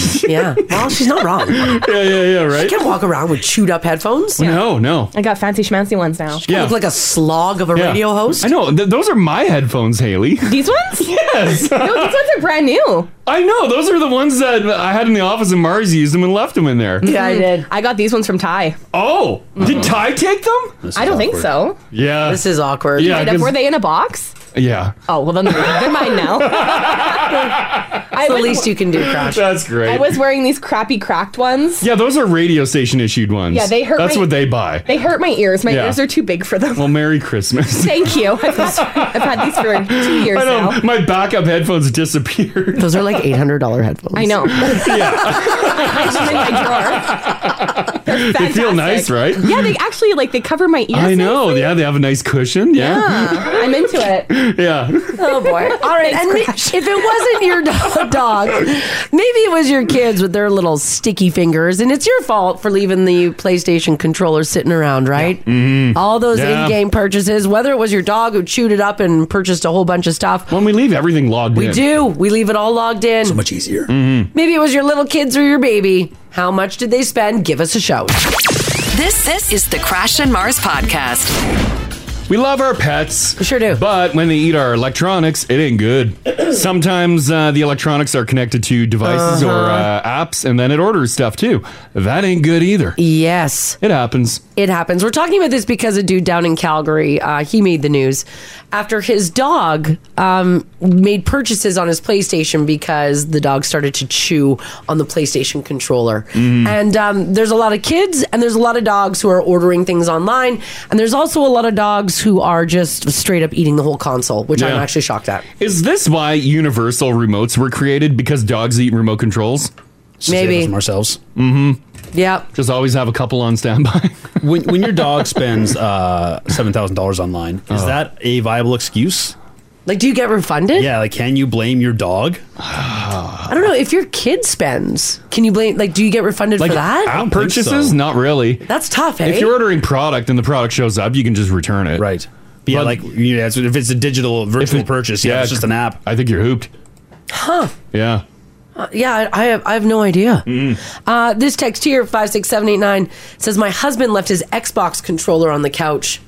S3: Yeah. well, she's not wrong. You
S2: yeah, yeah, yeah, right.
S3: can't walk around with chewed up headphones.
S2: No, no.
S6: I got fancy schmancy ones now.
S3: You
S2: Yeah.
S3: look like a slog of a
S2: Yeah.
S3: radio host.
S2: I know. Th- those are my headphones, Haley.
S6: These ones?
S2: Yes.
S6: No, these ones are brand new.
S2: I know. Those are the ones that I had in the office, and Mars used them and left them in there.
S3: Yeah, I did.
S6: I got these ones from Ty.
S2: Oh, did Ty take them?
S6: I don't think so.
S2: Yeah.
S3: This is awkward.
S2: Yeah.
S6: Were
S2: 'cause-
S6: they in a box?
S2: Yeah.
S6: Oh well, then they're, they're mine now. I
S3: the least you can do, Crash.
S2: That's great.
S6: I was wearing these crappy cracked ones.
S2: yeah, those are radio station issued ones.
S6: Yeah, they hurt
S2: That's
S6: my-
S2: what they buy.
S6: They hurt my ears. My
S2: Yeah.
S6: ears are too big for them.
S2: Well, Merry Christmas.
S6: Thank you. I've, I've had these for two years
S2: I know
S6: now.
S2: my backup headphones disappeared.
S3: Those are like eight hundred dollar headphones.
S6: I know. I hide them in my drawer. They're
S2: They feel
S6: fantastic.
S2: nice, right?
S6: Yeah, they actually like they cover my ears.
S2: I know. Yeah, they have a nice cushion. Yeah.
S6: Yeah, I'm into it.
S2: Yeah.
S3: Oh boy! All right, and ma- if it wasn't your do- dog, maybe it was your kids with their little sticky fingers, and it's your fault for leaving the PlayStation controller sitting around, right? All those
S2: Mm-hmm. Yeah.
S3: in-game purchases, whether it was your dog who chewed it up and purchased a whole bunch of stuff.
S2: When we leave everything logged
S3: We
S2: in.
S3: do. We leave it all logged in.
S4: So much easier.
S2: Mm-hmm.
S3: Maybe it was your little kids or your baby. How much did they spend? Give us a shout.
S1: This this is the Crash and Mars podcast.
S2: We love our pets.
S3: We sure do.
S2: But when they eat our electronics, it ain't good. Sometimes uh, the electronics are connected to devices
S3: Uh-huh.
S2: or uh, apps, and then it orders stuff too. That ain't good either.
S3: Yes.
S2: It happens.
S3: It happens. We're talking about this because a dude down in Calgary, uh, he made the news after his dog um, made purchases on his PlayStation because the dog started to chew on the PlayStation controller.
S2: Mm-hmm. Hmm.
S3: And um, there's a lot of kids and there's a lot of dogs who are ordering things online. And there's also a lot of dogs who are just straight up eating the whole console, which I'm
S2: Yeah.
S3: actually shocked at.
S2: Is this why universal remotes were created? Because dogs eat remote controls? Mm-hmm.
S4: Just save
S3: Maybe. Oh.
S4: it from ourselves.
S3: Yeah.
S2: Just always have a couple on standby.
S4: When, when your dog spends uh, seven thousand dollars online,
S2: Oh.
S4: is that a viable excuse?
S3: Like, do you get refunded?
S4: Yeah, like can you blame your dog?
S3: I don't know. If your kid spends, can you blame, like, do you get refunded
S2: Like
S3: for that?
S4: I
S2: app
S4: don't think
S2: purchases?
S4: so.
S2: Not really.
S3: That's tough, eh?
S2: If you're ordering product and the product shows up, you can just return it.
S4: Right. But yeah,
S2: But-
S4: like you know, if it's a digital
S2: If
S4: virtual
S2: it-
S4: purchase, yeah, it's just an app.
S2: I think you're hooped. Huh. Yeah.
S3: Uh, Yeah, I I have, I have no idea.
S2: Mm-hmm.
S3: Uh, this text here, 56789, says My husband left his Xbox controller on the couch.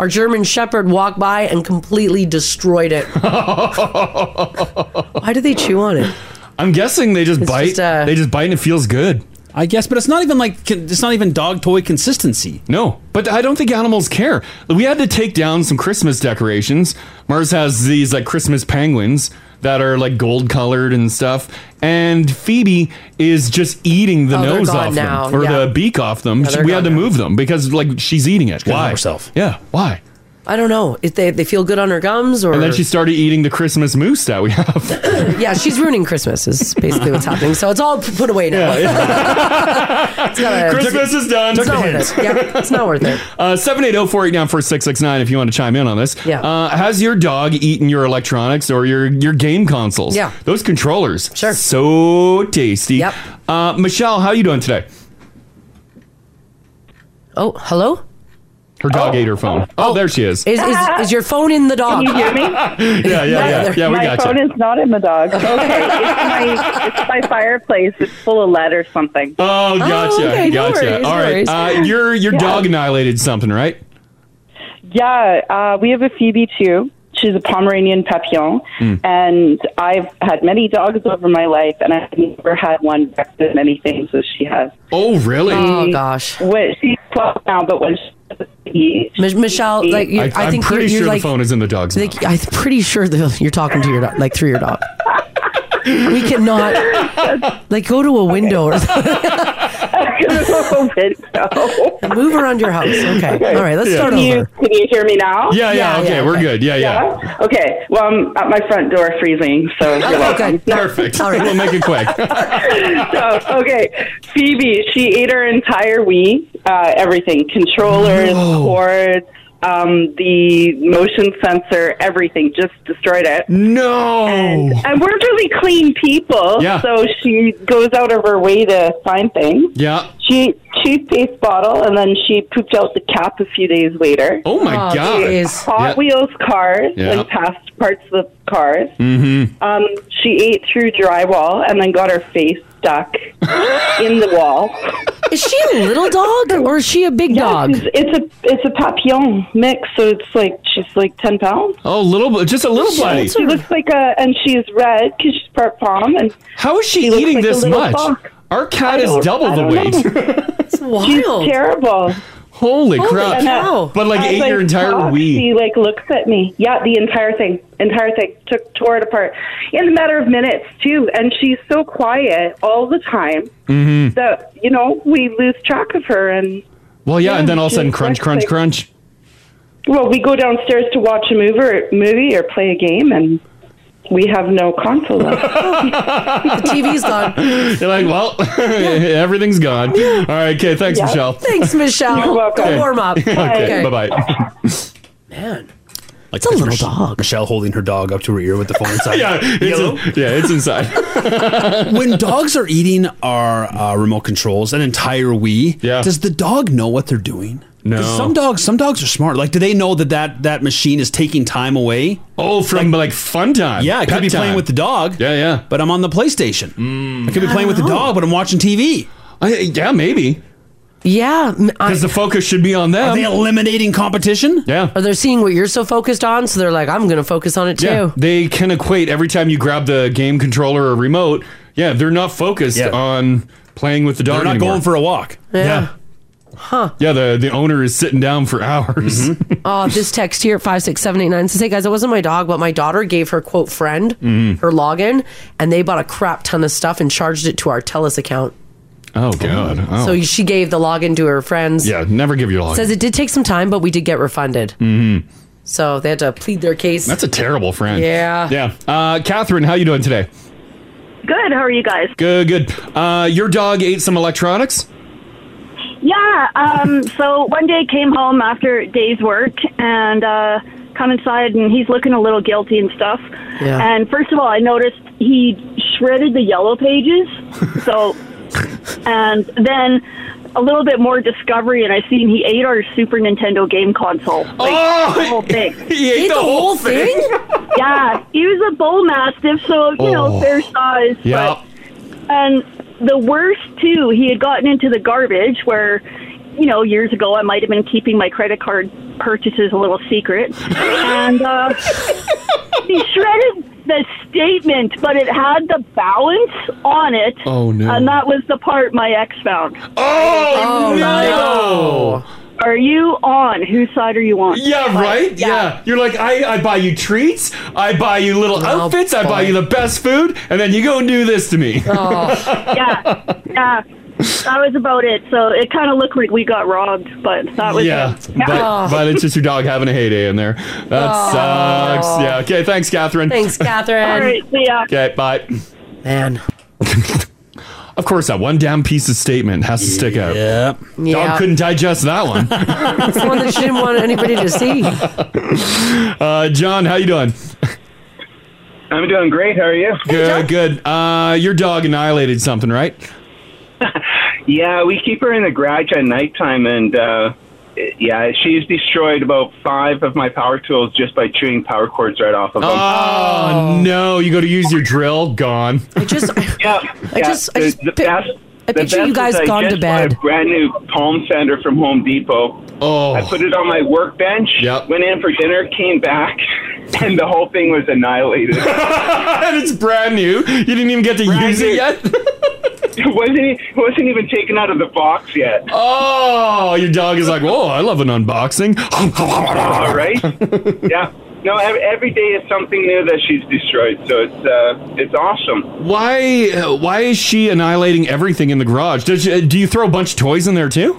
S3: Our German Shepherd walked by and completely destroyed it. Why do they chew on it?
S2: I'm guessing they just
S3: It's
S2: bite.
S3: just, uh,
S2: they just bite and it feels good.
S4: I guess, but it's not even like it's not even dog toy consistency.
S2: No, but I don't think animals care. We had to take down some Christmas decorations. Mars has these like Christmas penguins that are like gold colored and stuff. And Phoebe is just eating the
S3: Oh, they're
S2: nose
S3: gone
S2: off
S3: now,
S2: them or
S3: yeah.
S2: the beak off them.
S3: Yeah, they're
S2: we had to
S3: gone now.
S2: move them because like she's eating it.
S4: gonna
S2: Why?
S4: help herself.
S2: Yeah. Why?
S3: I don't know. If they, they feel good on her gums or.
S2: And then she started eating the Christmas moose that we have.
S3: yeah, she's ruining Christmas, is basically what's happening. So it's all p- put away now. It's not a-
S2: Christmas is done.
S3: it's not worth it. Yeah, it's not worth it.
S2: Uh, 780-489-4669 if you want to chime in on this.
S3: Yeah.
S2: Uh, has your dog eaten your electronics or your, your game consoles?
S3: Yeah.
S2: Those controllers.
S3: Sure.
S2: So tasty.
S3: Yep.
S2: Uh, Michelle, how you doing today?
S3: Oh, hello?
S2: Her dog ate her phone. Oh, there she is.
S3: Is, is, is your phone in the dog?
S11: Can you hear me?
S2: yeah, yeah, yeah. Yeah, we
S11: my
S2: got
S11: phone
S2: you.
S11: is not in the dog. Okay, it's my it's my fireplace. It's full of lead or something.
S2: Oh, gotcha,
S3: okay, no
S2: gotcha.
S3: worries,
S2: All
S3: no
S2: right,
S3: worries.
S2: uh, your your dog annihilated something, right?
S11: Yeah, uh, we have a Phoebe too. She's a Pomeranian Papillon,
S2: Hmm.
S11: and I've had many dogs over my life, and I've never had one wreck as many things as she has.
S2: Oh, really?
S3: Oh, gosh.
S11: When, she's 12 now, but when she was a baby,
S3: Mich- Michelle, like, you,
S2: I,
S3: I,
S2: am
S3: think
S2: pretty
S3: you're,
S2: sure
S3: you're like,
S2: the phone is in the dog's mouth.
S3: Like, I'm pretty sure that you're talking to your dog, like through your dog. We cannot, like, go to a window or move around your house. Okay, all right, let's start
S11: Can you,
S3: over.
S11: can you hear me now?
S2: yeah, yeah,
S3: yeah,
S2: okay,
S3: yeah,
S2: we're
S3: okay.
S2: good. Yeah, yeah.
S11: Okay. Well, I'm at my front door freezing, so you're welcome.
S3: Okay,
S2: Perfect.
S3: Oh, All
S2: We'll
S3: right.
S2: make it quick.
S11: so, okay, Phoebe, she ate her entire Wii, uh, everything, controllers, cords, um, the motion sensor, everything, just destroyed it.
S2: no.
S11: And, and we're really clean people,
S2: Yeah.
S11: so she goes out of her way to find things.
S2: yeah.
S11: She ate toothpaste bottle, and then she pooped out the cap a few days later.
S2: Oh my
S3: Oh,
S2: god.
S3: geez.
S11: Hot
S2: Yeah.
S11: Wheels cars
S2: Yeah. Mm-hmm.
S11: and past parts of the cars. Um, she ate through drywall and then got her face stuck in the wall.
S3: Is she a little dog or is she a big dog?
S11: It's, it's a it's a papillon mix, so it's like she's like ten pounds.
S2: Oh, little, bu- just a little buddy.
S11: She looks like a and she's red because she's part pom and
S2: How is she,
S11: She looks
S2: eating
S11: like a
S2: this
S11: little
S2: much?
S11: fox.
S2: Our cat
S11: I
S2: is
S11: don't-
S2: double
S11: I
S2: the
S11: don't know.
S2: weight.
S3: It's
S11: she's
S3: wild.
S11: terrible.
S2: Holy, crap!
S11: And, uh,
S2: But like
S11: as
S2: ate
S11: I
S2: your entire
S11: talk,
S2: Wii.
S11: She like looks at me. Yeah, the entire thing, entire thing. Took tore it apart in a matter of minutes too. And she's so quiet all the time
S2: Mm-hmm.
S11: that you know we lose track of her. And
S2: Well, yeah, and then all of a
S11: she
S2: sudden,
S11: was
S2: crunch, crunch,
S11: like-
S2: crunch.
S11: well, we go downstairs to watch a movie or, movie or play a game, and we have no console left.
S3: The TV's gone.
S2: You're like, well, everything's gone. All right, okay, thanks,
S3: Yeah.
S2: Michelle.
S3: Thanks, Michelle.
S11: You're welcome.
S3: Go warm up.
S2: Okay, bye bye.
S4: Like it's a little dog. Michelle holding her dog up to her ear with the phone inside.
S2: Yeah, it's
S4: Yellow.
S2: yeah, it's inside.
S4: when dogs are eating our uh, remote controls, an entire Wii, yeah. does the dog know what they're doing?
S2: No.
S4: 'Cause Some dogs, some dogs are smart. Like, do they know that that, that machine is taking time away?
S2: Oh, from like, fun time.
S4: Yeah, I could
S2: Pet
S4: be
S2: time.
S4: playing with the dog.
S2: Yeah, yeah. Mm. Oh.
S4: But I'm on the PlayStation. I could be playing with the dog, but I'm watching TV.
S2: I, yeah, maybe.
S3: Yeah,
S2: because the focus should be on them.
S4: Are they eliminating competition?
S2: Yeah.
S3: Or they're seeing what you're so focused on, so they're like, I'm going to focus on it too.
S2: Yeah, they can equate every time you grab the game controller or remote. Yeah, they're not focused
S4: Yeah.
S2: on playing with the dog.
S4: They're not
S2: anymore.
S4: going for a walk.
S3: Yeah.
S2: Yeah, the the owner is sitting down for hours.
S4: Mm-hmm.
S3: Oh, this text here at 56789 says, Hey guys, it wasn't my dog, but my daughter gave her quote friend
S2: Mhm.
S3: her login, and they bought a crap ton of stuff and charged it to our TELUS account.
S2: Oh god. Oh.
S3: So she gave the login to her friends.
S2: yeah, never give your log.
S3: Says it did take some time, but we did get refunded.
S2: Mhm.
S3: So they had to plead their case.
S2: That's a terrible friend.
S3: Yeah.
S2: Yeah. Uh, Catherine, how you doing today?
S12: Good. How are you guys?
S2: Good. Good. Uh, your dog ate some electronics.
S12: Yeah. Um, so one day came home after day's work and uh, come inside, and he's looking a little guilty and stuff.
S10: Yeah.
S12: And first of all, I noticed he shredded the yellow pages. so, and then a little bit more discovery, and I seen he ate our Super Nintendo game console. Like,
S10: Oh!
S12: the whole thing.
S10: He ate Ate the the whole whole thing?
S12: yeah. He was a bull mastiff, so you
S10: Oh.
S12: know fair size.
S10: Yeah.
S12: And the worst too, he had gotten into the garbage where, you know, years ago I might have been keeping my credit card purchases a little secret, and uh, he shredded the statement, but it had the balance on it.
S2: Oh, no.
S12: And that was the part my ex found. Oh,
S2: no.
S12: Are you on? Whose side are you on?
S2: Yeah, right? Yeah. You're like, I, I buy you treats, I buy you little outfits, I buy you the best food, and then you go and do this to me.
S3: Oh.
S12: yeah, yeah. That was about it. So it kind of looked like we got robbed, but that was
S2: yeah,
S12: it.
S2: but, but it's just your dog having a heyday in there. That sucks. Yeah. Okay. Thanks, Catherine.
S3: Oh. Thanks, Catherine.
S12: All right, see ya.
S2: Okay. Bye.
S3: Man.
S2: of course, that one damn piece of statement has to stick out. Yep. Dog
S3: Yeah.
S2: couldn't digest that one.
S3: It's the one that she didn't want anybody to see.
S2: uh, John, how you doing?
S13: I'm doing great. How are you?
S2: Good. Good. Uh, your dog annihilated something, right?
S13: Yeah, we keep her in the garage at nighttime, and uh, yeah, she's destroyed about five of my power tools just by chewing power cords right off of them.
S2: Oh, no! You go to use your drill, gone.
S3: I just,
S13: yeah,
S3: I just, I
S13: the-
S3: just
S13: the best-
S3: I
S13: the
S3: picture you
S13: best
S3: guys
S13: is I
S3: gone
S13: just
S3: to
S13: bought
S3: bed.
S13: A brand new palm fender from Home Depot.
S2: Oh,
S13: I put it on my workbench. Went in for dinner, came back, and the whole thing was annihilated.
S2: and it's brand new. You didn't even get to use it yet.
S13: it wasn't. e- It wasn't even taken out of the box yet.
S2: Oh, your dog is like, whoa! I love an unboxing.
S13: All right. yeah. No, ev- every day is something new that she's destroyed, so it's uh, it's awesome.
S2: Why? uh, Why is she annihilating everything in the garage? Does she, do you throw a bunch of toys in there too?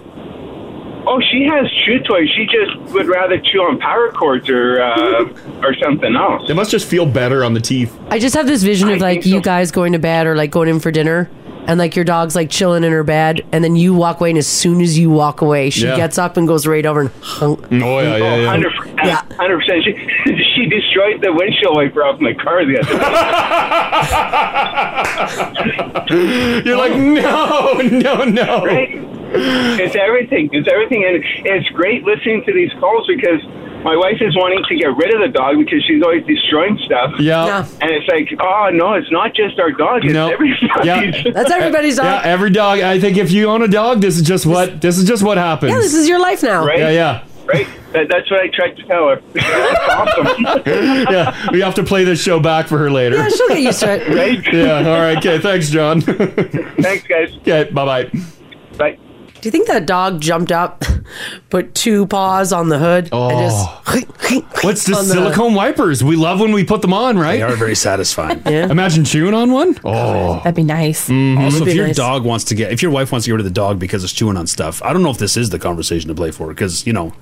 S13: Oh, she has chew toys. She just would rather chew on power cords or uh, or something else.
S2: They must just feel better on the teeth.
S3: I just have this vision of like you guys going to bed or like going in for dinner and like your dog's like chilling in her bed and then you walk away and as soon as you walk away she
S13: Yeah.
S3: gets up and goes right over and hunk.
S2: Oh yeah, yeah, yeah.
S13: Hundred percent. She she destroyed the windshield wiper off my car the other day.
S2: You're like, no, no, no.
S13: Right? It's everything. It's everything, and it's great listening to these calls because my wife is wanting to get rid of the dog because she's always destroying stuff.
S2: Yeah. Yeah.
S13: And it's like, oh no, it's not just our dog. It's
S2: No.
S13: everybody's.
S2: Yeah.
S3: That's everybody's dog.
S2: Yeah, every dog. I think if you own a dog, this is just what this is just what happens.
S3: Yeah, this is your life now.
S13: Right?
S2: Yeah, yeah.
S13: Right? That, that's what I tried to tell her.
S2: yeah, we have to play this show back for her later.
S13: Yeah, she'll get used to it. Right?
S2: Yeah. All right. Okay. Thanks, John.
S13: Thanks, guys.
S2: Okay. Bye. Bye.
S13: Bye.
S3: Do you think that dog jumped up, put two paws on the hood,
S2: Oh,
S3: and just
S2: What's the
S3: on the-
S2: silicone wipers? We love when we put them on, right? They
S4: are very satisfying.
S3: yeah.
S2: Imagine chewing on one. Oh,
S6: that'd be nice.
S4: Also,
S3: Mm-hmm.
S6: Would be
S4: if your
S6: nice.
S4: dog wants to get, if your wife wants to get rid of the dog because it's chewing on stuff, I don't know if this is the conversation to play for because you know,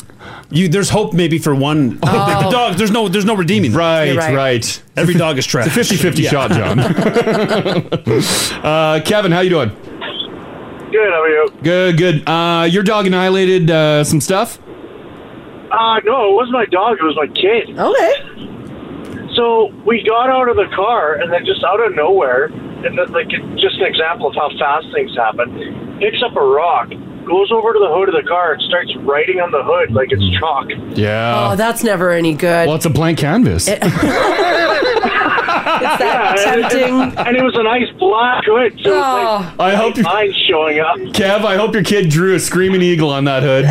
S4: you there's hope maybe for one.
S3: Oh.
S4: the dog, there's no, there's no redeeming. them.
S2: Right, right. right.
S4: Every dog is trash.
S2: It's a 50-50 shot, John. uh, Kevin, how you doing?
S14: Good. How are you?
S2: Good, good. Uh, your dog annihilated uh, some stuff.
S14: Uh, no, it wasn't my dog. It was my kid.
S3: Okay.
S14: So we got out of the car, and then just out of nowhere, and that, like it- just an example of how fast things happen, picks up a rock, goes over to the hood of the car, and starts writing on the hood like it's chalk.
S2: Yeah.
S3: Oh, that's never any good.
S2: Well, it's a blank canvas.
S3: It's that
S14: Yeah, and-
S3: tempting.
S14: And, and it was a nice black hood, so
S3: Oh.
S14: it's like
S2: I hope
S14: mine's showing up.
S2: Kev, I hope your kid drew a screaming eagle on that hood.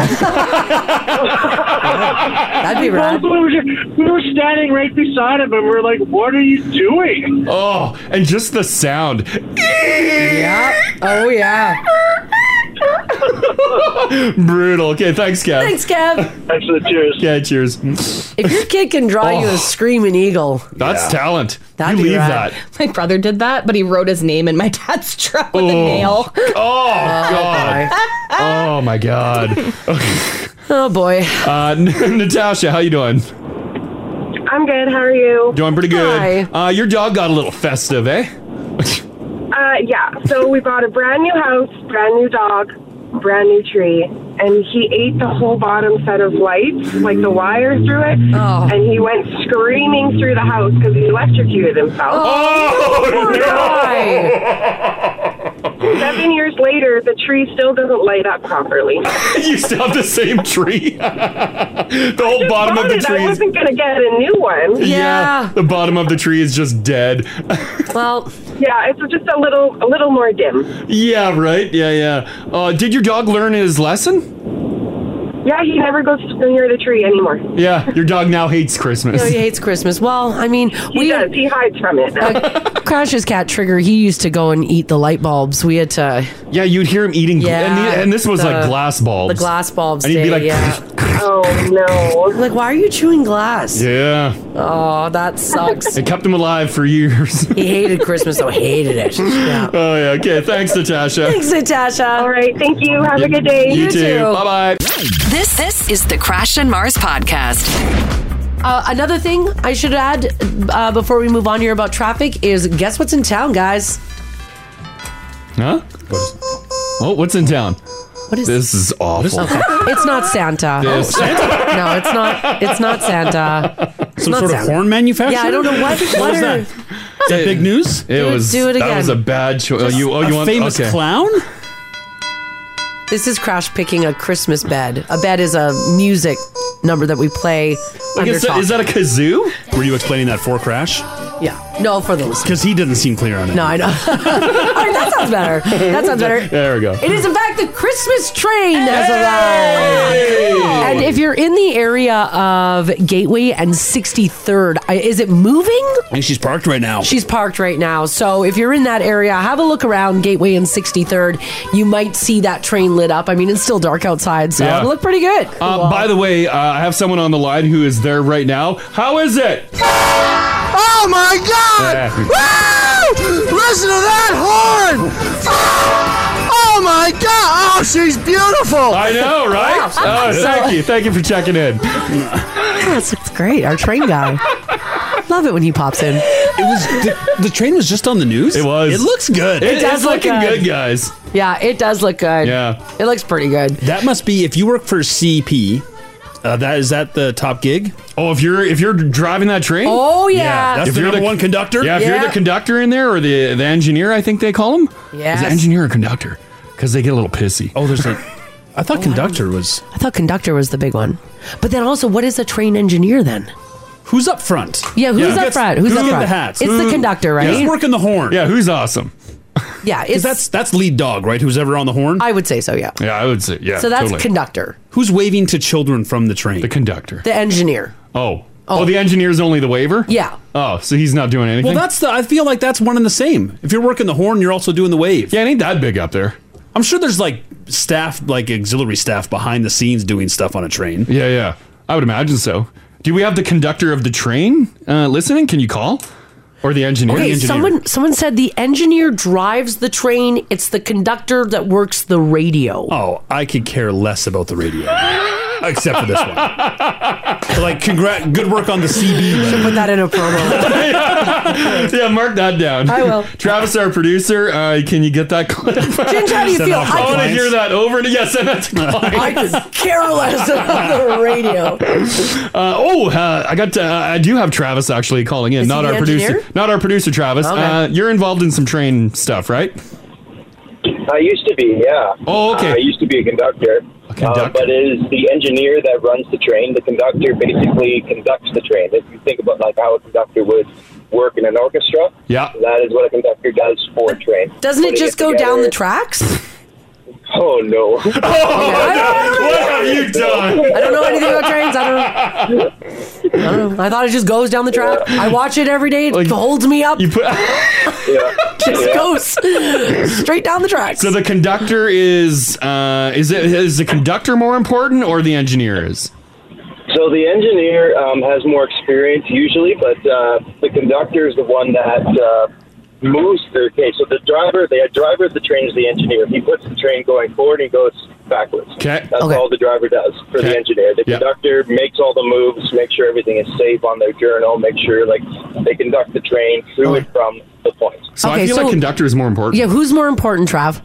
S3: That'd be
S14: rad. We were, we were standing right beside him, and we were like, "What are you doing?"
S2: Oh, and just the sound.
S3: yeah. Oh yeah.
S2: Brutal. Okay, thanks, Kev.
S3: Thanks, Kev.
S14: Thanks for the cheers.
S2: Yeah, cheers.
S3: If your kid can draw you
S2: Oh.
S3: a screaming eagle,
S2: That's talent.
S6: That'd
S2: you
S6: be
S2: leave
S6: rad.
S2: that.
S6: My brother did that, but he wrote his name in my dad's truck with a
S2: Oh.
S6: nail.
S2: Oh, God. Oh my God.
S3: oh boy.
S2: Uh, Natasha, how you doing?
S15: I'm good. How are you?
S2: Doing pretty good. Uh, your dog got a little festive, eh?
S15: Uh, yeah. So we bought a brand new house, brand new dog, brand new tree, and he ate the whole bottom set of lights, like the wire through it, and he went screaming through the house because he electrocuted himself.
S2: Oh,
S15: Seven years later, the tree still doesn't light up properly.
S2: you still have the same tree. the whole bottom of the
S15: But I
S2: tree is.
S15: wasn't gonna get a new one.
S2: The bottom of the tree is just dead.
S3: Well,
S15: yeah, it's just a little, a little more dim.
S2: yeah, right? Yeah, yeah. Uh, did your dog learn his lesson?
S15: Yeah, he never goes near the tree anymore.
S2: Yeah, your dog now hates
S3: you know,
S2: Christmas.
S3: he hates Christmas. Well, I mean, we
S15: does. He hides from it.
S3: Crash's cat Trigger. He used to go and eat the light bulbs. We had to.
S2: Yeah, you'd hear him eating. gl- and the- and this was like glass bulbs.
S3: The glass bulbs.
S2: And he'd
S3: day,
S2: be like,
S3: yeah.
S15: oh no!
S3: Like, why are you chewing glass?
S2: Yeah.
S3: Oh, that sucks.
S2: It kept him alive for years.
S3: he hated Christmas, though. Hated it. Yeah.
S2: Oh, yeah. Okay. Thanks, Natasha.
S3: Thanks, Natasha. All
S15: right. Thank you. Have
S2: a good day. You too. Bye bye.
S1: This this is the Crash and Mars podcast.
S3: Uh, another thing I should add uh, before we move on here about traffic is guess what's in town, guys?
S2: Huh? What is- oh, what's in town?
S3: What is
S2: this? Is awful.
S3: Okay. it's not Santa.
S2: This-
S3: no, it's not. It's not Santa. It's
S4: Some
S3: not
S4: sort of
S3: Santa.
S4: horn manufacturer.
S3: Yeah, I don't know what.
S4: What
S3: what
S4: was
S3: are-
S4: that? Is that big news?
S2: It was.
S3: do it
S2: That
S3: again.
S2: was a bad choice. Oh,
S3: Just
S2: you. Oh,
S3: a
S2: you want
S3: famous
S2: okay.
S4: clown?
S3: This is Crash picking a Christmas bed. A bed is a music number that we play.
S4: Like,
S3: under
S4: is, that, is that a
S3: talk.
S4: kazoo? Were you explaining that for Crash?
S3: Yeah. No, for the listeners.
S4: Because he didn't seem clear on it.
S3: No, I know. All right, that sounds better. That sounds better.
S4: There we go.
S3: It is, in fact, the Christmas train has arrived. And if you're in the area of Gateway and 63rd, I- is it moving?
S4: And she's parked right now.
S3: She's parked right now. So if you're in that area, have a look around Gateway and 63rd. You might see that train lit up. I mean, it's still dark outside, so
S2: Yeah.
S3: it'll look pretty good.
S2: Uh, By the way, uh, I have someone on the line who is there right now. How is it?
S10: Oh my god!
S2: Yeah.
S10: Woo! Listen to that horn! Oh my god! Oh, she's beautiful!
S2: I know, right?
S10: Wow.
S2: Oh, thank you, thank you for checking in.
S3: That's ah, it's great. Our train guy. Love it when he pops in.
S4: It was the, the train was just on the news. It was. It looks good.
S3: It It does is look looking good. good,
S2: guys.
S3: Yeah, it does look good.
S4: Yeah,
S3: it looks pretty good.
S4: That must be if you work for CP. Uh, that is that the top gig?
S2: Oh, if you're if you're driving that train.
S3: Oh, yeah.
S4: that's
S2: If
S4: the
S2: you're
S4: number
S2: the-
S4: one conductor.
S2: Yeah, if you're the conductor in there or the the engineer, I think they call him.
S3: Yes.
S2: Is it engineer or conductor? Because they get a little pissy.
S4: Oh, there's a. I thought conductor was.
S3: I thought conductor was the big one. But then also, what is a train engineer then?
S4: Who's up front?
S3: Yeah, who's up
S4: gets-
S3: front? Who's
S4: who
S3: up
S4: get
S3: front?
S4: The hats?
S3: It's the conductor, right?
S4: Who's working the horn?
S2: Yeah, who's awesome?
S3: Yeah,
S4: Because that's that's lead dog, right? Who's ever on the horn?
S3: I would say so. Yeah.
S2: Yeah, I would say yeah.
S3: so that's conductor,
S4: Who's waving to children from the train? The
S2: conductor.
S3: the engineer.
S2: Oh. Oh, the engineer's only the waiver.
S3: Yeah.
S2: Oh, so he's not doing anything.
S4: Well, that's the. I feel like that's one and the same. If you're working the horn, you're also doing the wave.
S2: Yeah, it ain't that big up there.
S4: I'm sure there's like staff, like auxiliary staff behind the scenes doing stuff on a train.
S2: Yeah, yeah. I would imagine so. Do we have the conductor of the train uh, listening? Can you call? Or the engineer?
S3: Okay,
S2: the engineer.
S3: someone someone said the engineer drives the train. It's the conductor that works the radio.
S4: Oh, I could care less about the radio, except for this one. like, congrats, good work on the CB. Should
S3: put that in a promo.
S2: yeah, mark that down.
S3: I will.
S2: Travis, our producer, uh, can you get that clip?
S3: Ginger, how do you Send feel? off to
S2: I want to
S3: clients.
S2: hear that over and yes, send that to clients.
S3: I could care less about the radio.
S2: Uh, oh, uh, I got. To, uh, I do have Travis actually calling in.
S3: Is
S2: not
S3: he
S2: our
S3: the
S2: producer.
S3: engineer?
S2: Not our producer, Travis.
S7: Okay.
S2: Uh, you're involved in some train stuff, right?
S7: I used to be, yeah.
S2: Oh, okay.
S7: I used to be a conductor. Um,
S2: conductor.
S7: but it is the engineer that runs the train. The conductor basically conducts the train. If you think about like how a conductor would work in an orchestra,
S2: Yeah.
S7: that is what a conductor does for a train.
S3: Doesn't it
S7: Putting
S3: just go
S7: together.
S3: down the tracks?
S7: Oh no!
S2: Oh. what have you done?
S3: I don't know anything about trains. I don't. I don't know. I thought it just goes down the track. I watch it every day. It holds me up. You
S2: put,
S3: just
S2: Yeah.
S3: goes straight down the tracks.
S2: So the conductor is uh, is it is the conductor more important or the engineer is?
S7: So the engineer um, has more experience usually, but uh, the conductor is the one that uh, moves the okay. So the driver, the driver of the train is the engineer. He puts the train going forward and he goes backwards.
S2: Okay.
S7: That's all the driver does for the engineer. The conductor makes all the moves, make sure everything is safe on their journal, make sure like they conduct the train through and from the point.
S2: So I
S3: Okay,
S2: feel
S3: so-
S2: like conductor is more important.
S3: yeah, who's more important, Trav?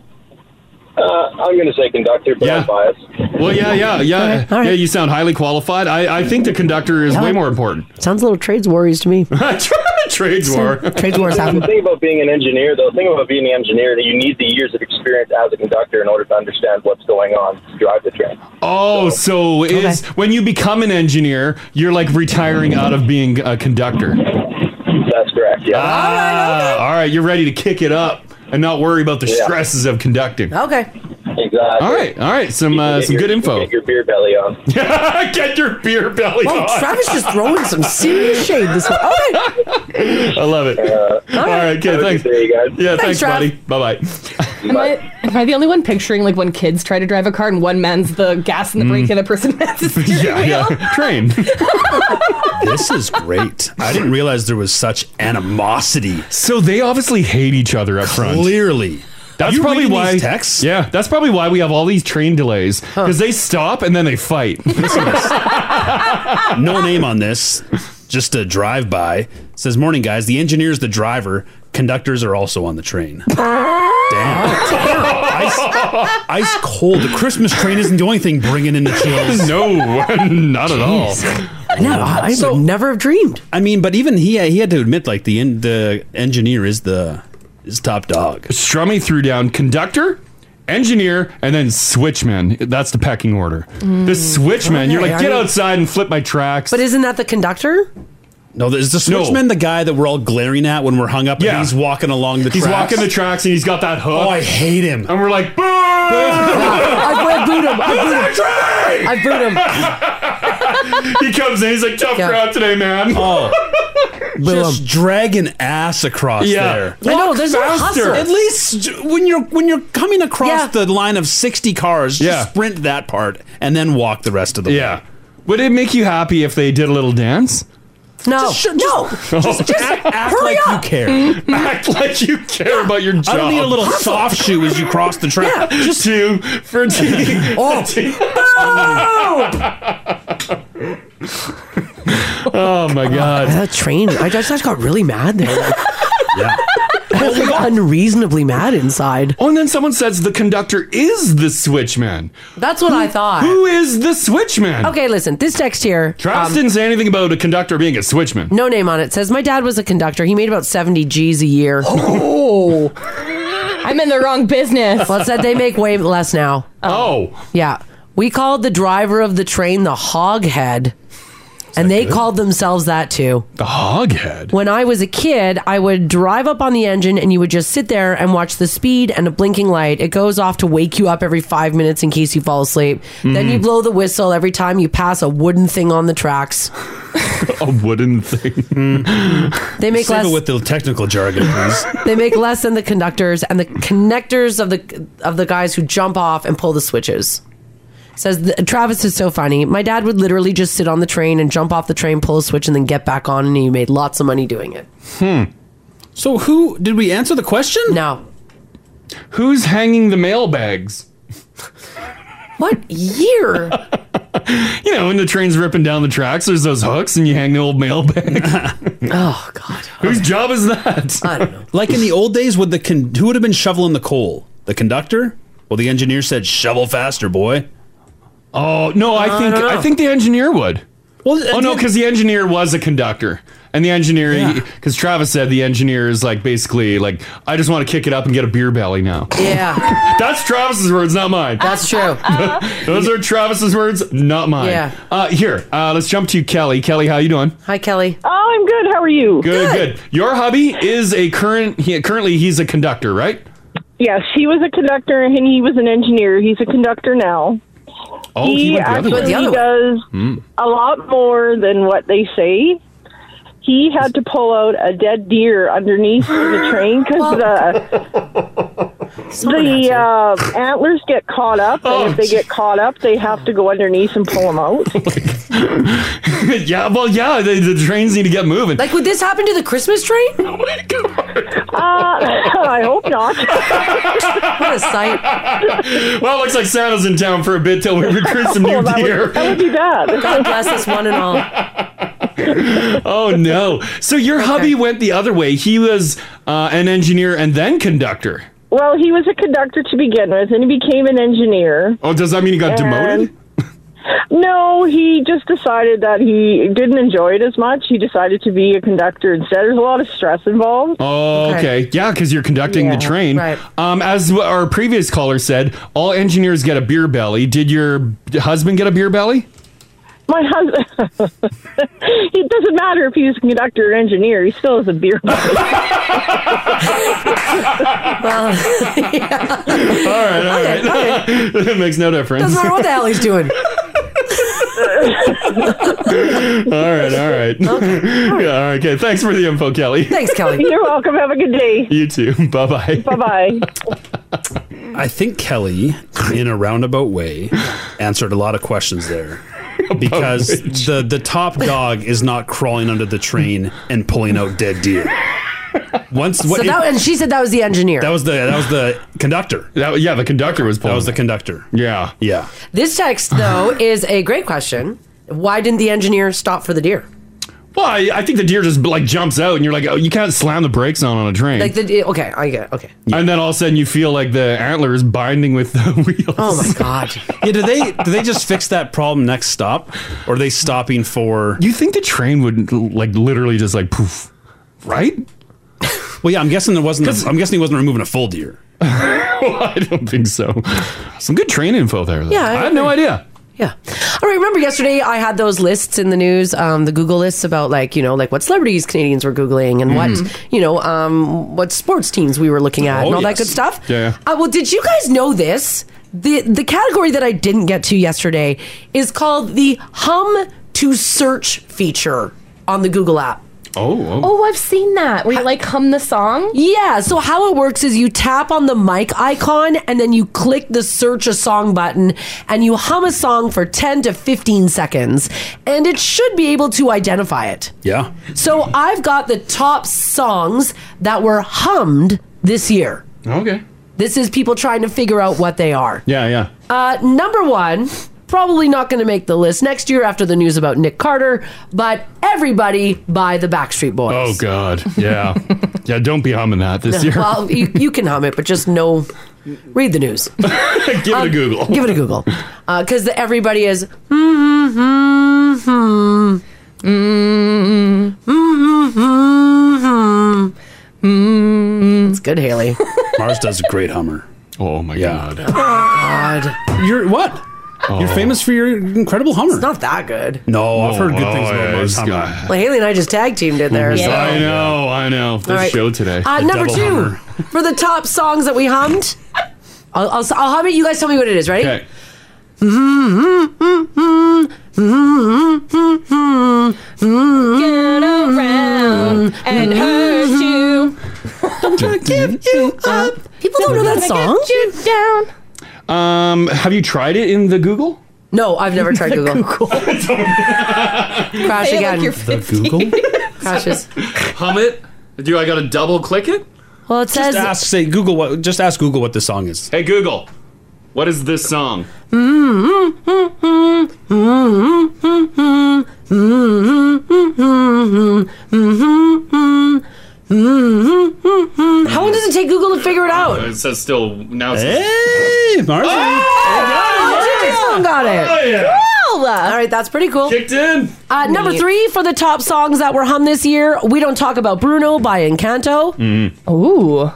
S7: Uh, I'm going to say conductor, but I'm biased.
S2: Well, yeah, yeah, yeah, yeah. You sound highly qualified. I, I think the conductor is way more important.
S3: Sounds a little trades worries to me.
S2: Trades war.
S3: Trades wars
S7: The
S3: happen.
S7: thing about being an engineer, though, the thing about being an engineer, that you need the years of experience as a conductor in order to understand what's going on to drive the train.
S2: Oh, so is when you become an engineer, you're like retiring out of being a conductor.
S7: That's correct. Yeah.
S2: Ah, all right. You're ready to kick it up and not worry about the
S7: Yeah.
S2: stresses of conducting.
S3: Okay.
S7: Exactly.
S2: All right. All right. Some uh, some good info.
S7: Get your beer belly on.
S2: Get your beer belly
S3: Whoa,
S2: on.
S3: Travis just throwing some serious shade this one. Okay.
S2: I love it.
S7: Uh,
S2: all right. Okay. Thanks. Yeah.
S6: Thanks,
S2: Thanks,
S6: Trav.
S2: buddy. Bye bye.
S6: Am I, am I the only one picturing like when kids try to drive a car and one man's the gas and the
S2: Mm.
S6: brake and the person has the steering
S4: Yeah,
S6: wheel?
S4: yeah.
S2: Train.
S4: this is great. I didn't realize there was such animosity.
S2: So they obviously hate each other up front.
S4: Clearly.
S2: That's
S4: You
S2: probably
S4: reading
S2: why.
S4: these texts?
S2: Yeah, that's probably why we have all these train delays because they stop and then they fight.
S4: no name on this, just a drive by. says, Morning, guys. The engineer's the driver. Conductors are also on the train. Ice,
S3: Ah.
S4: ice cold. The Christmas train isn't the only thing bringing in the chills.
S2: No, not
S3: at all. No, I would never have dreamed.
S4: I mean, but even he he had to admit, like the en- the engineer is the is top dog.
S2: Strummy threw down conductor, engineer, and then switchman. That's the pecking order. The switchman, you're
S3: Okay,
S2: like,
S3: I
S2: get
S3: mean-
S2: outside and flip my tracks.
S3: Hmm. But isn't that the conductor?
S4: No, is the switchman the guy that we're all glaring at when we're hung up? Yeah, and he's walking along the.
S2: He's
S4: tracks?
S2: walking the tracks and he's got that hook.
S4: Oh, I hate him.
S2: And we're like, boo!
S3: I booed him. I booed him. I booed him.
S2: he comes in, he's like, tough
S3: Yeah.
S2: crowd today, man.
S4: Oh. Just dragging ass across
S2: Yeah.
S4: there.
S3: I know, there's no
S4: Walk
S3: hustle.
S4: At least j- when you're when you're coming across
S3: Yeah.
S4: the line of sixty cars, just sprint that part and then walk the rest of the
S2: Yeah.
S4: way.
S2: Would it make you happy if they did a little dance?
S4: no.
S3: No.
S2: Just,
S4: act, act
S3: hurry
S4: like
S3: up.
S4: you care.
S2: act like you care about your job.
S4: I don't need a little soft shoe as you cross the track.
S2: Just two for two.
S3: Oh.
S2: oh my god.
S3: That Uh, train. I just, I just got really mad there. Like,
S4: yeah.
S3: I was like unreasonably mad inside.
S2: Oh, and then someone says the conductor is the switchman.
S3: That's what I thought.
S2: Who is the switchman?
S3: Okay, listen. This text here.
S2: Travis
S3: um,
S2: didn't say anything about a conductor being a switchman.
S3: no name on it. Says my dad was a conductor. He made about seventy G's a year. Oh,
S6: I'm in the wrong business.
S3: well, it said they make way less now.
S2: Oh,
S3: yeah. We called the driver of the train the hoghead. and they called themselves that too.
S2: The hoghead.
S3: When I was a kid, I would drive up on the engine and you would just sit there and watch the speed and a blinking light. It goes off to wake you up every five minutes in case you fall asleep. Then
S2: Mm.
S3: you blow the whistle every time you pass a wooden thing on the tracks.
S2: a wooden thing.
S3: They make
S4: Save
S3: less-
S4: it with the technical jargon, please.
S3: they make less than the conductors and the connectors of the of the guys who jump off and pull the switches. Says th- Travis is so funny. My dad would literally just sit on the train and jump off the train, pull a switch, and then get back on, and he made lots of money doing it.
S2: Hmm.
S4: So who did we answer the question?
S3: No.
S2: Who's hanging the mailbags?
S3: What year?
S2: you know, when the train's ripping down the tracks, there's those hooks, and you hang the old mailbag.
S3: oh God!
S2: Whose job is that?
S3: I don't know.
S4: Like in the old days, would the con- who would have been shoveling the coal? The conductor? Well, the engineer said, "Shovel faster, boy."
S2: Oh no, I think I think the engineer would.
S4: Well,
S2: oh no, because the engineer was a conductor, and the engineer because Travis said the engineer is like basically like I just want to kick it up and get a beer belly now.
S3: Yeah.
S2: That's Travis's words, not mine.
S3: That's true.
S2: Those are Travis's words, not mine.
S3: Yeah.
S2: Uh, here, uh, let's jump to Kelly. Kelly, how you doing?
S3: Hi, Kelly.
S16: Oh, I'm good. How are you?
S2: Good, good. Your hubby is a current. He, currently, he's a conductor, right?
S16: Yes, he was a conductor and he was an engineer. He's a conductor now.
S2: Oh, he went the other
S16: actually
S2: way. The other way.
S16: does
S2: Mm.
S16: a lot more than what they say. He had to pull out a dead deer underneath the train because the the uh, antlers get caught up, and if they get caught up, they have to go underneath and pull them out.
S2: Oh yeah, well, yeah. The, the trains need to get moving.
S3: Like, would this happen to the Christmas train?
S16: Uh, I hope not.
S3: what a sight.
S2: well, it looks like Santa's in town for a bit till we recruit some new
S16: Well, that would-
S2: deer.
S16: that would be bad.
S3: God bless us one and all.
S2: oh no! So your hubby went the other way. He was uh, an engineer and then conductor.
S16: Well, he was a conductor to begin with, and he became an engineer.
S2: Oh, does that mean he got demoted?
S16: No, he just decided that he didn't enjoy it as much. He decided to be a conductor instead. There's a lot of stress involved.
S2: Oh, okay. Yeah, because you're conducting the
S16: Yeah,
S2: train.
S16: right.
S2: Um, as w- our previous caller said, all engineers get a beer belly. Did your husband get a beer belly?
S16: My husband, it doesn't matter if he's a conductor or engineer, he still has a beer.
S2: all right, all right. it makes no difference.
S3: Doesn't matter what the hell he's doing.
S2: all right, all right. yeah, all right. Okay. Thanks for the info, Kelly.
S3: Thanks, Kelly.
S16: You're welcome. Have a good day.
S2: You too. Bye bye.
S16: Bye bye.
S4: I think Kelly, in a roundabout way, answered a lot of questions there. Because the, the top dog is not crawling under the train and pulling out dead deer. Once
S3: So that, and she said that was the engineer.
S4: that was the that was the conductor.
S2: That, yeah, the conductor was pulling.
S4: That was the conductor.
S2: Yeah,
S4: yeah.
S3: This text, though, is a great question. Why didn't the engineer stop for the deer?
S2: Well, I, I think the deer just like jumps out, and you're like, oh, you can't slam the brakes on on a train.
S3: Like the de- okay, I get it. Okay.
S2: and then all of a sudden, you feel like the antler is binding with the wheels. Oh my
S3: god!
S4: Yeah, do they do they just fix that problem next stop? Or are they stopping for
S2: You think the train would like literally just like poof, right?
S4: Well yeah, I'm guessing there wasn't i I'm guessing he wasn't removing a full deer.
S2: I don't think so. Some good train info there. Though.
S3: Yeah,
S2: I,
S3: I
S2: had no
S3: agree.
S2: idea.
S3: All right. Remember yesterday, I had those lists in the news, um, the Google lists about like you know like what celebrities Canadians were googling and
S2: Mhm.
S3: what you know um, what sports teams we were looking
S2: Oh,
S3: at and all that good stuff.
S2: Yeah.
S3: Uh, well, did you guys know this? The the category that I didn't get to yesterday is called the hum to search feature on the Google app.
S2: Oh,
S6: Oh, I've seen that. Where you like hum the song?
S3: Yeah, so how it works is you tap on the mic icon and then you click the search a song button and you hum a song for 10 to 15 seconds and it should be able to identify it.
S4: Yeah.
S3: So I've got the top songs that were hummed this year.
S2: Okay.
S3: This is people trying to figure out what they are.
S2: Yeah, yeah.
S3: Uh, number one, probably not going to make the list next year after the news about Nick Carter, but Everybody by the Backstreet Boys.
S2: Oh God, yeah, yeah. Don't be humming that this year.
S3: Well, you, you can hum it, but just no. Read the news. Uh,
S2: give it a Google.
S3: Give it a Google. Because the everybody is. "Hmm, hmm, hmm, hmm, hmm, hmm, hmm." It's good, Haley.
S4: Mars does a great hummer.
S2: Oh my god.
S3: God.
S4: You're what?
S2: Oh.
S4: You're famous for your incredible Hummer. It's
S3: not that good.
S4: No, I've heard good
S2: Oh,
S4: things
S2: yeah,
S4: about Mars
S2: it's
S4: Hummer.
S2: got-
S3: Well, Haley and I just tag teamed it there. so-
S2: I know, I know. This
S3: right.
S2: show today.
S3: Uh, number two for the top songs that we hummed. I'll, I'll, I'll hum it. You guys tell me what it is. Ready?
S2: Okay.
S3: Get around
S6: and hurt you.
S3: I'm gonna give you up. People don't know that song.
S6: you down.
S2: Um, have you tried it in the Google?
S3: No, I've never tried Google. Crash
S2: Say it like
S3: again.
S2: you're The 15. Google?
S3: crashes.
S2: Hum it. Do I got to double click it?
S3: Well, it
S4: Just ask, say Google what. Just ask Google what the song is.
S2: Hey Google, what is this song?
S3: Mm-hmm, mm-hmm. How long does it take Google to figure it out?
S2: Uh, It says still now. It's
S4: hey, Marcy.
S3: Ah! Oh, Jimmy Fallon got it.
S2: Oh, yeah.
S3: Cool. All right, that's pretty cool.
S2: Kicked in.
S3: Uh, number
S2: Neat.
S3: three for the top songs that were hummed this year. We don't talk about Bruno by Encanto.
S2: Mm-hmm.
S6: Ooh.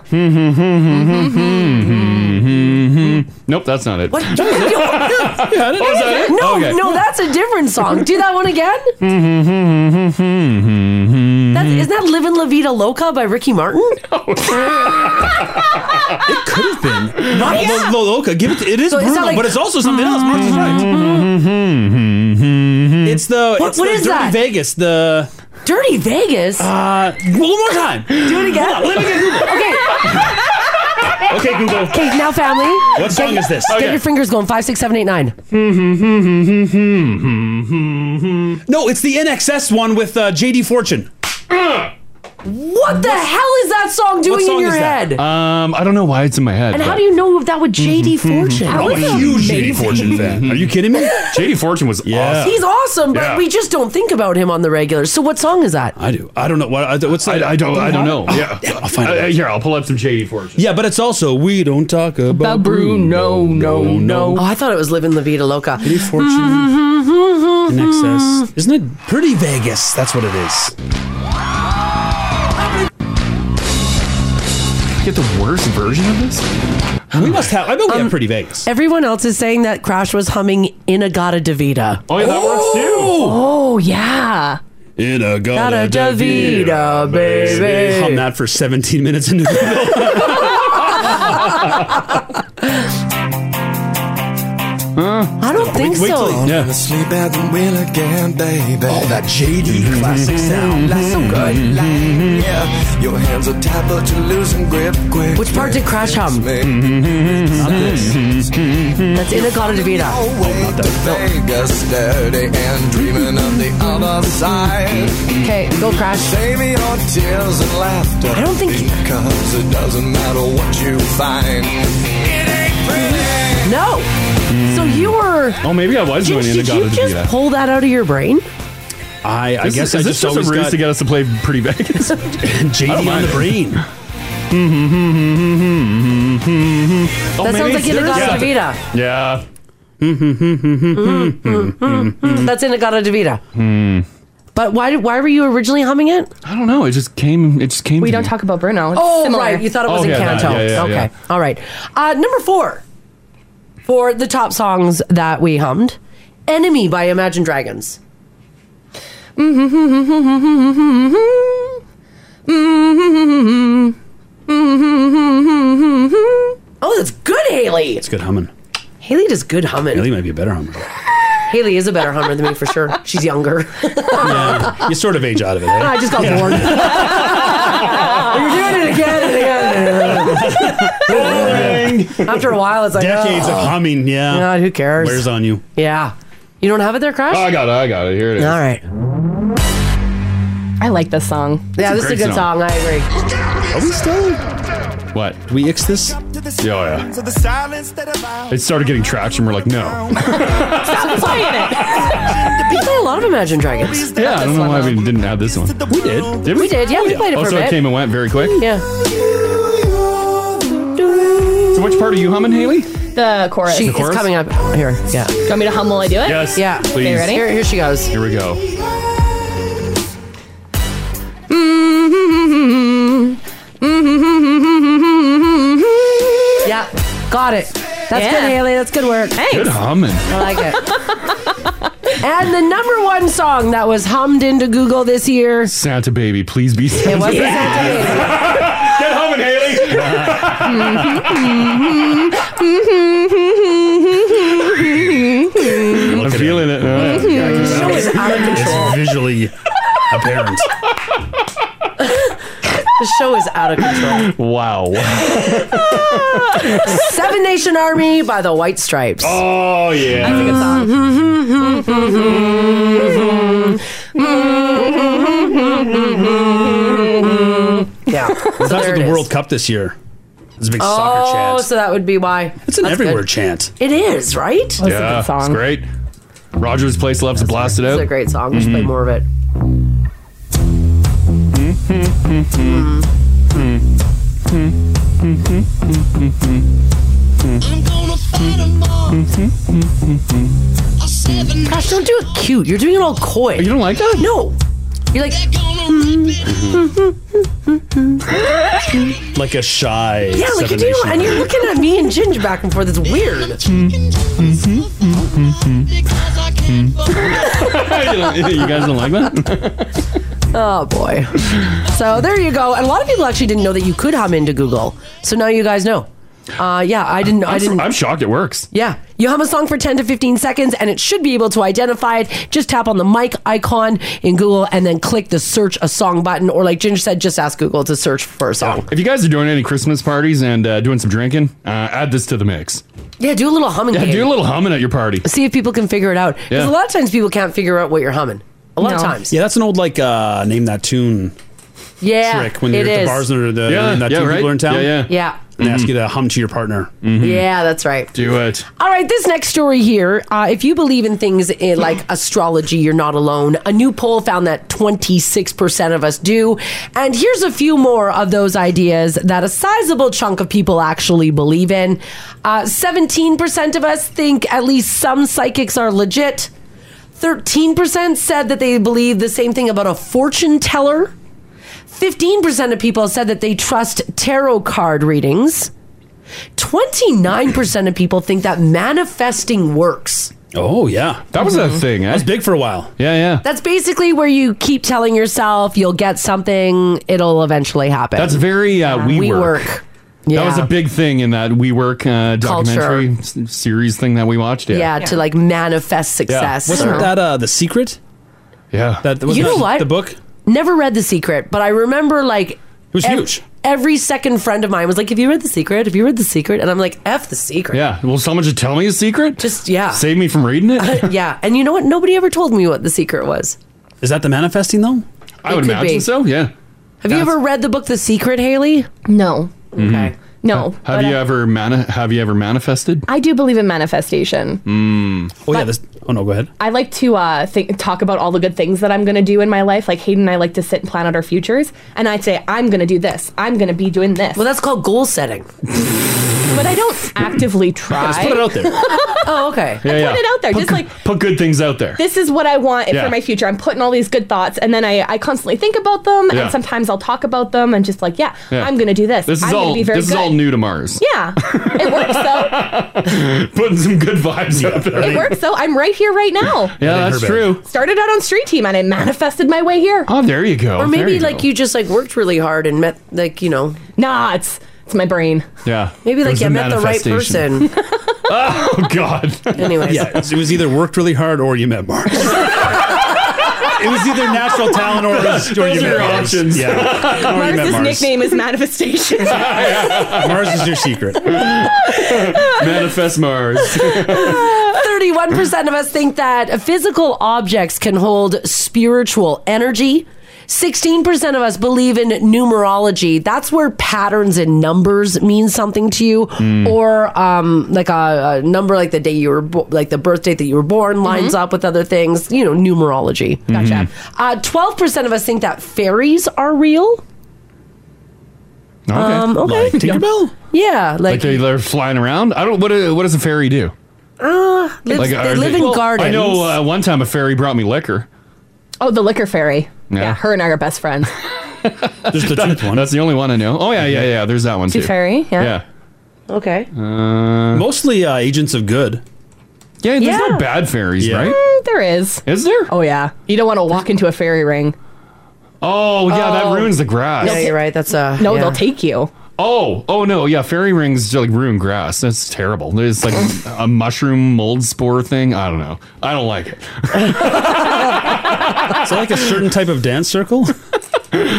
S2: Mm-hmm. nope, that's not it. What?
S3: oh,
S2: Oh, is that it?
S3: No,
S2: Okay.
S3: no, that's a different song. Do that one again. That's, isn't that "Livin' La Vida Loca" by Ricky Martin?
S4: It could have been.
S3: Right?
S4: Lo- lo- lo- Loca, give it. it is
S3: So it's not
S4: Bruno,
S3: like-
S4: but it's also something else. Marcy's
S2: Mm-hmm,
S4: right. it's the.
S3: What-
S4: it's
S3: what
S4: the
S3: is
S4: Dirty
S3: that?
S4: Vegas. The.
S3: Dirty Vegas.
S4: Uh, one more time.
S3: Do it again.
S4: Hold on, let me get Google.
S3: Okay.
S4: Okay, Google.
S3: Okay, now family.
S4: What
S3: Get-
S4: song is this?
S3: Get
S4: Okay.
S3: your fingers going. Five, six, seven, eight, nine.
S4: No, it's the NXS one with uh, JD Fortune.
S3: What the hell is that song doing in your head?
S2: Um, I don't know why it's in my head.
S3: And how do you know if that was JD Fortune?
S2: I'm a huge JD Fortune fan. Are you kidding me? JD Fortune was awesome.
S3: He's awesome, but
S2: Yeah.
S3: we just don't think about him on the regular. So what song is that?
S4: I do. I don't know what. What's that?
S2: I, I don't. I don't know.
S4: Oh,
S2: yeah.
S4: I'll find
S2: Uh,
S4: it.
S2: here, I'll pull up some JD Fortune.
S4: Yeah, but it's also we don't talk about, Bruno. No, no, no.
S3: Oh, I thought it was Living La Vida Loca. JD
S4: Fortune. In excess. Isn't it pretty Vegas? That's what it is.
S2: Get the worst version of this.
S4: We must have. I bet we have pretty Vegas.
S3: Everyone else is saying that Crash was humming Inagata Davida.
S2: Oh, yeah, that works too.
S3: Oh, yeah.
S4: In a
S3: Gotta da vida, baby.
S4: Hum that for 17 minutes into the middle.
S3: I don't think so.
S4: Yeah.
S10: Sleep at the wheel again, baby. Mm-hmm. Oh,
S4: that JD classic
S10: sound. That's so good. Mm-hmm. Yeah, your hands are tied, but you're losing grip quick. Mm-hmm.
S3: Which part did Crash hum?
S2: Mm-hmm.
S3: That's Inagata Davida.
S10: Away to Vegas, dirty and dreaming of the other side.
S3: Okay, go Crash.
S10: Save me your tears and laughter. I don't think because it doesn't matter what you find. It ain't pretty.
S3: No. So you were.
S2: Oh, maybe I was
S3: Did,
S2: doing
S3: did
S2: Inagata
S3: you just
S2: Davida.
S3: pull that out of your brain?
S4: I, I
S2: This
S4: guess
S2: is,
S4: I
S2: is
S4: just
S2: this
S4: always
S2: just a race
S4: got
S2: to get us to play Pretty Vegas.
S4: JD on the brain.
S2: oh,
S3: that sounds like Inagata Davida.
S2: Yeah.
S3: Mm-hmm. Hmm,
S2: Mm-hmm.
S3: That's Inagata Davida. But why why were you originally humming it?
S2: I don't know. It just came. It just came.
S6: We
S2: to
S6: don't
S2: me.
S6: talk about Bruno. It's
S3: Oh,
S6: similar.
S3: right. You thought it was
S2: Oh, yeah,
S3: Encanto.
S2: that, yeah, yeah,
S3: okay.
S2: yeah.
S3: All right. Uh, number four for the top songs that we hummed Enemy by Imagine Dragons. Mm-hmm. Mm-hmm. Oh, that's good, Haley. It's
S4: good humming.
S3: Haley does good humming.
S4: Really might be a better hummer.
S3: Haley is a better hummer than me for sure. She's younger.
S4: Yeah, you sort of age out of it. Right?
S3: I just got bored. You're doing it again and again. and again. After a while, it's like
S4: Decades of
S3: oh.
S4: humming. Yeah.
S3: God, who cares?
S4: Wears on you.
S3: Yeah. You don't have it there, Crash?
S2: Oh, I got it. I got it. Here it is.
S3: All right.
S6: I like this song.
S3: yeah,
S2: a
S3: this is a
S2: great
S3: good
S2: song.
S3: song. I agree.
S4: Are we still?
S2: What?
S4: We ix this?
S2: Yeah, oh, yeah. It started getting traction. We're like, no.
S3: Stop playing it. we play a lot of Imagine Dragons.
S2: Yeah, I don't know why we didn't add this one. Oh,
S4: We did.
S2: Did we?
S3: We did. Yeah, we played it for
S2: Also,
S3: a bit.
S2: it came and went very quick.
S3: Yeah.
S2: So, which part are you humming, Haley?
S6: The chorus.
S3: She is coming up here. Yeah.
S6: Do you want me to hum while I do it?
S2: Yes.
S3: Yeah.
S2: Please.
S6: Okay, ready?
S3: Here, here she goes.
S2: Here we go.
S3: Yeah. Got it. That's
S5: Yeah.
S3: good, Haley. That's good work. Thanks.
S2: Good humming.
S3: I like it. and the number one song that was hummed into Google this year.
S2: Santa baby, please be Santa.
S3: was a Santa
S2: baby. Get humming,
S3: Mm-hmm. Mm-hmm.
S6: Haley.
S2: I'm feeling it. now.
S4: It's visually apparent.
S3: The show is out of control.
S2: Wow.
S3: Seven Nation Army by the White Stripes.
S2: Oh yeah.
S3: That's a good song. Yeah.
S4: Well, that's
S3: there
S4: with
S3: it
S4: the
S3: is.
S4: World Cup this year. It's a big
S3: oh,
S4: soccer chant.
S3: so that would be why.
S4: It's an everywhere chant.
S3: It is, right?
S2: yeah, it's great. Rogers Place loves to blast it out.
S3: It's a great song. We should play
S2: Mhm.
S3: more of it.
S2: Mm-hmm.
S3: Gosh, don't do it cute. You're doing it all coy. You
S2: don't like that?
S3: No. You're like.
S4: Mm-hmm. Like a shy.
S3: Yeah, like you
S4: Seven
S3: do,
S4: Nation
S3: and you're
S4: Army.
S3: looking at me and Ginger back and forth. It's weird.
S4: Mm-hmm.
S2: you, don't- you guys don't like that?
S3: Oh boy. So there you go. And a lot of people actually didn't know that you could hum into Google. So now you guys know. Uh, yeah, I didn't. I
S2: I'm-
S3: didn't.
S2: I'm shocked it works.
S3: Yeah, you hum a song for 10 to 15 seconds and it should be able to identify it. Just tap on the mic icon in Google and then click the search a song button. Or, like Ginger said, just ask Google to search for a song.
S2: If you guys are doing any Christmas parties and uh, doing some drinking, uh, add this to the mix.
S3: Yeah, do a little humming.
S2: Yeah,
S3: game.
S2: do a little humming at your party.
S3: See if people can figure it out. Because
S2: Yeah.
S3: a lot of times people can't figure out what you're humming. A lot of times.
S4: Yeah, that's an old like uh name that tune
S3: Yeah.
S4: trick when
S3: it
S4: you're at the
S3: is.
S4: bars or the
S2: Yeah,
S4: name that
S2: yeah,
S4: tune
S2: right.
S4: people are in town.
S2: Yeah, yeah.
S3: Yeah.
S4: And they ask you to hum to your partner.
S3: Yeah, that's right.
S2: Do it.
S3: All right, this next story here. Uh, if you believe in things in, like astrology, you're not alone. A new poll found that 26% of us do. And here's a few more of those ideas that a sizable chunk of people actually believe in. Uh, 17% of us think at least some psychics are legit. 13% said that they believe the same thing about a fortune teller. 15% of people said that they trust tarot card readings. 29% of people think that manifesting works.
S4: Oh yeah.
S2: That was a
S3: Mhm.
S2: thing. That was
S4: big for a while.
S2: Yeah, yeah.
S3: That's basically where you keep telling yourself you'll get something, it'll eventually happen.
S2: That's very uh, we, work.
S3: Yeah.
S2: That was a big thing in that we work uh, documentary s- series thing that we watched. Yeah,
S3: Yeah, to like manifest success.
S4: Wasn't
S3: or-
S4: that uh the secret?
S2: Yeah.
S4: That was
S3: You know
S4: that
S3: what?
S4: the book?
S3: Never read The Secret, but I remember like. It
S4: was huge.
S3: Every second friend of mine was like, Have you read The Secret? Have you read The Secret? And I'm like, F The Secret.
S2: Yeah. Will someone just tell me a secret?
S3: Just yeah.
S2: Save me from reading it.
S3: yeah. And you know what? Nobody ever told me what The Secret was.
S4: Is that the manifesting though?
S2: I would
S3: could
S2: imagine
S3: be.
S2: so. Oh, Yeah.
S3: Have you ever read the book The Secret, Haley?
S6: No.
S2: Okay.
S6: No.
S2: Mm-hmm. Have you uh, ever mani- Have you ever manifested?
S6: I do believe in manifestation.
S2: Mm.
S4: Oh yeah. This. Oh no. Go ahead.
S6: I like to uh, think, talk about all the good things that I'm going to do in my life. Like Hayden and I like to sit and plan out our futures, and I'd say I'm going to do this. I'm going to be doing this. Well,
S3: that's called goal setting.
S6: but I don't actively try.
S2: Just put it out there.
S3: oh, okay.
S6: I put it out there.
S2: Put,
S6: Just like
S2: put good things out there.
S6: this is what I want
S2: Yeah.
S6: for my future. I'm putting all these good thoughts, and then I, I constantly think about them,
S2: Yeah.
S6: and sometimes I'll talk about them, and just like, yeah,
S2: Yeah.
S6: I'm going to do this.
S2: This is
S6: I'm
S2: all.
S6: Gonna be very
S2: this
S6: good.
S2: is all new to Mars.
S6: Yeah, it works though.
S2: Putting some good vibes out there.
S6: It works though. I'm right here right now.
S2: Yeah, that's true.
S6: Started out on street team, and I manifested my way here.
S2: Oh, there you go.
S3: or
S2: There
S3: maybe
S2: you
S3: like you just like worked really hard and met like you know.
S6: Nah, it's it's my brain.
S2: Yeah.
S3: Maybe like
S4: There's
S3: you
S4: the
S3: met the right
S4: manifestation.
S3: person.
S2: Oh God.
S3: Anyways.
S4: Yeah. It was either worked really hard or you met Mars. it was either natural talent or, or you
S2: Those are
S4: met
S2: your
S4: Mars.
S2: options.
S4: Yeah. Or you met
S6: Mars's
S4: Mars.
S6: nickname is manifestation.
S3: Uh,
S4: Mars is your secret.
S2: Manifest Mars.
S3: Thirty-one percent of us think that physical objects can hold spiritual energy. Sixteen percent of us believe in numerology. That's where patterns and numbers mean something to you,
S2: Hmm.
S3: or um, like a, a number like the day you were bo- like the birth date that you were born lines
S2: Mm-hmm.
S3: up with other things. You know, numerology.
S6: Gotcha.
S3: Uh, Twelve percent of us think that fairies are real.
S2: Okay.
S3: Um, okay.
S2: Like Tinkerbell?
S3: Yeah,
S2: Like,
S3: like,
S2: they, they're flying around. I don't. What? do- What does a fairy do?
S3: uh, lives,
S2: Like,
S3: they
S2: are
S3: live in
S2: Well,
S3: gardens.
S2: I know uh, one time a fairy brought me liquor.
S6: Oh, the liquor fairy.
S2: Yeah.
S6: Yeah. her and I are best friends.
S2: There's the tooth one. That's the only one I know. Oh yeah, yeah, yeah. There's that one
S6: Tooth
S2: too.
S6: fairy, yeah.
S2: Yeah.
S3: Okay.
S4: Mostly uh, agents of good.
S2: Yeah,
S6: there's no Yeah.
S2: bad fairies,
S6: Mm, there is.
S2: Is there?
S6: Oh yeah. You don't want to walk into a fairy ring.
S2: Oh yeah,
S6: Oh.
S2: that ruins the grass.
S6: Yeah, you're right.
S3: That's uh
S6: No, they'll take you.
S2: Oh, oh no, yeah, fairy rings just, like ruin grass. That's terrible. There's like a mushroom mold spore thing. I don't know. I don't like it. Mm-hmm.
S4: Is that like a certain type of dance circle?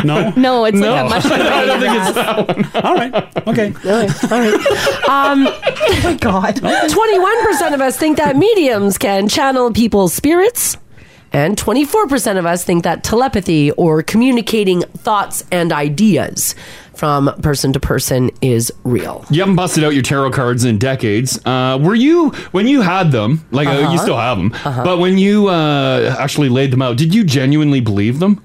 S4: No.
S6: No, it's
S4: No.
S6: like a mushroom.
S4: I don't think it's
S6: that
S4: Okay.
S3: Um, oh my God. 21% of us think that mediums can channel people's spirits, and 24% of us think that telepathy or communicating thoughts and ideas from person to person is real.
S2: You haven't busted out your tarot cards in decades. Uh, were you when you had them? Like uh,
S3: Uh-huh.
S2: you still have them,
S3: Uh-huh.
S2: but when you uh, actually laid them out, did you genuinely believe them?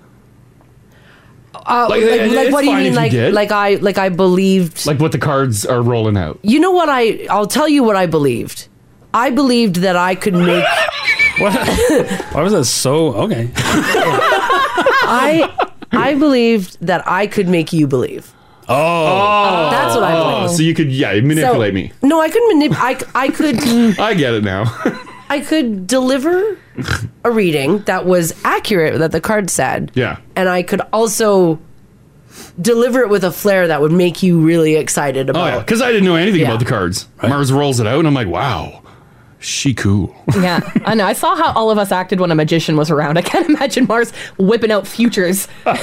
S3: Uh, like,
S2: Like, it-
S3: like,
S2: it's
S3: what do you
S2: fine
S3: mean?
S2: if you
S3: Like,
S2: did.
S3: like I, like I believed.
S2: Like what the cards are rolling out?
S3: You know what I? I'll tell you what I believed. I believed that I could make.
S4: Why was that so okay?
S3: I, I believed that I could make you believe.
S4: Oh,
S3: that's what I believe.
S2: So you could yeah manipulate
S3: So-
S2: me.
S3: No, I could manip- I, I could
S2: I get it now.
S3: I could deliver a reading that was accurate that the card said.
S2: yeah.
S3: And I could also deliver it with a flair that would make you really excited
S2: Oh
S3: about
S2: yeah, because I didn't know anything about the cards. Mars rolls it out, and I'm like, wow, she cool.
S6: yeah. I know. I saw how all of us acted when a magician was around. I can't imagine Mars whipping out futures. we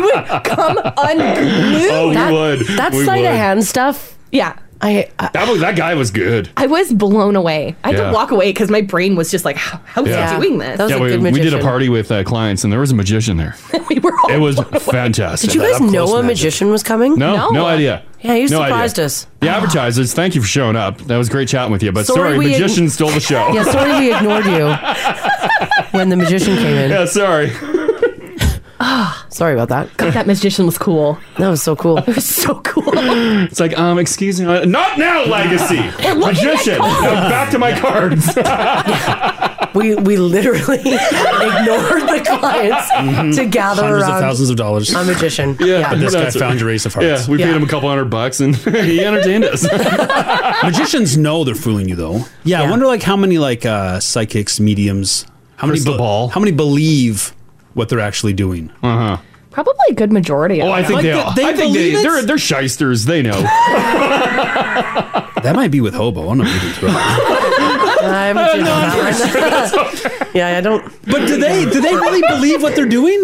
S6: would come unglued.
S2: Oh, we
S6: That-
S2: would.
S3: That
S2: We
S3: sleight
S2: would.
S3: of hand stuff.
S6: Yeah.
S3: I
S2: That was that guy was good.
S6: I was blown away. I had
S2: Yeah.
S6: to walk away because my brain was just like, how, how is he doing this?
S2: yeah, we, we did a party with uh, clients, and there was a magician there.
S6: we were all
S2: It was fantastic.
S3: Did you guys know a magician was coming?
S2: No, no, idea.
S3: Yeah, you
S2: No
S3: surprised
S2: idea.
S3: us.
S2: The advertisers, thank you for showing up. That was great chatting with you, but
S3: Sorry
S2: sorry,
S3: we-
S2: magician stole the show.
S3: Yeah, sorry we ignored you when the magician came in.
S2: Yeah, sorry.
S3: sorry about that.
S6: God, that magician was cool.
S3: That was so cool. It
S6: was so cool.
S2: It's like, um, excuse me, uh, not now, legacy
S6: And look at my
S2: magician.
S6: cards.
S2: Now back to my cards.
S3: We we literally ignored the clients
S2: Mm-hmm.
S4: Mhm.
S3: to gather
S4: Hundreds
S3: around.
S4: of thousands of dollars.
S3: A magician.
S4: Yeah, but this guy found your ace of hearts.
S2: Yeah, we paid him a couple hundred bucks, and he entertained us.
S4: Magicians know they're fooling you though. Yeah, I wonder like how many like uh psychics, mediums, how many
S2: Crystal
S4: be- how many believe what they're actually doing.
S2: Uh huh.
S6: Probably a good majority. Of
S2: Oh, I
S6: them.
S2: think they, all. I think they, they're they're shysters. They know.
S4: that might be with hobo. I'm not even sure.
S3: I'm
S2: Oh,
S4: Uh,
S3: kidding
S4: no,
S3: about
S4: I'm
S3: that. yeah, I don't.
S4: But do they do they really believe what they're doing?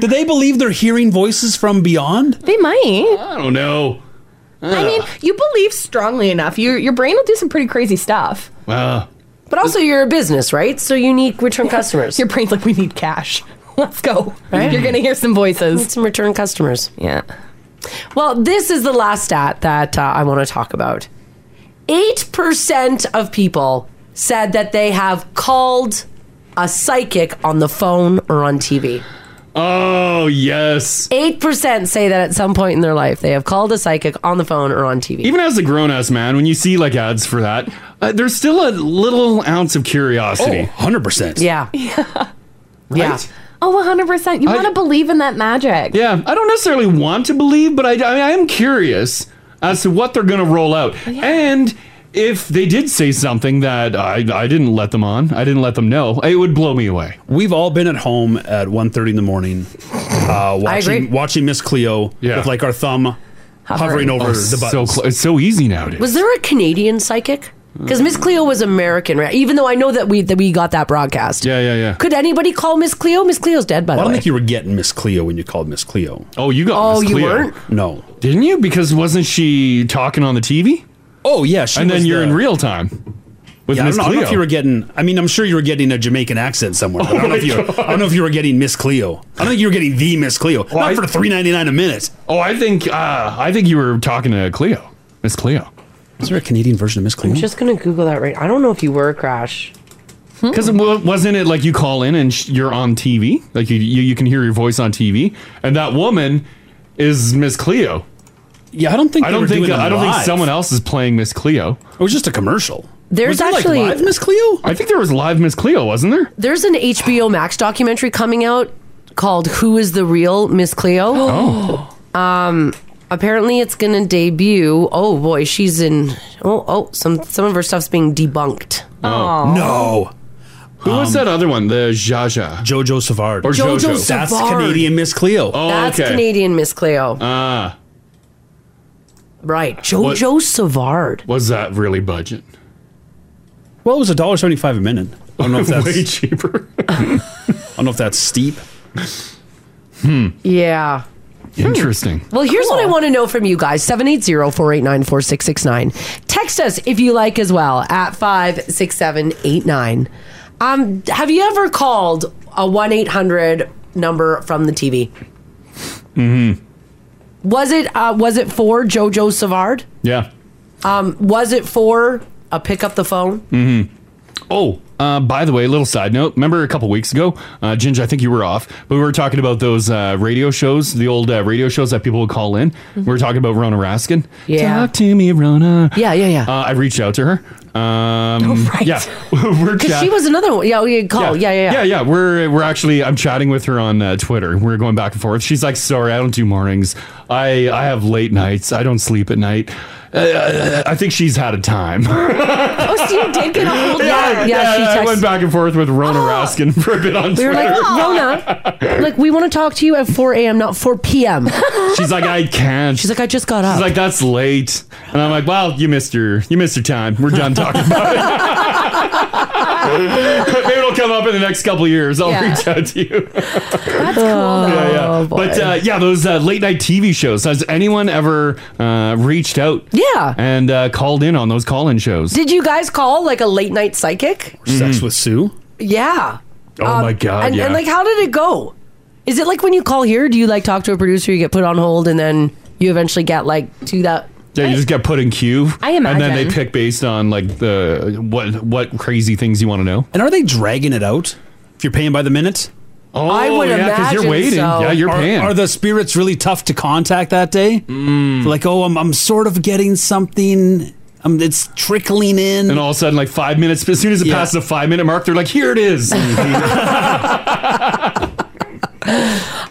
S4: Do they believe they're hearing voices from beyond?
S6: They might.
S2: I don't know.
S6: I mean, you believe strongly enough. Your your brain will do some pretty crazy stuff.
S2: Wow.
S3: But also, you're a business, right? So you need return customers.
S6: Your brain's like, we need cash. Let's go.
S3: Right?
S6: You're gonna hear some voices.
S3: Need some return customers.
S6: Yeah.
S3: Well, this is the last stat that uh, I want to talk about. Eight percent of people said that they have called a psychic on the phone or on TV.
S2: Oh yes.
S3: Eight percent say that at some point in their life they have called a psychic on the phone or on TV.
S2: Even as a grown ass man, when you see like ads for that, uh, there's still a little ounce of curiosity.
S4: Oh, 100%.
S3: Yeah. Yeah.
S6: Oh, 100 percent. You
S2: I-
S6: want to believe in that magic.
S2: Yeah. I don't necessarily want to believe, but I, I, I am curious as to what they're going to roll out. And if they did say something that I, I didn't let them on, I didn't let them know,
S4: Oh,
S2: it would blow me away.
S4: We've all been at home at 1.30 in the morning uh,
S2: agree.
S4: watching, watching Miss Cleo
S2: Yeah.
S4: with like our thumb hovering, over
S2: Oh,
S4: the
S2: so
S4: buttons.
S2: clo- it's so easy nowadays.
S3: Was there a Canadian psychic? Because Miss Cleo was American, right? Even though I know that we that we got that broadcast.
S2: Yeah, yeah, yeah.
S3: Could anybody call Miss Cleo? Miss Cleo's dead, by
S4: Well, I
S3: the
S4: don't
S3: way.
S4: think you were getting Miss Cleo when you called Miss Cleo.
S2: Oh, you got
S3: Oh,
S2: Miss
S3: you
S2: Cleo.
S3: weren't?
S4: No.
S2: Didn't you? Because wasn't she talking on the TV?
S4: Oh, yeah. she
S2: and then
S4: was
S2: you're
S4: the-
S2: in real time with
S4: yeah, I,
S2: Miss
S4: don't know, I don't know
S2: Cleo.
S4: if you were getting. I mean, I'm sure you were getting a Jamaican accent somewhere. but I, don't know
S2: my
S4: if you,
S2: God.
S4: I don't know if you were getting Miss Cleo. I don't think you were getting the Miss Cleo. Not for three ninety nine a minute.
S2: Oh, I think uh, I think you were talking to Cleo, Miss Cleo.
S4: Is there a Canadian version of Miss Cleo?
S3: I'm just gonna Google that right. I don't know if you were Crash.
S2: Because wasn't it like you call in and sh- you're on TV, like you, you you can hear your voice on TV, and that woman is Miss Cleo.
S4: Yeah, I don't think
S2: I
S4: they
S2: don't
S4: were
S2: think uh,
S4: doing them
S2: I don't think
S4: live.
S2: someone else is playing Miss Cleo. It
S4: was just a commercial.
S3: There's Was there, like, actually- live
S4: Miss Cleo.
S2: I think there was live Miss Cleo, wasn't there?
S3: There's an HBO Max documentary coming out called "Who Is the Real Miss Cleo."
S2: Oh.
S3: Um, Apparently, it's going to debut. Oh boy, she's in. Oh, oh, some some of her stuff's being debunked.
S2: Oh. No. Who was that other one? The Jaja.
S4: Um, Jojo Savard.
S2: Or
S3: Jojo
S2: Jojo.
S3: That's Savard. Canadian
S4: Miss Cleo.
S2: Oh,
S3: That's
S2: okay.
S3: Canadian Miss Cleo.
S2: Ah.
S3: Right. Jojo Savard.
S2: Was that really budget?
S4: Well, it was a dollar seventy-five a minute. I don't know if that's
S2: Way cheaper.
S4: I don't know if that's steep.
S2: Hmm.
S3: Yeah.
S2: Interesting.
S3: Well, here's what I want to know from you guys 780 489 4669. Text us if you like as well at 56789. Um, have you ever called a 1 800 number from the TV?
S2: Mm-hmm.
S3: Was it uh, was it for JoJo Savard?
S2: Yeah.
S3: Um, was it for a pick up the phone?
S2: hmm
S4: Mm-hmm.
S2: Oh, uh, by the way, little side note. Remember a couple weeks ago, uh, Ginger, I think you were off, but we were talking about those uh, radio shows, the old uh, radio shows that people would call in.
S3: Mm-hmm.
S2: We were talking about Rona Raskin.
S3: Yeah.
S2: Talk to me, Rona.
S3: Yeah, yeah, yeah.
S2: Uh, I reached out to her. Um, right. Yeah. we're
S3: Because Oh, she
S2: chat-
S3: was another one. Yeah, we call. Yeah, yeah, yeah.
S2: yeah, We're we're actually I'm chatting with her on uh, Twitter. We're going back and forth. She's like, "Sorry, I don't do mornings. I I have late nights. I don't sleep at night." Uh, I think she's had a time.
S3: oh, so you did get a hold of
S2: yeah,
S3: that. Yeah, she
S2: I
S3: texted.
S2: went back and forth with Rona Raskin for a bit on
S3: We
S2: Twitter.
S3: were like, "Oh, Rona, like we want to talk to you at 4 a.m., not 4 p.m.
S2: She's like, I can't. She's
S3: like, I just got up.
S2: She's like, that's late. And I'm like, well, you missed your you missed your time. We're done talking about it. Maybe it'll come up in the next couple of years. I'll
S10: Yeah.
S2: reach out to you.
S10: That's cool.
S2: yeah, yeah.
S3: Oh,
S2: but uh, yeah, those uh, late night TV shows. Has anyone ever uh, reached out?
S3: Yeah.
S2: And uh, called in on those call in shows?
S3: Did you guys call like a late night psychic?
S2: Sex with Sue?
S3: Yeah.
S2: Oh my God,
S3: Um, And,
S2: yeah.
S3: and like, how did it go? Is it like when you call here? Do you like talk to a producer? You get put on hold, and then you eventually get like to that.
S2: Yeah, you just get put in queue.
S3: I
S2: And then they
S3: imagine.
S2: pick based on like the what what crazy things you want to know.
S4: And are they dragging it out? If you're paying by the minute?
S2: Oh, I would yeah, 'cause you're imagine waiting. so. Yeah, you're
S4: Are-
S2: paying.
S4: Are the spirits really tough to contact that day?
S2: Mm.
S4: Like, oh, I'm, I'm sort of getting something. Um, it's trickling in.
S2: And all of a sudden, like five minutes, as soon as it passes the five minute mark, they're like, here it is.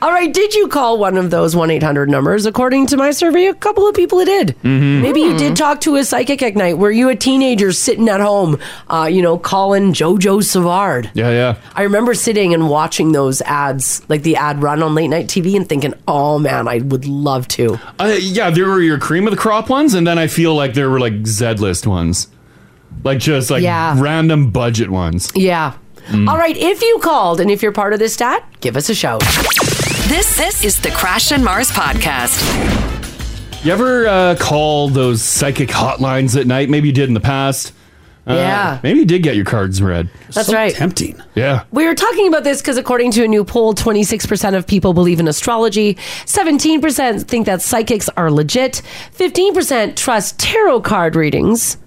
S3: All right, did you call one of those one eight hundred numbers? According to my survey, a couple of people did.
S2: Mhm.
S3: Maybe you did talk to a psychic at night. Were you a teenager sitting at home, uh, you know, calling JoJo Savard?
S2: yeah, yeah.
S3: I remember sitting and watching those ads, like the ad run on late night TV, and thinking, "Oh man, I would love to."
S2: Uh, yeah, there were your cream of the crop ones, and then I feel like there were like Z list ones. Like just like
S3: Yeah.
S2: random budget ones.
S3: Yeah.
S2: Mm.
S3: All right, if you called and if you're part of this stat, give us a shout.
S1: This this is the Crash and Mars podcast.
S2: You ever uh, call those psychic hotlines at night? Maybe you did in the past. Uh,
S3: Yeah.
S2: Maybe you did get your cards read.
S3: That's So right.
S4: Tempting.
S2: Yeah.
S3: We were talking about this because, according to a new poll, 26% of people believe in astrology, 17% think that psychics are legit, 15% trust tarot card readings,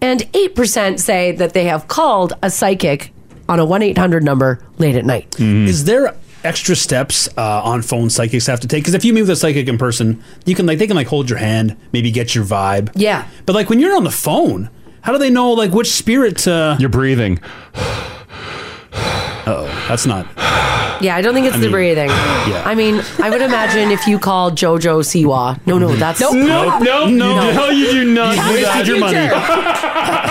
S3: and 8% say that they have called a psychic on a 1 800 number late at night.
S2: Hmm. Mm-hmm.
S4: Is there extra steps uh, on phone psychics have to take? Because if you meet with a psychic in person, you can like they can like hold your hand, maybe get your vibe.
S3: Yeah.
S4: But like when you're on the phone, how do they know like which spirit? Uh...
S2: You're breathing.
S4: Oh, that's not.
S3: Yeah, I don't think it's
S4: I
S3: the
S4: mean,
S3: breathing.
S4: yeah.
S3: I mean, I would imagine if you called JoJo Siwa. No, no, that's
S2: Nope. Nope, nope, no. No, you do not You do wasted that. your money.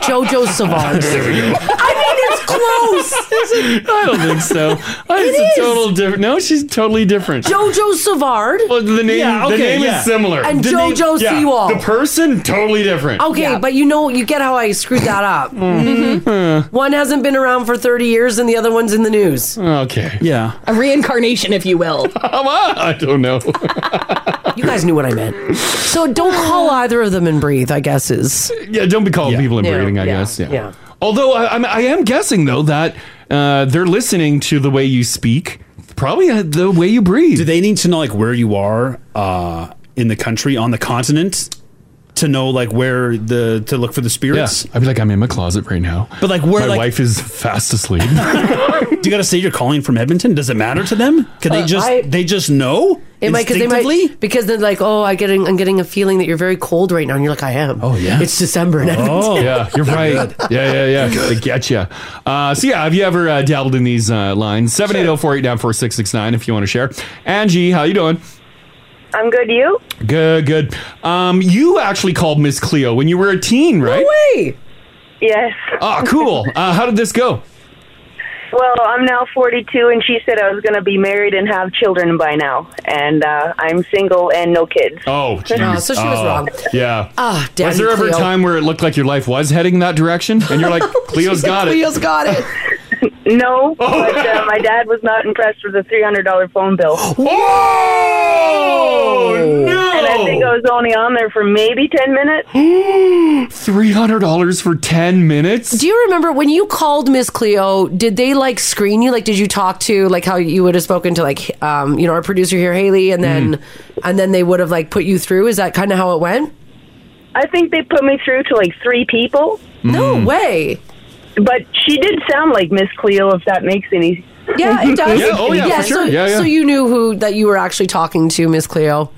S3: JoJo Savard.
S2: There we go.
S3: I mean, it's close.
S2: I don't think so. it's
S3: is.
S2: a total different. No, she's totally different.
S3: Jojo Savard.
S2: Well, the name,
S3: Yeah,
S2: the
S3: okay,
S2: name
S3: yeah.
S2: is similar.
S3: And
S2: The name-
S3: Jojo
S2: yeah,
S3: Siwa.
S2: The person, totally different.
S3: Okay, but you know, you get how I screwed that up.
S2: Mm-hmm.
S3: Mhm. One hasn't been around for 30 years and the other one's in the news.
S2: Okay.
S4: Yeah.
S6: A reincarnation, if you will.
S2: I don't know.
S3: You guys knew what I meant. So don't call either of them and breathe, I guess is.
S2: Yeah, don't be calling people and
S3: Yeah,
S2: breathing. I
S3: yeah,
S2: guess. Yeah.
S3: yeah.
S2: Although I, I'm, I am guessing though that uh, they're listening to the way you speak. Probably uh, the way you breathe.
S4: Do they need to know like where you are uh, in the country on the continent to know like where the to look for the spirits?
S2: I'd be like, I'm in my closet right now.
S4: But like where
S2: My
S4: like
S2: wife is fast asleep.
S4: do you got to say you're calling from Edmonton? Does it matter to them? Could they
S3: Uh,
S4: just
S3: I-
S4: they just know?
S3: It might, cause they might, because they're like, oh, I getting, I'm getting a feeling that you're very cold right now. And you're like, I am. Oh,
S4: yeah.
S3: It's December in Edmonton.
S2: yeah, you're right. Yeah, yeah, yeah. They get you. Uh, so yeah, have you ever uh, dabbled in oh these uh, lines? Seven eight zero four eight nine four six six nine. If you want to share, Angie, how you doing?
S17: I'm good. You?
S2: Good, good. Um, you actually called Miss Cleo when you were a teen, right? No
S17: way. Yes.
S2: Ah, cool. Uh, how did this go?
S17: Well, I'm now 42, and she said I was going to be married and have children by now, and uh, I'm single and no kids.
S2: Oh,
S17: No,
S2: geez.
S17: so she was
S2: Oh,
S17: wrong.
S2: Yeah.
S17: Ah,
S2: was there ever a
S17: Cleo.
S2: time where it looked like your life was heading that direction, and you're like, Cleo's got it.
S17: got it. no, but uh, my dad was not impressed with the three hundred dollar phone bill.
S2: Oh no!
S17: And I think I was only on there for maybe ten minutes.
S2: Three hundred dollars for ten minutes.
S3: Do you remember when you called Miss Cleo? Did they like screen you? Like, did you talk to like how you would have spoken to like um, you know our producer here, Haley, and then
S17: Mm.
S3: and then they would have like put you through? Is that kind of how it went?
S17: I think they put me through to like three people.
S3: No
S2: Mm-hmm.
S3: way.
S17: But she did sound like Miss Cleo, if that makes any.
S3: Yeah, it does.
S17: Yeah, oh, yeah, for
S3: So,
S17: sure. Yeah, yeah.
S3: so you knew who that you were actually talking to, Miss Cleo.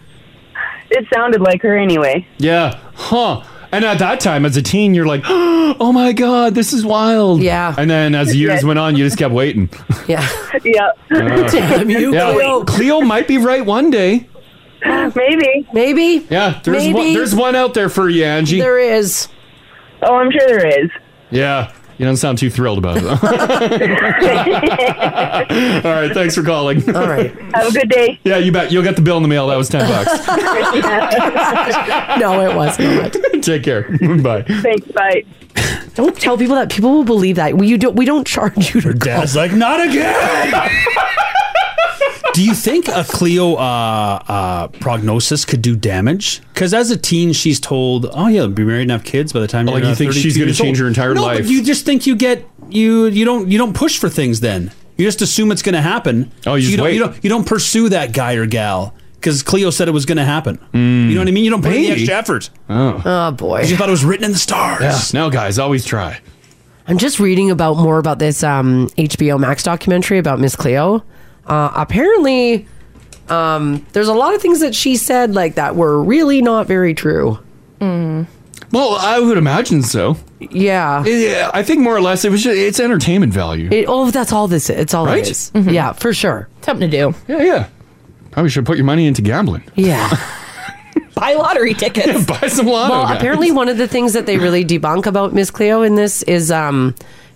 S17: It sounded like her anyway.
S2: Yeah. Huh. And at that time, as a teen, you're like, oh my God, this is wild. Yeah. And then as years
S17: Yes.
S2: went on, you just kept waiting.
S3: Yeah.
S17: yeah.
S2: Uh, yeah, Cleo might be right one day.
S17: Maybe.
S3: Maybe.
S2: Yeah. There's, One,
S17: Maybe.
S2: there's one out there for you, Angie.
S3: There is.
S17: Oh, I'm sure there is.
S2: yeah. You don't sound too thrilled about it. All right. Thanks for calling. All
S3: right.
S17: Have a good day.
S2: Yeah, you bet. You'll get the bill in the mail. That was 10 bucks.
S3: no, it was not.
S2: Take care. Bye.
S17: Thanks. Bye.
S3: Don't tell people that. People will believe that. We you don't. We don't charge you to.
S4: Dad's like, not again. do you think a Cleo uh, uh, prognosis could do damage? Because as a teen, she's told, "Oh yeah, be married and have kids." By the time
S2: Oh,
S4: you're
S2: like you
S4: uh,
S2: think she's
S4: 32
S2: gonna
S4: years
S2: change
S4: old."
S2: her entire
S4: no,
S2: life.
S4: But you just think you get you you don't you don't push for things. Then you just assume it's going to happen. Oh,
S2: you just
S4: don't
S2: wait.
S4: you don't you don't pursue that guy or gal because Cleo said it was going to happen. You know what I mean? You don't put in the
S2: Hmm. Maybe.
S4: extra effort.
S2: Oh.
S3: Oh boy.
S4: You thought it was written in the stars.
S2: Yeah. No, guys, always try.
S3: I'm just reading about more about this um, HBO Max documentary about Miss Cleo. Uh, apparently, um, there's a lot of things that she said like that were really not very true.
S6: Mm.
S2: Well, I would imagine so.
S3: Yeah.
S2: Yeah, I think more or less it was just, it's entertainment value.
S3: It, oh, that's all this. It's all
S2: Right?
S3: it is. Yeah, for sure.
S6: Mm-hmm. Something to do.
S2: Yeah, yeah. Probably should put your money into gambling.
S3: Yeah.
S6: Buy lottery tickets.
S2: Buy some lotto.
S3: Well, apparently one of the things that they really debunk about Miss Cleo in this is um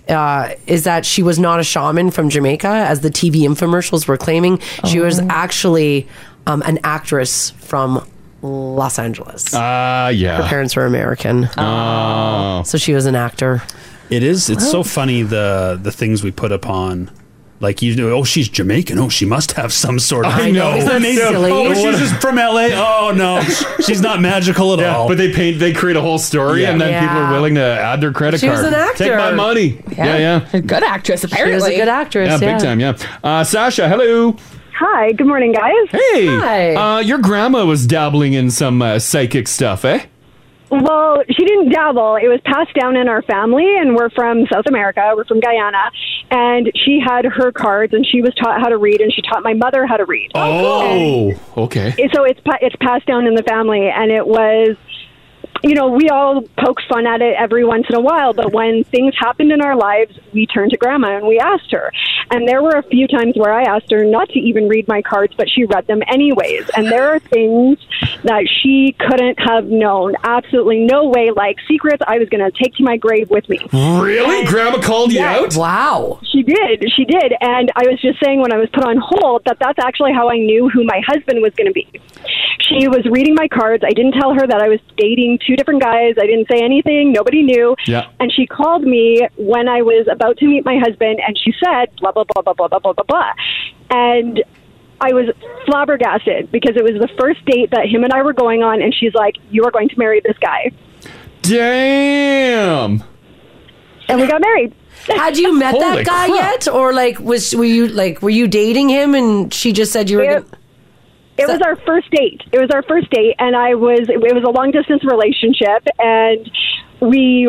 S3: uh, is that she was not a shaman from Jamaica, as the TV infomercials were claiming. She was actually um, an actress from Los Angeles.
S2: Ah, yeah.
S3: Her parents were American.
S4: Oh.
S3: So she was an actor.
S4: It is. It's so funny the the things we put upon. Like you know, oh she's Jamaican. Oh, she must have some sort of.
S2: I know, isn't that
S4: And they-
S2: silly?
S4: Oh, she's just from LA. Oh no, she's not magical at all.
S2: But they paint, they create a whole story,
S4: Yeah.
S2: and then people
S4: Yeah.
S2: are willing to add their credit
S4: She was
S2: card.
S4: an
S2: Take my
S4: actor.
S2: money.
S4: Yeah.
S2: Yeah, yeah.
S6: A good actress, apparently.
S3: good actress,
S2: Yeah, big time. Yeah. Uh, Sasha, hello.
S18: Hi. Good morning, guys.
S2: Hey.
S18: Hi.
S2: Uh, your grandma was dabbling in some uh, psychic stuff, eh?
S18: Well, she didn't dabble. It was passed down in our family, and we're from South America. We're from Guyana. And she had her cards, and she was taught how to read, and she taught my mother how to read.
S2: okay.
S18: And so it's pa- it's passed down in the family, and it was, you know, we all poke fun at it every once in a while. But when things happened in our lives, we turned to Grandma and we asked her. And there were a few times where I asked her not to even read my cards, but she read them anyways. And there are things that she couldn't have known. Absolutely no way. Like secrets, I was going to take to my grave with me.
S2: Really? grandma called you out?
S3: Wow.
S18: She did. She did. And I was just saying when I was put on hold that that's actually how I knew who my husband was going to be. She was reading my cards. I didn't tell her that I was dating two different guys. I didn't say anything. Nobody knew.
S2: Yeah.
S18: And she called me when I was about to meet my husband and she said, blah, blah, blah, blah, blah, blah, blah, blah, blah. And I was flabbergasted because it was the first date that him and I were going on. And she's like, You are going to marry this guy.
S2: Damn.
S18: And we got married.
S3: Had you met
S18: Holy
S3: that guy
S18: crap.
S3: yet, or like was were you like were you dating him, and she just said you were? gonna...
S18: It was our first date. It was our first date, and I was it was a long distance relationship, and we,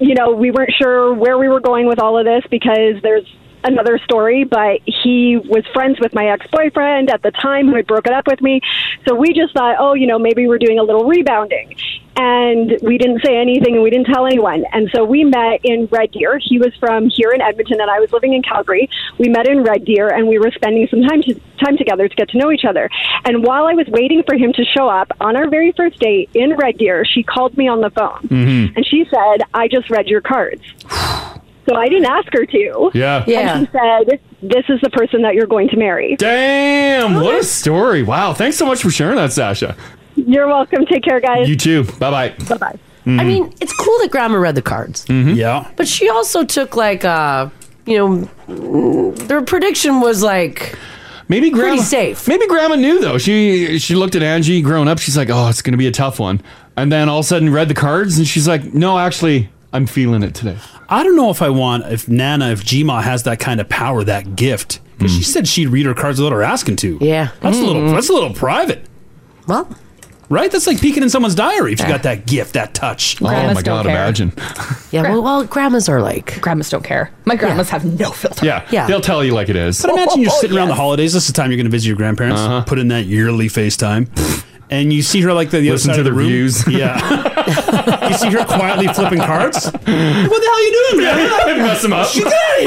S18: you know, we weren't sure where we were going with all of this because there's another story. But he was friends with my ex boyfriend at the time who had broken up with me, so we just thought, oh, you know, maybe we're doing a little rebounding. and we didn't say anything and we didn't tell anyone. And so we met in Red Deer. He was from here in Edmonton and I was living in Calgary. We met in Red Deer and we were spending some time to, time together to get to know each other. And while I was waiting for him to show up on our very first date in Red Deer, she called me on the phone
S10: Mhm.
S18: and she said, "I just read your cards." So I didn't ask her to.
S2: Yeah. Yeah.
S18: And she said, "This is the person that you're going to marry."
S2: Damn, what a story. Wow. Thanks so much for sharing that, Sasha.
S18: You're welcome. Take care, guys.
S2: You too. Mm. Bye bye.
S18: Bye bye.
S3: I mean, it's cool that Grandma read the cards.
S2: Mm-hmm.
S4: Yeah.
S3: But she also took like uh you know mm, their prediction was like
S2: maybe grandma
S3: pretty safe.
S2: Maybe grandma knew though. She she looked at Angie growing up. She's like, "Oh, it's going to be a tough one." And then all of a sudden read the cards and she's like, "No, actually, I'm feeling it today."
S4: I don't know if I want if Nana if Gma has that kind of power that gift because
S2: Hmm.
S4: she said she'd read her cards without her asking to.
S3: Yeah,
S4: that's a little
S2: Mm.
S4: that's a little private.
S3: Well,
S4: right, that's like peeking in someone's diary if you got that gift, that touch.
S2: oh my god, imagine.
S3: Yeah, well, well, grandmas are like
S6: grandmas don't care. My grandmas have no filter.
S2: Yeah. They'll tell you like it is. Uh-huh.
S4: But imagine
S3: Oh,
S4: you're sitting around the holidays. This is the time you're going to visit your grandparents. Put in that yearly FaceTime. And you see her like the, the
S2: Listen
S4: other side
S2: to
S4: of
S2: the
S4: room.
S2: views.
S4: Yeah. you see her quietly flipping cards. What the hell are you doing, man?
S2: Yeah, mess 'em up.
S4: She get out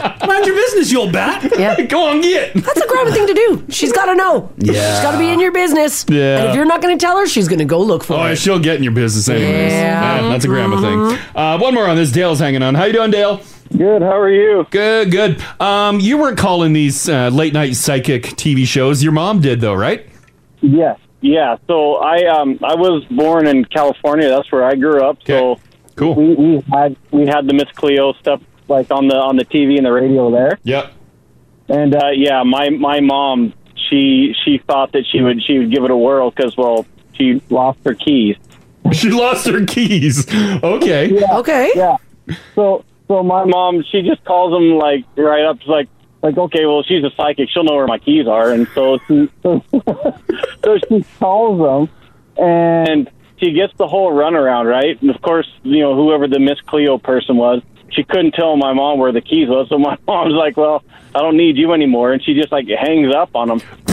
S4: of here. Mind your business, you old bat.
S3: Yeah.
S2: Go on, get.
S3: That's a grandma thing to do. She's got to know.
S2: Yeah.
S3: She's got to be in your business.
S2: Yeah.
S3: And if you're not going to tell her, she's going to go look for
S2: Oh,
S3: it.
S2: yeah, she'll get in your business anyways.
S3: Yeah. Mm-hmm.
S2: that's a grandma thing. Uh, one more on this. Dale's hanging on. How you doing, Dale?
S19: Good. How are you?
S2: Good, good. Um, you weren't calling these uh, late night psychic TV shows. Your mom did though, right?
S19: Yes. Yeah. So I um I was born in California. That's where I grew up. So
S2: cool.
S19: We, we had we had the Miss Cleo stuff like on the on the TV and the radio there.
S2: Yep.
S19: And uh, yeah, my my mom she she thought that she would she would give it a whirl because well she lost her keys.
S2: She lost her keys. Okay.
S3: Okay.
S19: Yeah. So so my mom she just calls them like right up like like okay well she's a psychic she'll know where my keys are and so she so, so she calls them and she gets the whole runaround right and of course you know whoever the Miss Cleo person was she couldn't tell my mom where the keys was so my mom's like well I don't need you anymore and she just like hangs up on them.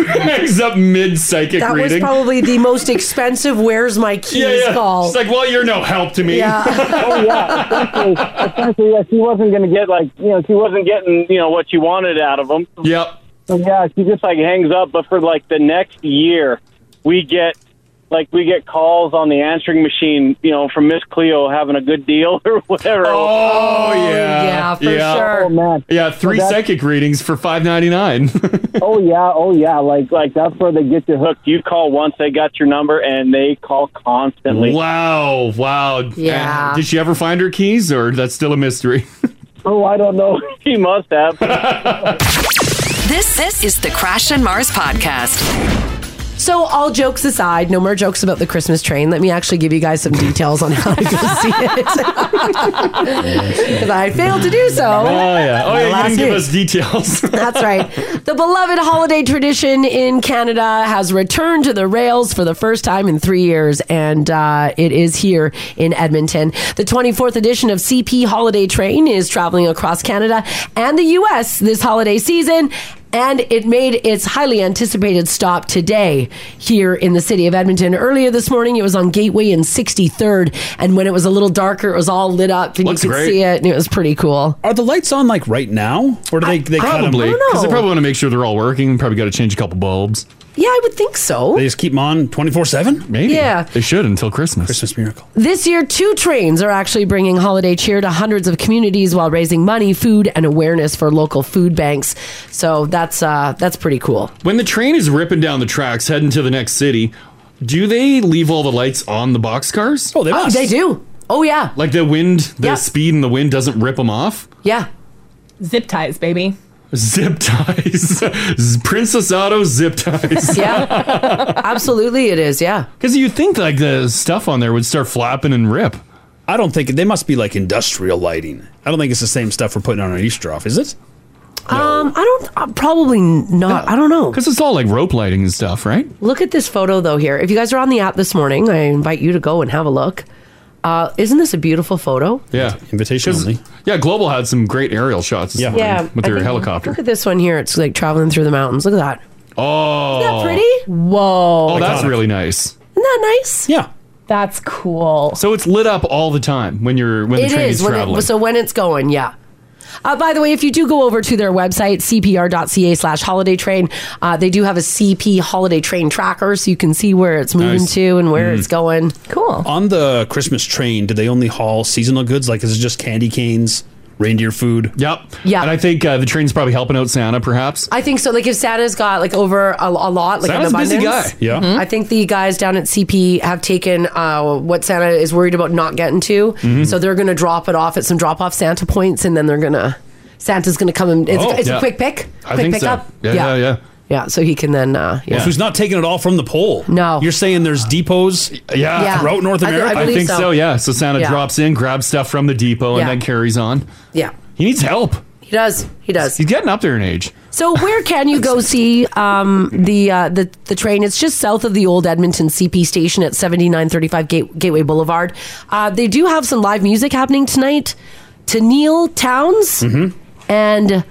S2: hangs up mid psychic
S3: That was
S2: reading.
S3: probably the most expensive "Where's my keys?"
S2: yeah, yeah.
S3: call.
S2: It's like, well, you're no help to me.
S3: Yeah.
S19: oh yeah, essentially, essentially yeah, she wasn't going to get like you know she wasn't getting you know what she wanted out of them.
S2: Yep.
S19: So, yeah, she just like hangs up. But for like the next year, we get like we get calls on the answering machine, you know, from Miss Cleo having a good deal or whatever.
S2: Oh, yeah. Yeah.
S19: Oh man,
S2: Yeah, three
S19: So that's-
S2: psychic readings for five ninety nine.
S19: oh yeah, oh yeah. Like like that's where they get you hooked. You call once, they got your number, and they call constantly.
S2: wow, wow.
S19: Yeah.
S2: Uh, did she ever find her keys, or that's still a mystery?
S19: Oh, I don't know. she must have.
S1: This this is the Crash and Mars podcast.
S3: So, all jokes aside, no more jokes about the Christmas train. Let me actually give you guys some details on how to go see it. Because I failed to do so.
S2: Oh yeah, oh yeah. You
S3: Last
S2: didn't give
S3: week.
S2: us details.
S3: That's right. The beloved holiday tradition in Canada has returned to the rails for the first time in three years, and uh, it is here in Edmonton. The 24th edition of CP Holiday Train is traveling across Canada and the U.S. this holiday season. And it made its highly anticipated stop today here in the city of Edmonton. Earlier this morning, it was on Gateway and 63rd. And when it was a little darker, it was all lit up and
S4: Looks
S3: you could
S4: great.
S3: see it. And it was pretty cool.
S4: Are the lights on like right now, or do they they cut 'em?
S2: probably because they probably want to make sure they're all working. Probably got to change a couple bulbs.
S3: Yeah, I would think so.
S4: They just keep 'em on twenty four seven.
S2: Maybe.
S3: Yeah.
S2: They should until Christmas. Christmas
S4: miracle.
S3: This year, two trains are actually bringing holiday cheer to hundreds of communities while raising money, food, and awareness for local food banks. So that's uh, that's pretty cool.
S2: When the train is ripping down the tracks heading to the next city, do they leave all the lights on the boxcars?
S4: Oh, they
S3: Oh, they do. Oh yeah,
S2: Like the wind, the
S3: Yeah.
S2: speed and the wind doesn't rip them off.
S3: yeah.
S6: Zip ties, baby.
S2: Zip ties, Princess Auto zip ties.
S3: yeah, absolutely, it is. Yeah,
S2: because you think like the stuff on there would start flapping and rip.
S4: I don't think they must be like industrial lighting. I don't think it's the same stuff we're putting on our Easter off, is it?
S3: Um, I don't. Uh, probably not. I don't know.
S2: Because it's all like rope lighting and stuff, right?
S3: Look at this photo though. Here, if you guys are on the app this morning, I invite you to go and have a look. Uh, isn't this a beautiful photo?
S2: Yeah,
S4: invitation only.
S2: Yeah, Global had some great aerial shots. Yeah, with
S3: I
S2: their
S3: think-
S2: helicopter.
S3: Look at this one here. It's like traveling through the mountains. Look at that.
S2: Oh,
S3: Pretty. Whoa.
S2: Oh, that's really nice.
S3: Isn't that nice?
S4: Yeah.
S6: That's cool.
S2: So it's lit up all the time when you're when the
S3: It
S2: train
S3: is
S2: is,
S3: when it-
S2: traveling.
S3: so when it's going, yeah. Uh, by the way, if you do go over to their website, cpr.ca slash holiday train, uh, they do have a CP holiday train tracker so you can see where it's moving
S4: Nice.
S3: to and where
S4: Mm.
S3: it's going. Cool.
S4: On the Christmas train, do they only haul seasonal goods? Like, is it just candy canes, reindeer food?
S2: Yep.
S3: Yeah.
S2: And I think uh, the train's probably helping out Santa, perhaps.
S3: I think so. Like if Santa's got like over a, a lot, like
S2: Santa's a
S3: an
S2: busy
S3: abundance. mm-hmm.
S2: guy. Yeah. Mhm.
S3: I think the guys down at CP have taken uh, what Santa is worried about not getting to,
S2: Mhm.
S3: so they're going to drop it off at some drop-off Santa points, and then they're gonna Santa's going to come and it's,
S4: Oh,
S3: it's
S4: yeah.
S3: a quick pick,
S4: I
S3: quick
S4: think
S3: pick
S4: so.
S3: up.
S4: Yeah, yeah, yeah.
S3: Yeah, so he can then. Uh, yeah.
S4: Well, so he's not taking it all from the pole. No. You're saying there's depots
S3: Yeah.
S4: throughout North
S3: I thi- I
S4: America?
S2: I,
S3: believe
S2: think
S3: so.
S2: so. yeah. So Santa
S3: Yeah.
S2: drops in, grabs stuff from the depot,
S3: Yeah.
S2: and then carries on.
S3: yeah,
S2: He needs help.
S3: he does. He does.
S2: He's getting up there in age.
S3: So where can you go see um, the uh, the the train? It's just south of the old Edmonton CP station at seventy nine thirty five Gate, Gateway Boulevard. Uh, they do have some live music happening tonight. To Neil Towns and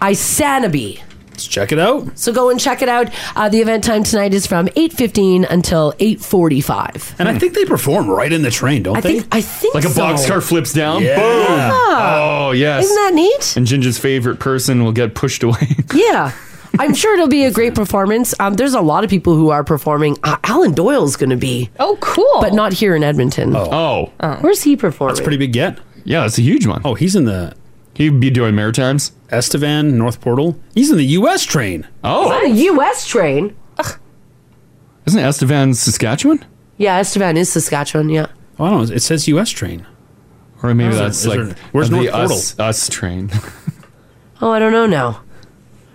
S3: Isanabe.
S4: Mm-hmm. Let's check it out.
S3: So go and check it out. Uh, the event time tonight is from eight fifteen until eight forty five.
S4: And I think they perform right in the train, Hmm. don't
S3: Hmm. I
S4: they?
S3: think- I think
S2: Like a
S3: so.
S2: boxcar flips down.
S4: Yeah.
S2: Boom.
S3: Ah.
S2: Oh, yes.
S3: Isn't that neat?
S2: And Ginger's favorite person will get pushed away.
S3: Yeah. I'm sure it'll be a great performance. Um, there's a lot of people who are performing. Uh, Alan Doyle's going to be.
S6: Oh, cool.
S3: But not here in Edmonton.
S2: Oh.
S3: Where's he performing?
S4: That's a pretty big get.
S2: Yeah, it's a huge one.
S4: Oh, he's in the.
S2: He'd be doing Maritimes.
S4: Estevan, North Portal. He's in the U.S. train.
S3: Is that a U.S. train?
S2: Oh, Isn't Estevan Saskatchewan?
S3: Yeah, Estevan is Saskatchewan. Yeah.
S4: Oh, I don't know. It says U.S. train.
S2: Or maybe
S4: Is there-
S2: that's
S4: is
S2: like
S4: there- where's
S2: the
S4: North Portal?
S2: us, us train.
S3: Oh, I don't know now.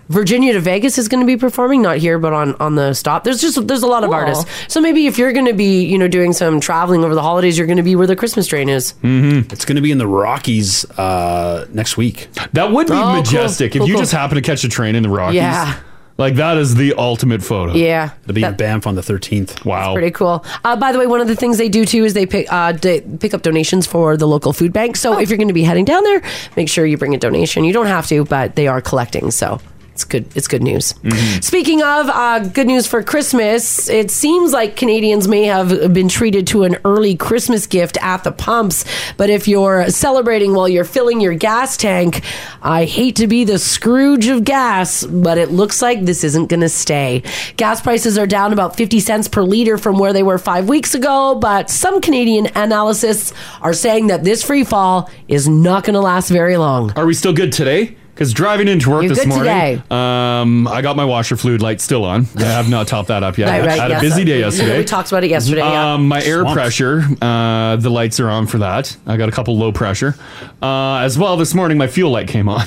S3: Virginia to Vegas is going to be performing, not here, but on on the stop. There's just there's a lot of
S6: Cool.
S3: artists. So maybe if you're going to be you know doing some traveling over the holidays, you're going to be where the Christmas train is.
S4: Mm-hmm. It's going to be in the Rockies uh, next week.
S2: That would be
S3: Oh, cool.
S2: majestic
S3: Cool,
S2: if you
S3: cool.
S2: just happen to catch a train in the Rockies.
S3: Yeah.
S2: Like that is the ultimate photo.
S3: Yeah. It'll
S4: be in Banff on the 13th.
S2: Wow.
S3: Pretty cool. Uh, by the way, one of the things they do too is they pick uh, d- pick up donations for the local food bank. So if you're going to be heading down there, make sure you bring a donation. You don't have to, but they are collecting, so it's good. It's good news. Speaking of uh, good news for Christmas, it seems like Canadians may have been treated to an early Christmas gift at the pumps. But if you're celebrating while you're filling your gas tank, I hate to be the Scrooge of gas, but it looks like this isn't going to stay. Gas prices are down about 50 cents per liter from where they were five weeks ago, but some Canadian analysts are saying that this free fall is not going to last very long.
S2: Are we still good today? Because driving into work
S3: You're
S2: this
S3: good
S2: morning,
S3: today.
S2: um, I got my washer fluid light still on. I have not topped that up yet.
S3: Right, right,
S2: I had
S3: yes.
S2: a busy day
S3: We
S2: yesterday.
S3: talked about it yesterday, yeah.
S2: Um, my air
S3: Swamps.
S2: pressure, uh, the lights are on for that. I got a couple low pressure. Uh, as well, this morning my fuel light came on.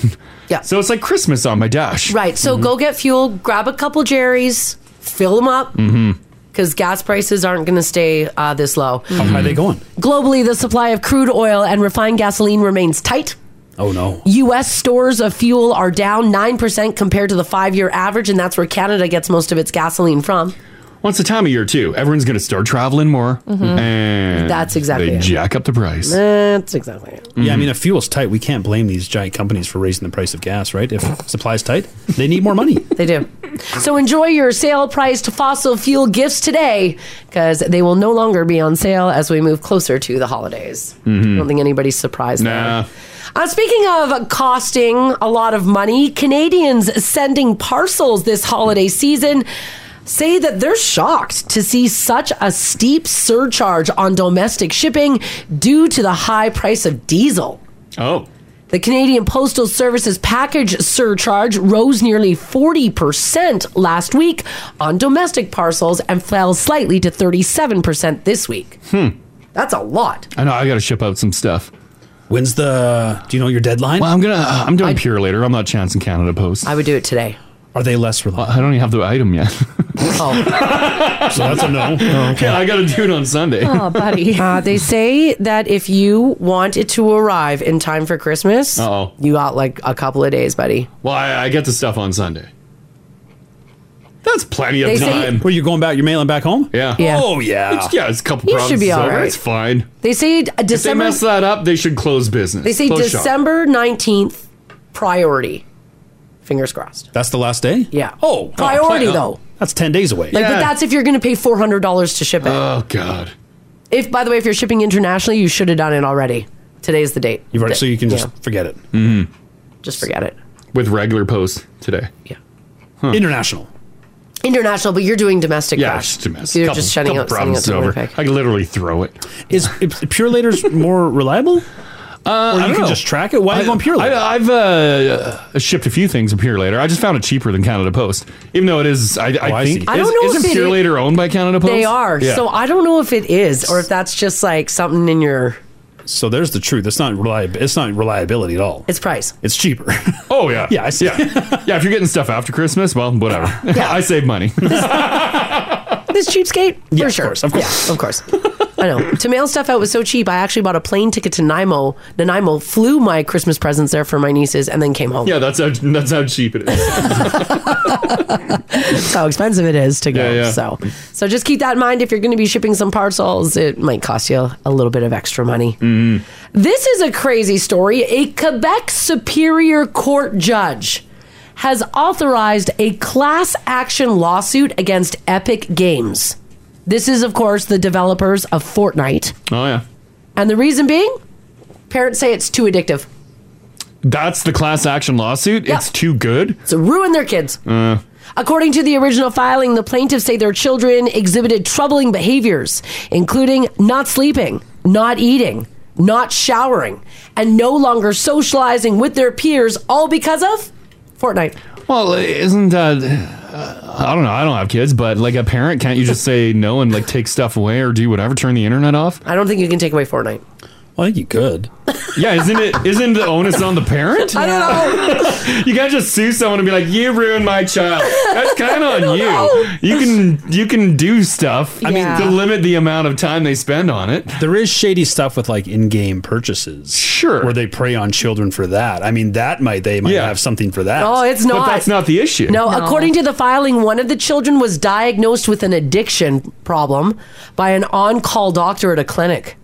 S2: Yeah. So it's like Christmas on my dash.
S3: Right. So go get fuel, grab a couple Jerry's, fill them up.
S2: Mm-hmm.
S3: because gas prices aren't going to stay uh, this low.
S4: How high are
S2: Mm.
S4: they going?
S3: Globally, the supply of crude oil and refined gasoline remains tight.
S4: Oh, no.
S3: U.S. stores of fuel are down 9% compared to the five year average, and that's where Canada gets most of its gasoline from.
S2: Well, it's the time of year too. Everyone's going to start traveling more,
S3: Mhm.
S2: and
S3: That's exactly
S2: they
S3: it.
S2: jack up the price.
S3: That's exactly it.
S4: Yeah, I mean, if fuel's tight, we can't blame these giant companies for raising the price of gas, right? If supply's tight, they need more money.
S3: They do. So enjoy your sale priced fossil fuel gifts today because they will no longer be on sale as we move closer to the holidays.
S2: Mhm.
S4: Mm-hmm.
S3: I don't think anybody's surprised. there.
S2: Nah.
S3: Uh, speaking of costing a lot of money, Canadians sending parcels this holiday season say that they're shocked to see such a steep surcharge on domestic shipping due to the high price of diesel.
S2: Oh.
S3: The Canadian Postal Service's package surcharge rose nearly 40% last week on domestic parcels and fell slightly to 37% this week.
S2: Hmm.
S3: That's a lot.
S2: I know I got to ship out some stuff.
S4: When's the? Do you know your deadline?
S2: Well, I'm gonna. uh, I'm doing Pure later. I'm not chancing Canada Post. I
S3: would do it today.
S4: Are they less reliable?
S2: I don't even have the item yet.
S3: Oh.
S4: so that's a no. Oh,
S2: Yeah, I got to do it on Sunday.
S3: buddy. uh, they say that if you want it to arrive in time for Christmas,
S2: Uh-oh.
S3: you got like a couple of days, buddy.
S2: Well, I, I get the stuff on Sunday. That's plenty of
S3: They say-
S2: time.
S4: Were you going back? You're mailing back home?
S2: Yeah.
S3: Yeah.
S2: Oh yeah. It's, yeah, it's a couple.
S3: You
S2: provinces
S3: should be all
S2: over.
S3: right.
S2: It's fine.
S3: They say uh,
S2: If they
S3: December.
S2: mess that up, they should close business.
S3: They say
S2: Close shop.
S3: December 19th, priority. Fingers crossed.
S4: That's the last day.
S3: Yeah.
S4: Oh,
S3: Priority, though.
S4: That's ten days away.
S2: Uh.
S3: Like, but that's if you're going to pay $400 to ship it.
S2: Oh God.
S3: If, by the way, if you're shipping internationally, you should have done it already. Today's the date.
S4: You've already, so you can
S3: Yeah.
S4: just forget it.
S2: Mm-hmm.
S3: Just forget it.
S2: With regular post today.
S3: Yeah.
S4: International.
S3: International, but you're doing domestic.
S2: Yeah,
S3: Crash.
S2: just a mess.
S3: You're
S2: Couple-
S3: just shutting
S2: couple
S3: out, sending out
S2: problems
S3: to
S2: over.
S3: Winnipeg.
S2: I can literally throw it.
S4: Is, is Pure Later's more reliable?
S2: Uh,
S4: or you can just track it? Why are you going Pure Later?
S2: I, I've uh, uh, shipped a few things in Pure Later. I just found it cheaper than Canada Post, even though it is. I, I
S3: Oh, I
S2: think
S3: see. I don't
S2: is-
S3: know
S2: Isn't
S3: if it
S2: Pure
S3: is-
S2: Later owned by Canada Post?
S3: They are.
S2: Yeah.
S3: So I don't know if it is or if that's just like something in your.
S4: So there's the truth. It's not reliab- It's not reliability at all.
S3: It's price.
S4: It's cheaper.
S2: Oh yeah,
S4: yeah, I see.
S2: yeah, yeah. If you're getting stuff after Christmas, well, whatever. I save money.
S3: This cheapskate?
S2: Yeah,
S3: for
S2: of
S3: sure.
S2: course, of course.
S3: Yeah, of course. I know. To mail stuff out was so cheap. I actually bought a plane ticket to Nanaimo, Nanaimo, flew my Christmas presents there for my nieces, and then came home.
S2: yeah, that's how that's how cheap it is.
S3: That's how expensive it is to go.
S2: Yeah, yeah.
S3: So, so just keep that in mind. If you're going to be shipping some parcels, it might cost you a little bit of extra money.
S2: Mm-hmm.
S3: This is a crazy story. A Quebec Superior Court judge has authorized a class action lawsuit against Epic Games. This is, of course, the developers of Fortnite.
S2: Oh yeah,
S3: And the reason being, parents say it's too addictive.
S2: that's the class action lawsuit. It's too good.
S3: So ruin their kids.
S2: Uh,
S3: According to the original filing, the plaintiffs say their children exhibited troubling behaviors, including not sleeping, not eating, not showering, and no longer socializing with their peers, all because of Fortnite.
S2: well, isn't that? uh, I don't know. I don't have kids, but like a parent, can't you just say no and like take stuff away or do whatever? Turn the internet off.
S3: I don't think you can take away Fortnite.
S4: Well, I think you could.
S2: Yeah, isn't it? Isn't the onus on the parent?
S3: I don't know.
S2: you gotta just sue someone and be like, "You ruined my child." That's kind of on you. You can you can do stuff. I mean,
S4: Yeah.
S2: to limit the amount of time they spend on it.
S4: There is shady stuff with like in-game purchases, sure, where they prey on children for that. I mean, that might they might have something for that.
S3: Oh, it's But not. that's not
S2: the issue.
S3: No, according to the filing, one of the children was diagnosed with an addiction problem by an on call doctor at a clinic.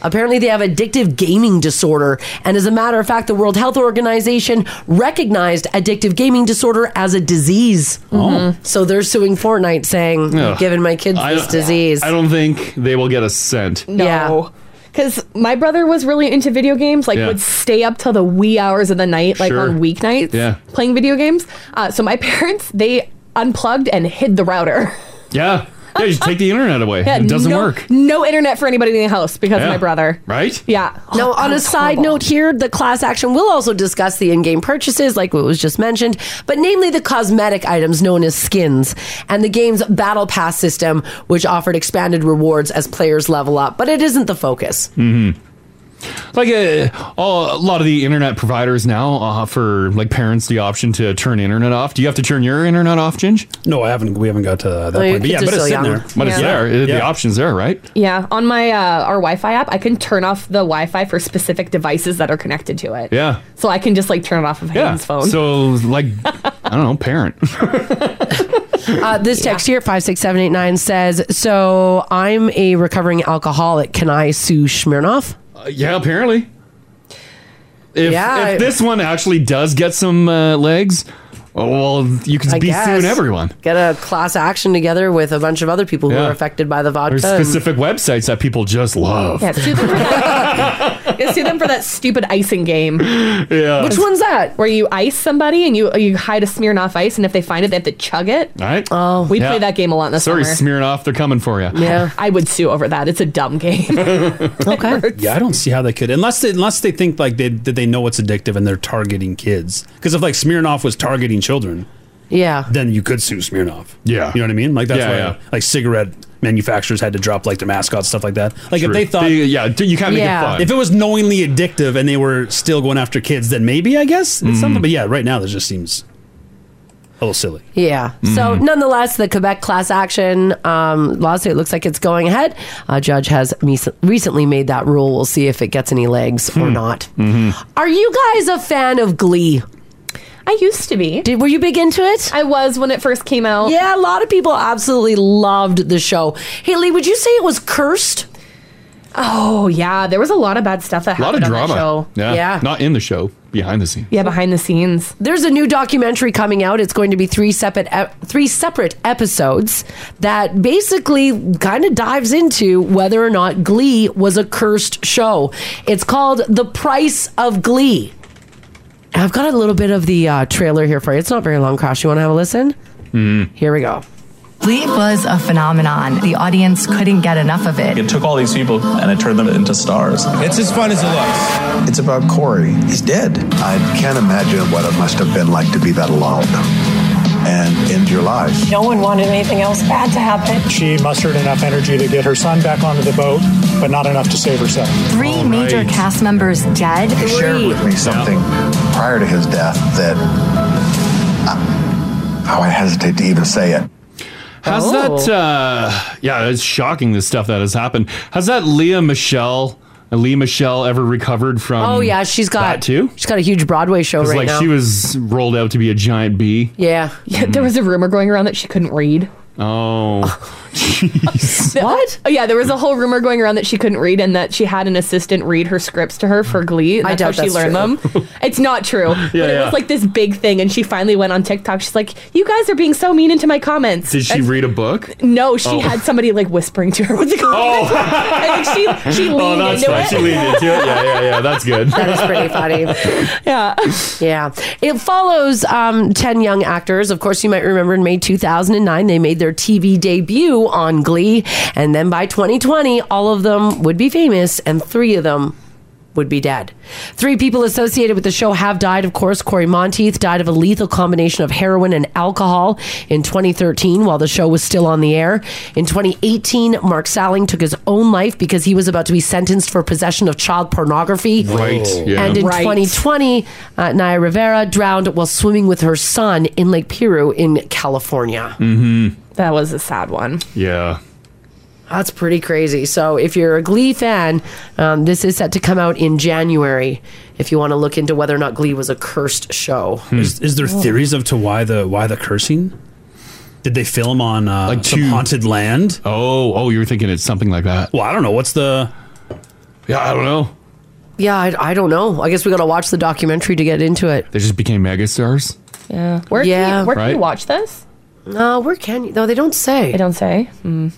S3: Apparently, they have addictive gaming disorder. And as a matter of fact, the World Health Organization recognized addictive gaming disorder as a disease. So they're suing Fortnite saying,
S2: Oh. Ugh.
S3: "You've given my kids
S2: I
S3: this
S2: don't-
S3: disease.
S2: I don't think they will get a cent.
S6: No. Because my brother was really into video games, like
S2: Yeah.
S6: would stay up till the wee hours of the night, like
S2: Sure.
S6: on weeknights,
S2: Yeah.
S6: playing video games. Uh, so my parents, they unplugged and hid the router.
S2: Yeah, yeah. You take the internet away.
S6: Yeah,
S2: it doesn't
S6: no-
S2: work.
S6: No internet for anybody in the house because of
S2: Yeah.
S6: my brother.
S2: Right?
S6: Yeah.
S3: Now, on a side note here, the class action will also discuss the in game purchases, like what was just mentioned, but namely the cosmetic items known as skins and the game's battle pass system, which offered expanded rewards as players level up, but it isn't the focus.
S2: hmm Like a, all, a lot of the internet providers now offer like parents the option to turn internet off. Do you have to turn your internet off, Ginge?
S4: No, I haven't. We haven't got to that
S6: Well, your
S4: point. But yeah,
S6: kids are
S4: but it's
S6: still
S4: sitting
S6: young.
S4: there.
S2: But it's
S6: Yeah.
S2: there. It- The
S4: Yeah.
S2: option's there, right?
S6: Yeah, on my uh, our Wi-Fi app, I can turn off the Wi-Fi for specific devices that are connected to it.
S2: Yeah.
S6: So I can just like turn it off of
S2: Yeah.
S6: Hayden's phone.
S2: So like, I don't know, parent.
S3: Uh, this text here, 56789, says So I'm a recovering alcoholic. Can I sue Smirnoff?
S2: Uh, yeah, apparently. If,
S3: Yeah.
S2: if this one actually does get some uh, legs, oh, well, you can
S3: I
S2: be
S3: guess.
S2: suing everyone.
S3: Get a class action together with a bunch of other people who
S2: Yeah.
S3: are affected by the vodka.
S2: There's
S3: and-
S2: specific websites that people just love.
S6: Yeah, sue them for that. yeah, sue them for that stupid icing game.
S2: Yeah.
S3: Which one's that?
S6: Where you ice somebody and you you hide a Smirnoff ice, and if they find it, they have to chug it.
S2: All right.
S6: Oh, we play that game a lot in the
S2: Sorry,
S6: summer.
S2: Sorry, Smirnoff, they're coming for you.
S6: I would sue over that. It's a dumb game. okay.
S4: Yeah, I don't see how they could unless they, unless they think like they that they know it's addictive and they're targeting kids. Because if like Smirnoff was targeting children,
S3: yeah,
S4: then you could sue Smirnoff.
S2: Yeah.
S4: you know what I mean. Like that's
S2: Yeah,
S4: why
S2: yeah.
S4: like cigarette manufacturers had to drop like their mascots stuff like that. Like
S2: True.
S4: if they thought
S2: They- yeah, you can't make it Yeah. fun.
S4: If it was knowingly addictive and they were still going after kids, then maybe I guess
S2: Mm-hmm.
S4: it's something. But yeah, right now this just seems a little silly.
S3: Yeah. So, nonetheless, the Quebec class action um, lawsuit looks like it's going ahead. A judge has mes- recently made that rule. We'll see if it gets any legs or not.
S4: Mm-hmm.
S3: Are you guys a fan of Glee?
S6: I used to be.
S3: Did were you big into it?
S6: I was when it first came out.
S3: Yeah, a lot of people absolutely loved the show. Haley, would you say it was cursed?
S6: Oh yeah, there was a lot of bad stuff that
S2: A lot of
S6: happened on that
S2: drama.
S6: show.
S2: Yeah. Not in the show. behind the scenes.
S6: Yeah, behind the scenes.
S3: There's a new documentary coming out. It's going to be three separate ep- three separate episodes that basically kind of dives into whether or not Glee was a cursed show. It's called The Price of Glee. And I've got a little bit of the uh, trailer here for you. It's not very long, Crash. You want to have a listen? Here we go.
S20: Glee was a phenomenon. The audience couldn't get enough of it.
S21: It took all these people and it turned them into stars.
S22: It's as fun as it looks. It's about Corey. He's dead.
S23: I can't imagine what it must have been like to be that alone and end your life.
S24: No one wanted anything else bad to happen.
S25: She mustered enough energy to get her son back onto the boat, but not enough to save herself.
S20: Three major cast members dead.
S23: He shared with me something prior to his death that I, oh, I hesitate to even say it.
S2: How's
S3: Oh.
S2: that? Uh, yeah, it's shocking the stuff that has happened. Has that Leah Michelle, Leah Michelle, ever recovered from?
S3: oh yeah, she's got
S2: that too.
S3: She's got a huge Broadway show
S2: 'Cause,
S3: right
S2: like
S3: now.
S2: she was Mm-hmm. rolled out to be a giant bee.
S3: yeah.
S6: Yeah, there was a rumor going around that she couldn't read.
S2: Oh,
S6: What? Oh, yeah, there was a whole rumor going around that she couldn't read and that she had an assistant read her scripts to her for Glee. And
S3: Mm. I
S6: that's
S3: doubt
S6: how she
S3: that's
S6: learned
S3: true.
S6: them. It's not true. but it
S2: yeah.
S6: was like this big thing, and she finally went on TikTok. She's like, "You guys are being so mean into my comments."
S2: did she
S6: And-
S2: read a book?
S6: No, she
S2: Oh.
S6: had somebody like whispering to her with the
S3: Oh.
S6: comments. and like, she she leaned
S2: oh, that's
S6: into
S2: fine.
S6: it.
S2: She leaned into it. Yeah, yeah, yeah. That's good.
S3: That is pretty funny.
S6: yeah.
S3: Yeah. It follows um, 10 young actors. Of course, you might remember in May 2009, they made their TV debut on Glee. And then by 2020, all of them would be famous and three of them would be dead. Three people associated with the show have died. Of course, Corey Monteith died of a lethal combination of heroin and alcohol in 2013 while the show was still on the air. In 2018, Mark Salling took his own life because he was about to be sentenced for possession of child pornography.
S2: Right, Whoa. yeah.
S3: And in
S2: Right.
S3: 2020, uh, Naya Rivera drowned while swimming with her son in Lake Piru in California.
S2: Mm-hmm.
S6: That was a sad one.
S2: Yeah.
S3: That's pretty crazy. So, if you're a Glee fan, um, this is set to come out in January. If you want to look into whether or not Glee was a cursed show,
S2: Hmm.
S4: Is, is there theories of to why the why the cursing? Did they film on uh, like some haunted land?
S2: Oh, oh, you were thinking it's something like that.
S4: Well, I don't know. What's the?
S2: Yeah, I don't know.
S3: Yeah, I, I don't know. I guess we got to watch the documentary to get into it.
S2: They just became megastars.
S6: Yeah. Where can
S3: Yeah.
S6: you, where can you
S2: Right.
S6: watch this?
S3: No, where can you? No, they don't say. They
S6: don't say. Mm.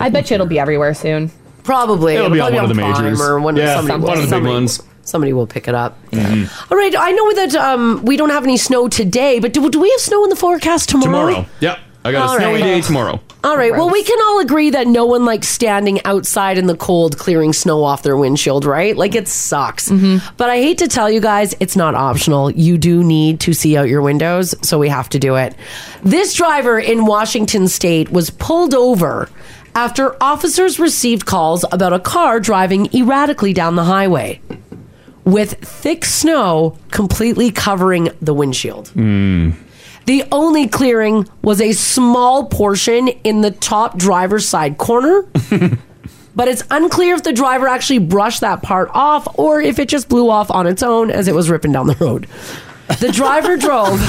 S6: I bet you it'll be everywhere soon.
S3: Probably.
S2: It'll be on one of the
S3: Prime
S2: majors.
S3: or one,
S2: Yeah,
S3: somebody
S2: one
S3: will-
S2: of the big
S3: somebody-
S2: ones.
S3: Somebody will pick it up.
S4: Mm-hmm.
S3: All right, I know that um, we don't have any snow today, but do, do we have snow in the forecast tomorrow?
S2: Tomorrow. Yep. I got
S3: All
S2: a snowy
S3: right.
S2: day tomorrow.
S3: All right. Well, we can all agree that no one likes standing outside in the cold clearing snow off their windshield, right? Like it sucks. But I hate to tell you guys, it's not optional. You do need to see out your windows, so we have to do it. This driver in Washington state was pulled over after officers received calls about a car driving erratically down the highway with thick snow completely covering the windshield.
S2: Mm.
S3: The only clearing was a small portion in the top driver's side corner. But it's unclear if the driver actually brushed that part off or if it just blew off on its own as it was ripping down the road. The driver drove.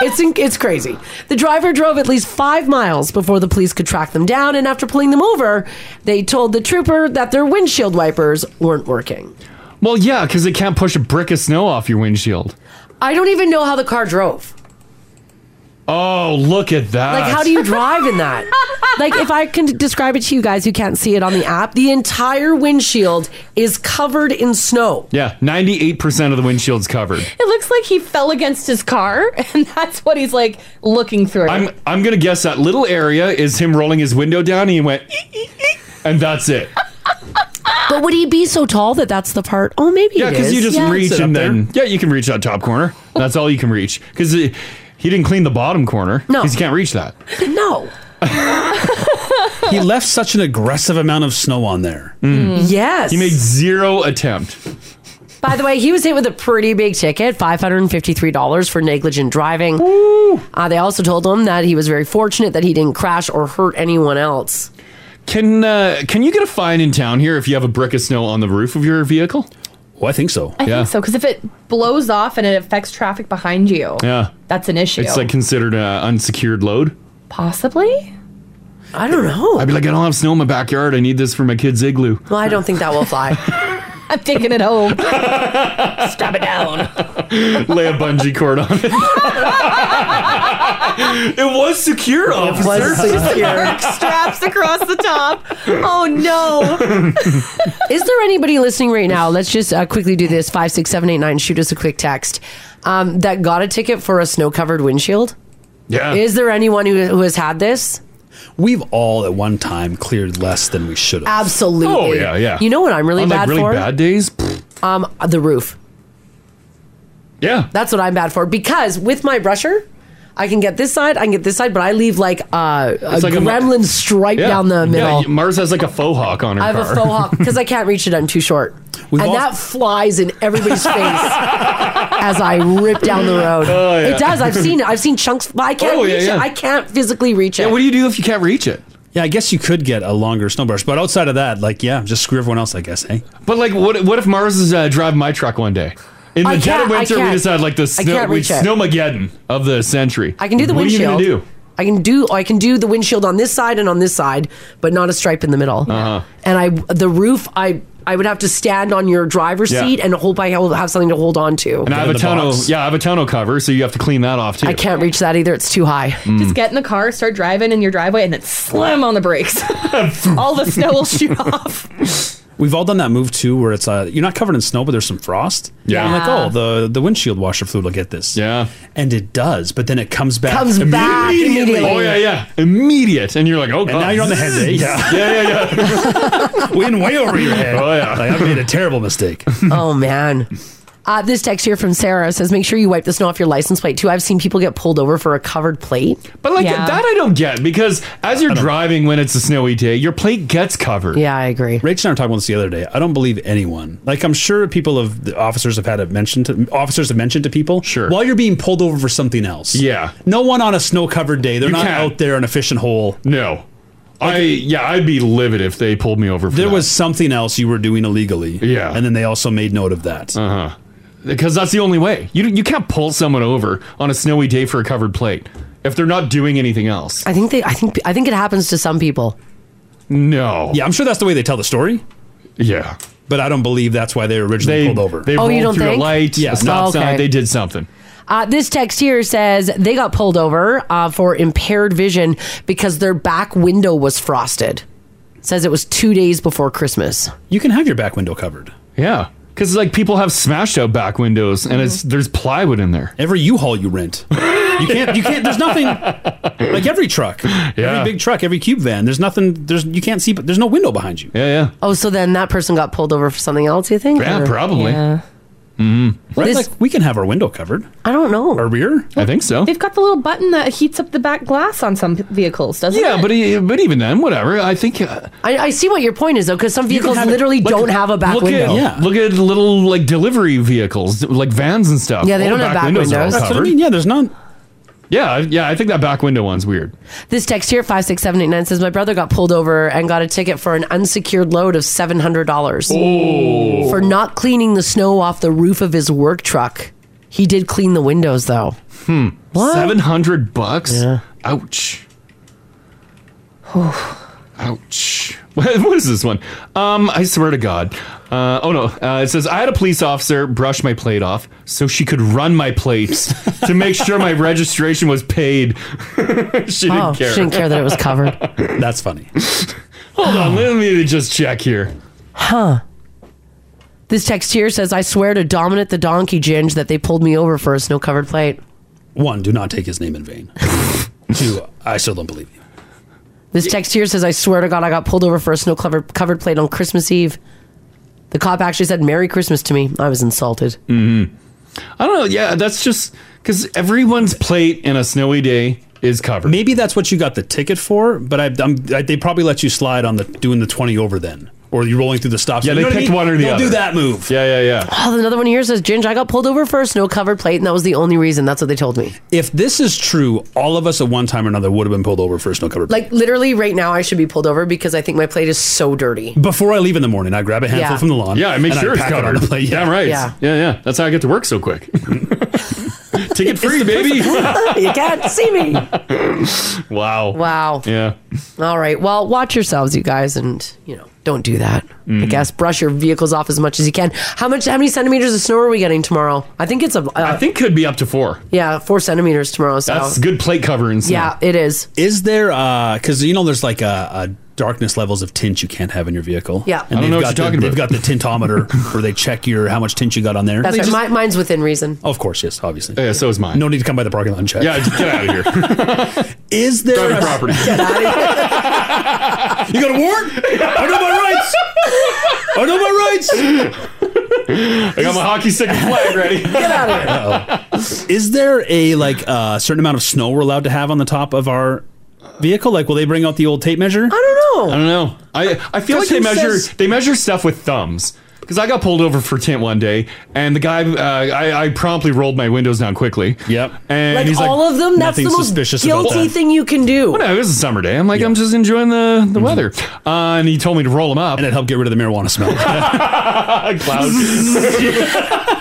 S3: It's in, it's crazy. The driver drove at least five miles before the police could track them down. And after pulling them over, they told the trooper that their windshield wipers weren't working.
S2: Well, yeah, because they can't push a brick of snow off your windshield.
S3: I don't even know how the car drove.
S2: Oh, look at that.
S3: Like, how do you drive in that? like, if I can describe it to you guys who can't see it on the app, the entire windshield is covered in snow.
S2: Yeah, 98% of the windshield's covered.
S6: It looks like he fell against his car, and that's what he's like looking through.
S2: I'm I'm gonna guess that little area is him rolling his window down and he went and that's it.
S3: But would he be so tall that that's the part? Oh, maybe.
S2: Yeah,
S3: it
S2: because you
S3: is.
S2: just reach and then yeah, you can reach that top corner. That's all you can reach because he didn't clean the bottom corner.
S3: No.
S2: 'cause you can't reach that.
S3: No.
S4: He left such an aggressive amount of snow on there.
S3: Mm. Yes.
S2: he made zero attempt.
S3: By the way, he was hit with a pretty big ticket, $553 for negligent driving. Uh, they also told him that he was very fortunate that he didn't crash or hurt anyone else.
S2: Can uh, can you get a fine in town here if you have a brick of snow on the roof of your vehicle?
S4: Well, Oh, I think so.
S6: I think so because if it blows off and it affects traffic behind you,
S2: Yeah,
S6: that's an issue.
S2: it's like considered an unsecured load.
S6: possibly.
S3: I don't know.
S2: I'd be like, I don't have snow in my backyard. I need this for my kid's igloo.
S3: Well, I don't think that will fly.
S6: I'm taking it home. Strap it down.
S2: Lay a bungee cord on it. it was secure, officer.
S6: Dark straps across the top. Oh no!
S3: Is there anybody listening right now? Let's just uh, quickly do this. Five, six, seven, eight, nine. Shoot us a quick text. Um, that got a ticket for a snow-covered windshield.
S4: Yeah.
S3: Is there anyone who, who has had this?
S4: We've all at one time cleared less than we should have.
S3: Absolutely.
S4: Oh, yeah, yeah.
S3: You know what I'm really
S4: On, like,
S3: bad
S4: really
S3: for?
S4: bad
S2: days.
S3: Um, the roof.
S2: Yeah.
S3: That's what I'm bad for because with my brusher. I can get this side, I can get this side, but I leave like uh, a
S2: It's like a mu-
S3: gremlin stripe
S2: Yeah.
S3: down the middle.
S2: Yeah, Mars has like a faux hawk on her
S3: I have
S2: car.
S3: a faux hawk because I can't reach it. I'm too short.
S2: We've
S3: and
S2: all-
S3: that flies in everybody's face as I rip down the road.
S2: Oh, yeah.
S3: It does. I've seen it. I've seen chunks. But I can't
S4: Oh, yeah,
S3: reach
S4: yeah.
S3: it. I can't physically reach it.
S4: what
S2: do you do if you can't reach it?
S4: Yeah, I guess you could get a longer snow brush, but outside of that, like, yeah, just screw everyone else, I guess, eh?
S2: But like, what what if Mars is uh, driving my truck one day? In the
S3: I
S2: dead of
S3: can't- I
S2: winter, we
S3: can't.
S2: just had like
S3: I
S2: the snow,
S3: can't
S2: we
S3: reach it.
S2: snowmageddon of the century.
S3: I can do the
S2: what
S3: windshield.
S2: What are you gonna do?
S3: I can do. I can do the windshield on this side and on this side, but not a stripe in the middle.
S2: Uh-huh.
S3: And I, the roof, I, I would have to stand on your driver's
S2: Yeah.
S3: seat and hope I will have something to hold on to.
S2: And I have a tonneau. Yeah, I have a tonneau cover, so you have to clean that off too. Mm.
S3: I can't reach that either. It's too high.
S6: Just get in the car, start driving in your driveway, and then slam on the brakes. All the snow will shoot off.
S4: We've all done that move too, where it's uh, you're not covered in snow, but there's some frost.
S6: Yeah.
S4: And I'm like, oh, the the windshield washer fluid will get this. Yeah, and it does, but then it comes back.
S2: Comes back immediately. Oh, yeah, yeah. immediate, and you're like, oh,
S4: And now you're on the head. eh?
S2: Yeah, yeah, yeah.
S4: Win way over your head. Oh yeah, like, I made a terrible mistake.
S3: oh man. Uh, this text here from Sarah says, "Make sure you wipe the snow off your license plate too." I've seen people get pulled over for a covered plate.
S2: But like that, I don't get because as you're driving when it's a snowy day, your plate gets covered.
S3: Yeah, I agree.
S4: Rach and I were talking about this the other day. I don't believe anyone. Like I'm sure people of the officers have had it mentioned. To, officers have mentioned to people. Sure. While you're being pulled over for something else. Yeah. No one on a snow covered day. They're
S2: You
S4: not
S2: can't.
S4: out there in a fishing hole.
S2: No. I yeah, I'd be livid if they pulled me over. For
S4: there was something else you were doing illegally. Yeah. And then they also made note of that.
S2: Uh huh. Because that's the only way. You you can't pull someone over on a snowy day for a covered plate if they're not doing anything else.
S3: I think they. I think. I think it happens to some people.
S2: No.
S4: Yeah, I'm sure that's the way they tell the story.
S2: Yeah.
S4: But I don't believe that's why they were originally pulled over.
S3: they Oh, you rolled don't through a think? light, a
S4: yeah,
S3: stop Oh, sign, okay. they
S2: did something.
S3: Uh, this text here says they got pulled over uh, for impaired vision because their back window was frosted. Says it was two days before Christmas.
S4: You can have your back window covered.
S2: Yeah. Because like people have smashed out back windows and it's there's plywood in there.
S4: Every U-Haul you rent. You can't. You can't. There's nothing. Like every truck, every big truck, every cube van. There's nothing. There's you can't see. But there's no window behind you.
S2: Yeah, yeah.
S3: Oh, so then that person got pulled over for something else, you think? Or- Yeah.
S2: Mm-hmm.
S4: Mm. Right.
S3: This-
S4: like we can have our window covered.
S3: I don't know.
S4: Our rear.
S2: I think so.
S6: They've got the little button that heats up the back glass on some vehicles, doesn't it?
S2: Yeah, but e- but even then, whatever. I think uh,
S3: I, I see what your point is, though, because some
S2: You can
S3: vehicles
S2: have it-
S3: literally
S2: like,
S3: don't have a back
S2: look
S3: window.
S2: At, yeah, look at little like delivery vehicles, like vans and stuff.
S3: Yeah, they
S2: All
S3: don't
S2: the
S3: have back
S2: are all
S3: windows. That's what I
S2: covered.
S3: mean,
S4: Yeah, there's none.
S2: Yeah, I- yeah. I think that back window one's weird.
S3: This text here, 56789, says my brother got pulled over and got a ticket for an unsecured load of $700 for not cleaning the snow off the roof of his work truck. He did clean the windows, though.
S2: Hmm.
S3: What?
S2: Seven hundred bucks. Ouch. Ouch. What what is this one? Um, I swear to God. Uh, oh no. Uh, it says I had a police officer brush my plate off so she could run my plates to make sure my registration was paid. she didn't
S3: Oh,
S2: care.
S3: she didn't care that it was covered.
S4: That's funny.
S2: Hold on. Let me just check here.
S3: Huh. This text here says, I swear to Dominic the Donkey Ginge that they pulled me over for a snow covered plate.
S4: One, do not take his name in vain. Two, I still don't believe you.
S3: This text here says, I swear to God, I got pulled over for a snow covered covered plate on Christmas Eve. The cop actually said, Merry Christmas to me. I was insulted.
S2: Mm-hmm. I don't know. Yeah, that's just because everyone's plate in a snowy day is covered.
S4: Maybe that's what you got the ticket for, but I, I'm, I, they probably let you slide on the doing the twenty over then, or you rolling through the stops.
S2: Yeah, they picked one or the
S4: They'll
S2: other.
S4: Do that move.
S2: Yeah, yeah, yeah.
S3: Oh, another one here says, Ginge, I got pulled over for a snow covered plate, and that was the only reason. That's what they told me.
S4: If this is true, all of us at one time or another would have been pulled over for a snow covered.
S3: Like, literally, right now, I should be pulled over because I think my plate is so dirty.
S4: Before I leave in the morning, I grab a handful
S3: Yeah.
S4: from the lawn.
S2: Yeah, I make
S4: and
S2: sure it's
S4: pack it on
S2: covered.
S4: the plate.
S2: Damn right.
S3: Yeah.
S2: Yeah. yeah, That's how I get to work so quick. Ticket free, baby.
S3: you can't see me.
S2: wow.
S3: Wow.
S2: Yeah.
S3: All right. Well, watch yourselves, you guys, and, you know, Don't do that.
S2: Mm-hmm.
S3: I guess brush your vehicles off as much as you can. How much? How many centimeters of snow are we getting tomorrow? I think it's a. Uh, I
S2: think could be up to four.
S3: Yeah, four centimeters tomorrow. So
S2: That's good plate covering. snow.
S3: Yeah, it is.
S4: Is there because you know there's like a, a darkness levels of tint you can't have in your vehicle.
S3: Yeah.
S4: and
S3: I don't
S4: they've
S3: know what
S4: got
S2: you're
S4: the,
S2: talking
S4: they've
S2: about.
S4: got the tintometer where they check your how much tint you got on there.
S3: That's
S4: They
S3: right.
S4: just-
S3: My, mine's within reason.
S4: of course, yes, obviously.
S2: Yeah, so is mine.
S4: No need to come by the parking lot and check.
S2: Yeah, just get out of here.
S4: Is there
S2: Private
S4: a-
S2: property.
S4: you got a warrant? I know my rights. I know my rights.
S2: I got my hockey stick and flag ready.
S3: Get out of here.
S4: Is there a like a certain amount of snow we're allowed to have on the top of our vehicle? Like, will they bring out the old tape measure? I
S3: don't know.
S2: I don't know. I I feel
S4: Like
S2: like they
S4: who
S2: measure
S4: says-
S2: they measure stuff with thumbs. Because I got pulled over for tint one day, and the guy, uh, I, I promptly rolled my windows down quickly. Yep. And
S3: like
S2: he's
S3: all
S2: like,
S3: of them. That's the most guilty thing you can do.
S2: Well, no, it was a summer day. I'm like, I'm just enjoying the, the weather. Uh, and he told me to roll them up. And
S4: Mm-hmm. it helped get rid of the marijuana smell.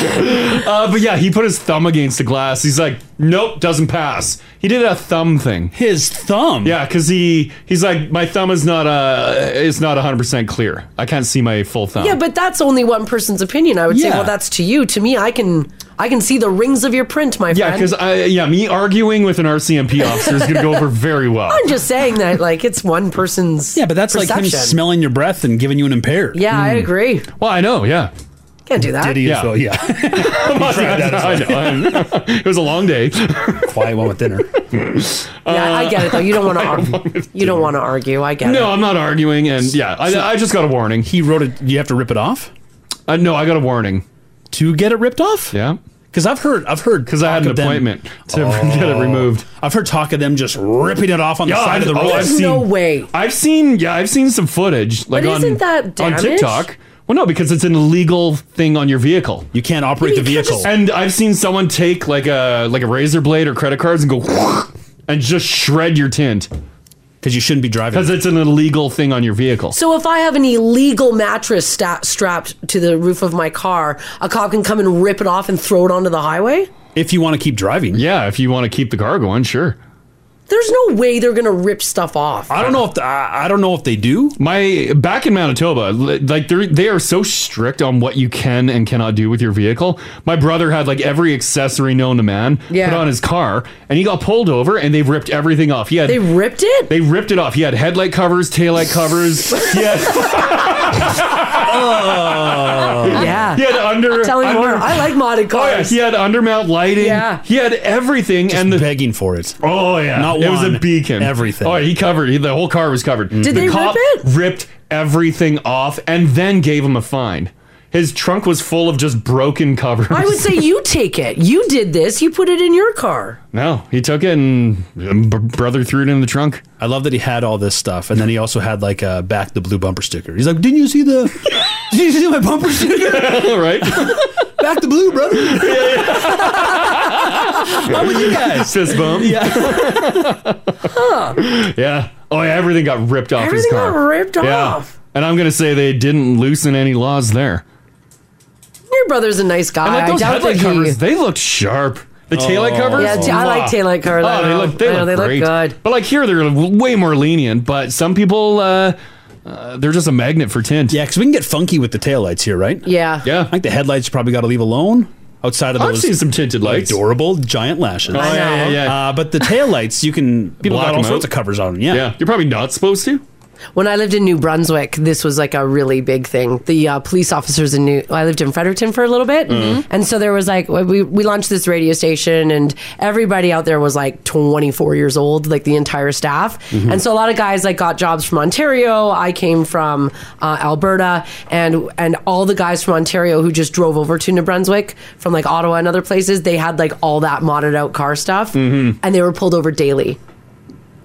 S2: uh, but yeah, he put his thumb against the glass. He's like, nope, doesn't pass. He did a thumb thing.
S4: His thumb.
S2: Yeah, because he he's like, my thumb is not uh, it's not 100 percent clear. I can't see my full thumb.
S3: Yeah, but that's only one person's opinion. I would say,
S2: Oh. Yeah.
S3: well, that's to you. To me, I can I can see the rings of your print, my
S2: yeah,
S3: friend.
S2: because I yeah me arguing with an RCMP officer is gonna go over very well.
S3: I'm just saying that like it's one person's. Yeah, but
S4: That's like him smelling your breath and giving you an impaired.
S3: Yeah, I agree.
S2: Hmm. Well, I know. Yeah.
S3: Can't do that.
S4: Did he as well? Yeah.
S2: I know, I know. it was a long day.
S4: Quiet one with dinner.
S3: Yeah, I get it though. You don't want to argue. You don't want to argue. I get it.
S2: no, I'm not arguing, and yeah, I, I just got a warning. He
S4: wrote it. You have to rip it off.
S2: Uh, no, I got a warning
S4: to get it ripped off.
S2: Yeah,
S4: because I've heard I've heard because
S2: I had an appointment to get it removed.
S4: Oh. I've heard talk of them just ripping it off on the
S2: Yeah,
S4: side
S2: I've-
S4: of the
S2: oh,
S4: road.
S2: I've seen-
S3: way.
S2: I've seen yeah, I've seen some footage like on
S3: isn't that
S2: on
S3: damage?
S2: TikTok. Well, no, because it's an illegal thing on your vehicle.
S4: You can't operate
S2: the vehicle. And I've seen someone take like a like a razor blade or credit cards and go and just shred your tint
S4: because you shouldn't be driving.
S2: Because it's an illegal thing on your vehicle.
S3: So if I have an illegal mattress sta- strapped to the roof of my car, a cop can come and rip it off and throw it onto the highway.
S4: If you want to keep driving,
S2: yeah, if you want to keep the car going, sure.
S3: There's no way they're gonna rip stuff off.
S4: I don't know if the, I, I don't know if they do.
S2: My back in Manitoba, li- like they they are so strict on what you can and cannot do with your vehicle. My brother had like every accessory known to man
S3: Yeah.
S2: put on his car, and he got pulled over, and they ripped everything off. He had
S3: They ripped it.
S2: They ripped it off. He had headlight covers, taillight covers. yeah.
S4: Oh.
S3: yeah.
S2: He had under.
S3: Tell me
S2: under-
S3: more. I like modded cars.
S2: Oh, yeah. He had undermount lighting.
S3: Yeah.
S2: He had everything and the
S4: begging for it.
S2: Oh yeah.
S4: Not
S2: it was a
S4: one,
S2: beacon.
S4: everything.
S2: Oh, he covered. He, the whole car was covered.
S4: Did
S2: the
S4: they rip
S2: cop it? Ripped everything off and then gave him a fine. His trunk was full of just broken covers.
S3: I would say you take it. You did this. You put it in your car.
S2: No, he took it and b- brother threw it in the trunk.
S4: I love that he had all this stuff, and then he also had like uh, back the blue bumper sticker. He's like, "Didn't you see the? Did you see my bumper sticker?
S2: right?
S4: back the blue, brother.
S2: Why
S4: would you guys?
S2: Fist bump.
S4: Yeah.
S2: yeah. Oh yeah. Everything got ripped off. his
S3: Everything
S2: car.
S3: got ripped
S2: Yeah.
S3: off.
S2: And I'm gonna say they didn't loosen any laws there.
S3: Your brother's a nice guy.
S2: And like
S3: I
S2: those
S3: doubt
S2: headlight
S3: that he.
S2: covers, they looked sharp. The taillight
S3: Oh.
S2: covers?
S3: Yeah, ta- I like taillight covers. I
S2: Oh, they
S3: know.
S2: look, they
S3: I know,
S2: look
S3: they look
S2: great. good. But like here, they're w- way more lenient, but some people, uh, uh, they're just a magnet for tint.
S4: Yeah, because we can get funky with the taillights here, right?
S3: Yeah.
S2: Yeah. I
S4: think the headlights you probably got to leave alone. Outside of
S2: I've
S4: those,
S2: seen some tinted lights.
S4: adorable giant lashes.
S2: Oh, I yeah, know. yeah, yeah.
S4: Uh, but the taillights, you can people
S2: Block
S4: got all
S2: them
S4: sorts
S2: out.
S4: of covers on them. Yeah,
S2: yeah, you're probably not supposed to.
S3: When I lived in New Brunswick, this was like a really big thing. The uh, police officers in New I lived in Fredericton for a little bit.
S7: Mhm.
S3: And so there was like we we launched this radio station and everybody out there was like 24 years old, like the entire staff.
S7: Mhm.
S3: And so a lot of guys like got jobs from Ontario. I came from uh, Alberta and and all the guys from Ontario who just drove over to New Brunswick from like Ottawa and other places, they had like all that modded out car stuff
S2: Mhm.
S3: and they were pulled over daily.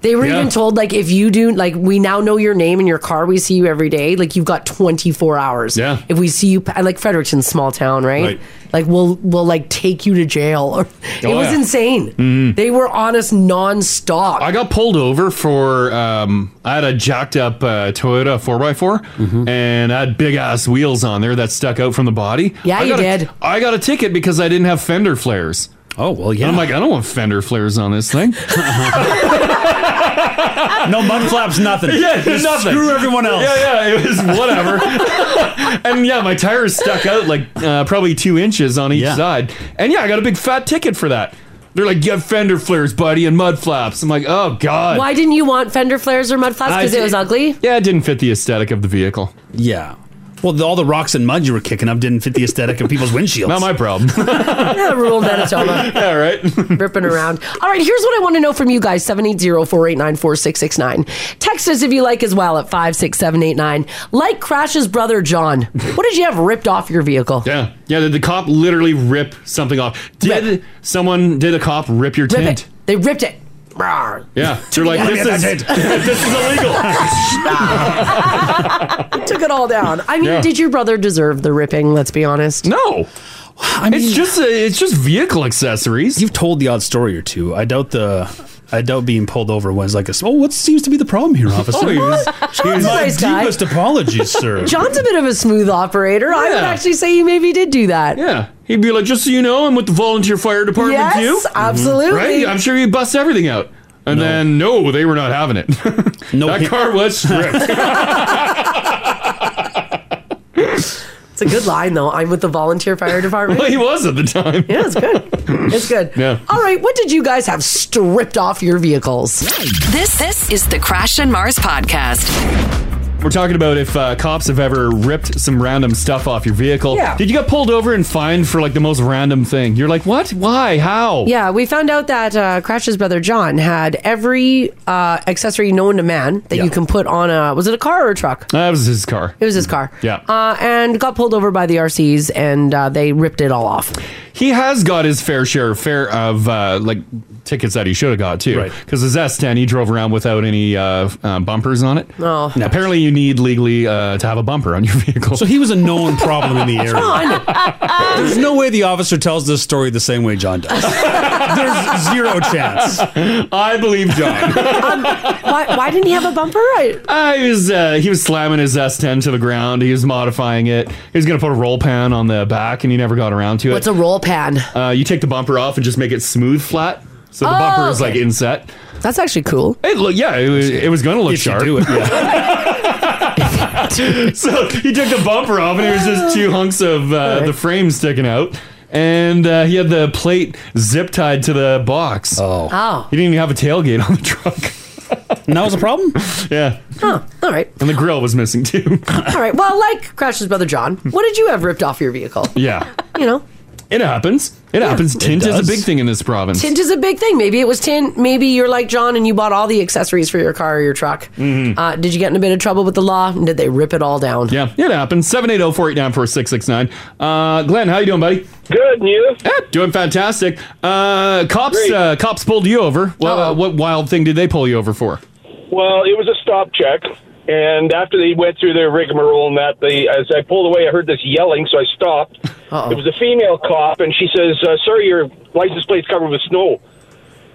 S3: They were
S2: Yeah.
S3: even told like if you do like we now know your name in your car we see you every day like you've got 24 hours.
S2: Yeah.
S3: If we see you pa- like Fredericton's small town, right?
S2: Right.
S3: Like we'll we'll like take you to jail. Or it
S2: Oh,
S3: was
S2: yeah.
S3: insane.
S2: Mhm.
S3: They were on us nonstop.
S2: I got pulled over for um, I had a jacked up uh, Toyota 4x4
S3: Mm-hmm.
S2: and I had big ass wheels on there that stuck out from the body.
S3: Yeah,
S2: I
S3: you
S2: got a-
S3: did.
S2: I got a ticket because I didn't have fender flares.
S4: Oh well, yeah.
S2: And I'm like, I don't want fender flares on this thing.
S4: no mud flaps, nothing.
S2: Yeah,
S4: Just
S2: nothing.
S4: screw everyone else.
S2: Yeah, yeah, it was whatever. and yeah, my tires stuck out like uh, probably two inches on each side. And yeah, I got a big fat ticket for that. They're like, get fender flares, buddy, and mud flaps. I'm like, oh god.
S3: Why didn't you want fender flares or mud flaps? Because
S4: I-
S3: it was ugly.
S2: Yeah, it didn't fit the aesthetic of the vehicle.
S4: Yeah. Well, the, all the rocks and mud you were kicking up didn't fit the aesthetic of people's windshields. Not
S2: my problem.
S3: yeah, rural Manitoba.
S2: yeah, right.
S3: Ripping around. All right, here's what I want to know from you guys 780 489 4669. Text us if you like as well at 56789. Like Crash's brother, John. What did you have ripped off your vehicle?
S2: Yeah, yeah. Did the cop literally rip something off? Did someone? Did a cop rip your
S3: Rip
S2: tent?
S3: it. They ripped it. Rawr.
S2: Yeah, they're like,
S3: Let me
S2: this
S3: at
S2: is
S3: that
S2: this is illegal.
S3: Took it all down. I mean,
S2: Yeah.
S3: did your brother deserve the ripping? Let's be honest.
S2: No.
S4: I
S2: mean, it's just it's just vehicle accessories.
S4: You've told the odd story or two. I doubt the. I doubt being pulled over was like a. Oh, what seems to be the problem here, officer?
S3: Oh, he was- he was-
S4: my
S3: Nice guy.
S4: deepest apologies, sir.
S3: John's a bit of a smooth operator. I would
S2: Yeah.
S3: actually say he maybe did do that.
S2: Yeah. He'd be like, just so you know, I'm with the volunteer fire department
S3: Yes, Mm-hmm.
S2: too.
S3: absolutely.
S2: Right? I'm sure he'd bust everything out. And then no, they were not having it. no, that car was stripped.
S3: It's a good line, though. I'm with the volunteer fire department.
S2: well, he was at the time.
S3: Yeah, it's good. It's good.
S2: Yeah.
S3: All right, what did you guys have stripped off your vehicles?
S1: This this is the Crash and Mars podcast.
S2: We're talking about if uh, cops have ever ripped some random stuff off your vehicle.
S3: Yeah.
S2: Did you get pulled over and fined for like the most random thing? You're like, what? Why? How?
S3: Yeah, we found out that uh, Crash's brother John had every uh, accessory known to man that you can put on a was it a car or a truck?
S2: That was his car.
S3: It was his car.
S2: Yeah.
S3: Uh, and got pulled over by the RCs and uh, they ripped it all off.
S2: He has got his fair share of fair of uh, like tickets that he should have got too. Right. Because his S10 he drove around without any uh, uh, bumpers on it.
S3: Oh.
S2: Apparently you need legally uh, to have a bumper on your vehicle. So
S4: he was a known problem in the area.
S3: John!
S4: There's no way the officer tells this story the same way John does. There's zero chance.
S2: I believe John.
S3: why, why didn't he have a bumper? I,
S2: Uh, he was uh, he was slamming his S10 to the ground. He was modifying it. He was gonna put a roll pan on the back, and he never got around to it.
S3: What's a roll pan?
S2: Uh, you take the bumper off and just make it smooth flat, so the
S3: Oh,
S2: bumper is
S3: okay.
S2: like inset.
S3: That's actually cool.
S2: It look, yeah, it was, it was gonna look sharp. so he took the bumper off, and it was just two hunks of uh, the frame sticking out. And uh, he had the plate zip tied to the box. Oh.
S3: Oh.
S2: He didn't even have a tailgate on the truck.
S4: and that was a problem?
S2: Yeah.
S3: Huh. All right.
S2: And the grill was missing too.
S3: All right. Well, like Crash's brother John, what did you have ripped off your vehicle?
S2: yeah.
S3: You know,
S2: It happens. It happens. Tint is
S4: does.
S2: a big thing in this province.
S3: tint is a big thing. Maybe it was tint. Maybe you're like John and you bought all the accessories for your car or your truck.
S2: Mm-hmm.
S3: Uh, did you get in a bit of trouble with the law? And did they rip it all down?
S2: Yeah, it happens. 780-489-4669. Uh, Glenn, how you doing, buddy?
S19: Good, and you?
S2: doing fantastic. Uh, cops uh, cops pulled you over. Well, uh, what wild thing did they pull you over for?
S7: Well, it was a stop check, and after they went through their rigmarole and that, they as I pulled away, I heard this yelling, so I stopped.
S8: Uh-oh.
S7: It was a female cop, and she says, uh, "Sir, your license plate's covered with snow."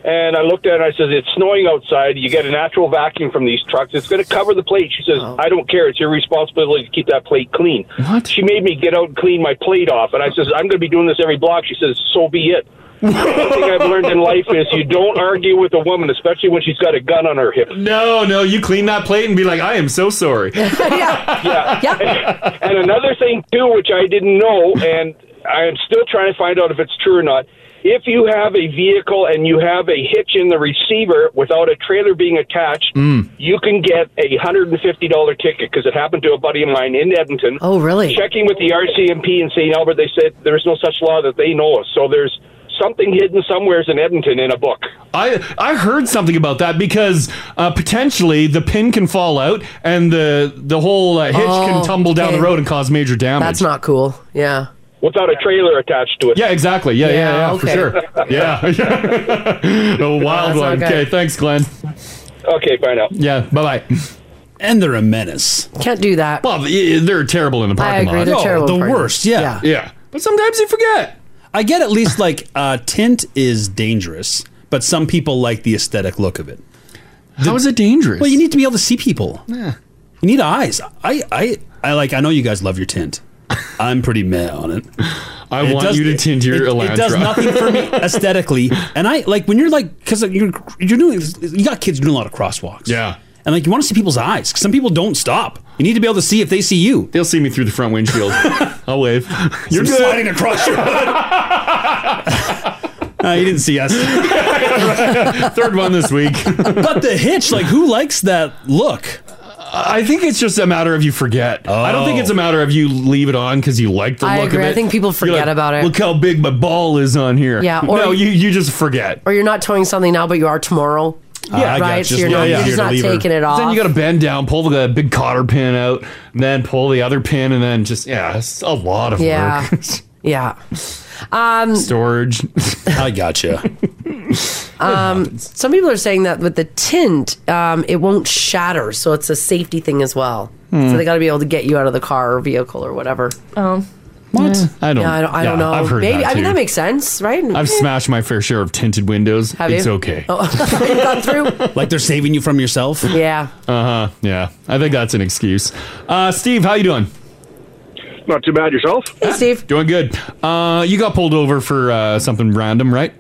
S7: And I looked at her and I says, "It's snowing outside. You get a natural vacuum from these trucks. It's going to cover the plate." She says, "I don't care. It's your responsibility to keep that plate clean."
S2: What?
S7: She made me get out and clean my plate off, and I says, "I'm going to be doing this every block." She says, "So be it." One thing I've learned in life is you don't argue with a woman, especially when she's got a gun on her hip.
S2: No, no, you clean that plate and be like, I am so sorry.
S7: And another thing too, which I didn't know, and I am still trying to find out if it's true or not. If you have a vehicle and you have a hitch in the receiver without a trailer being attached,
S2: Hmm.
S7: you can get a hundred and fifty dollar ticket because it happened to a buddy of mine in Edmonton.
S3: Oh, really?
S7: Checking with the RCMP in St. Albert, they said there's no such law that they know of. So there's something hidden somewheres in Edmonton in a book.
S2: I I heard something about that because uh, potentially the pin can fall out and the the whole uh, hitch
S7: Oh,
S2: can tumble down the
S7: okay.
S2: road and cause major damage.
S7: That's
S3: not cool. Yeah.
S7: Without a trailer attached to it.
S2: Yeah, exactly. Yeah, yeah, yeah,
S7: okay.
S2: for sure. Yeah. a wild
S7: That's not
S2: one.
S7: good.
S2: Okay, thanks, Glenn.
S7: Okay, bye now.
S2: Yeah, bye bye.
S4: And they're a menace.
S3: Can't do that.
S2: Well, y- they're terrible in the parking lot.
S4: No, the worst. Yeah.
S2: yeah. But sometimes you forget.
S4: I get at least like uh, tint is dangerous, but some people like the aesthetic look of it.
S2: How is it dangerous?
S4: Well, you need to be able to see people.
S2: Yeah.
S4: You need eyes. I, I, I like. I know you guys love your tint. I'm pretty meh on it.
S2: I want you to tinge your
S4: it, it does
S2: Elantra.
S4: nothing for me aesthetically, and I like when you're like because you're you're doing you got kids doing a lot of crosswalks. Yeah, and like you want to see people's eyes. 'cause some people don't stop. You need to be able to see if they see you.
S2: They'll see me through the front windshield. I'll wave.
S4: You're
S2: You're good.
S4: sliding across your Uh, you didn't see us.
S2: Third one this week.
S4: but the hitch, like, who likes that look?
S2: I think it's just a matter of you forget. I don't think
S4: Oh.
S2: it's a matter of you leave it on because you like the
S3: I
S2: look
S3: agree.
S2: of
S3: I
S2: it.
S3: think people
S2: You're
S3: forget about it.
S2: Look how big my ball is on here.
S3: Yeah, or-
S2: no, you you just forget. Uh,
S3: Or you're not towing something now, but you are tomorrow.
S4: Uh,
S2: Yeah,
S3: right. so you're not, you're just not taking it off.
S2: Then you got to bend down, pull the big cotter pin out, and then pull the other pin, and then just yeah, it's a lot of
S3: Yeah.
S2: work.
S3: yeah. Um,
S2: Storage.
S4: I gotcha.
S3: um, some people are saying that with the tint, um, it won't shatter, so it's a safety thing as well.
S2: Hmm.
S3: So they got to be able to get you out of the car or vehicle or whatever.
S6: Oh,
S2: What? I don't.
S3: Yeah, I don't, I don't
S2: yeah,
S3: know.
S2: I've heard
S3: Maybe
S2: that
S3: I mean
S2: too.
S3: that makes sense, right?
S2: I've smashed my fair share of tinted windows.
S3: Have
S2: it's
S3: you?
S2: okay.
S3: Oh, you got through.
S4: like they're saving you from yourself.
S3: Yeah.
S2: Uh huh. Yeah. I think that's an excuse. Uh, Steve, how you doing?
S8: Not too bad yourself.
S3: Hey, Steve.
S2: Doing good. Uh, you got pulled over for uh, something random, right?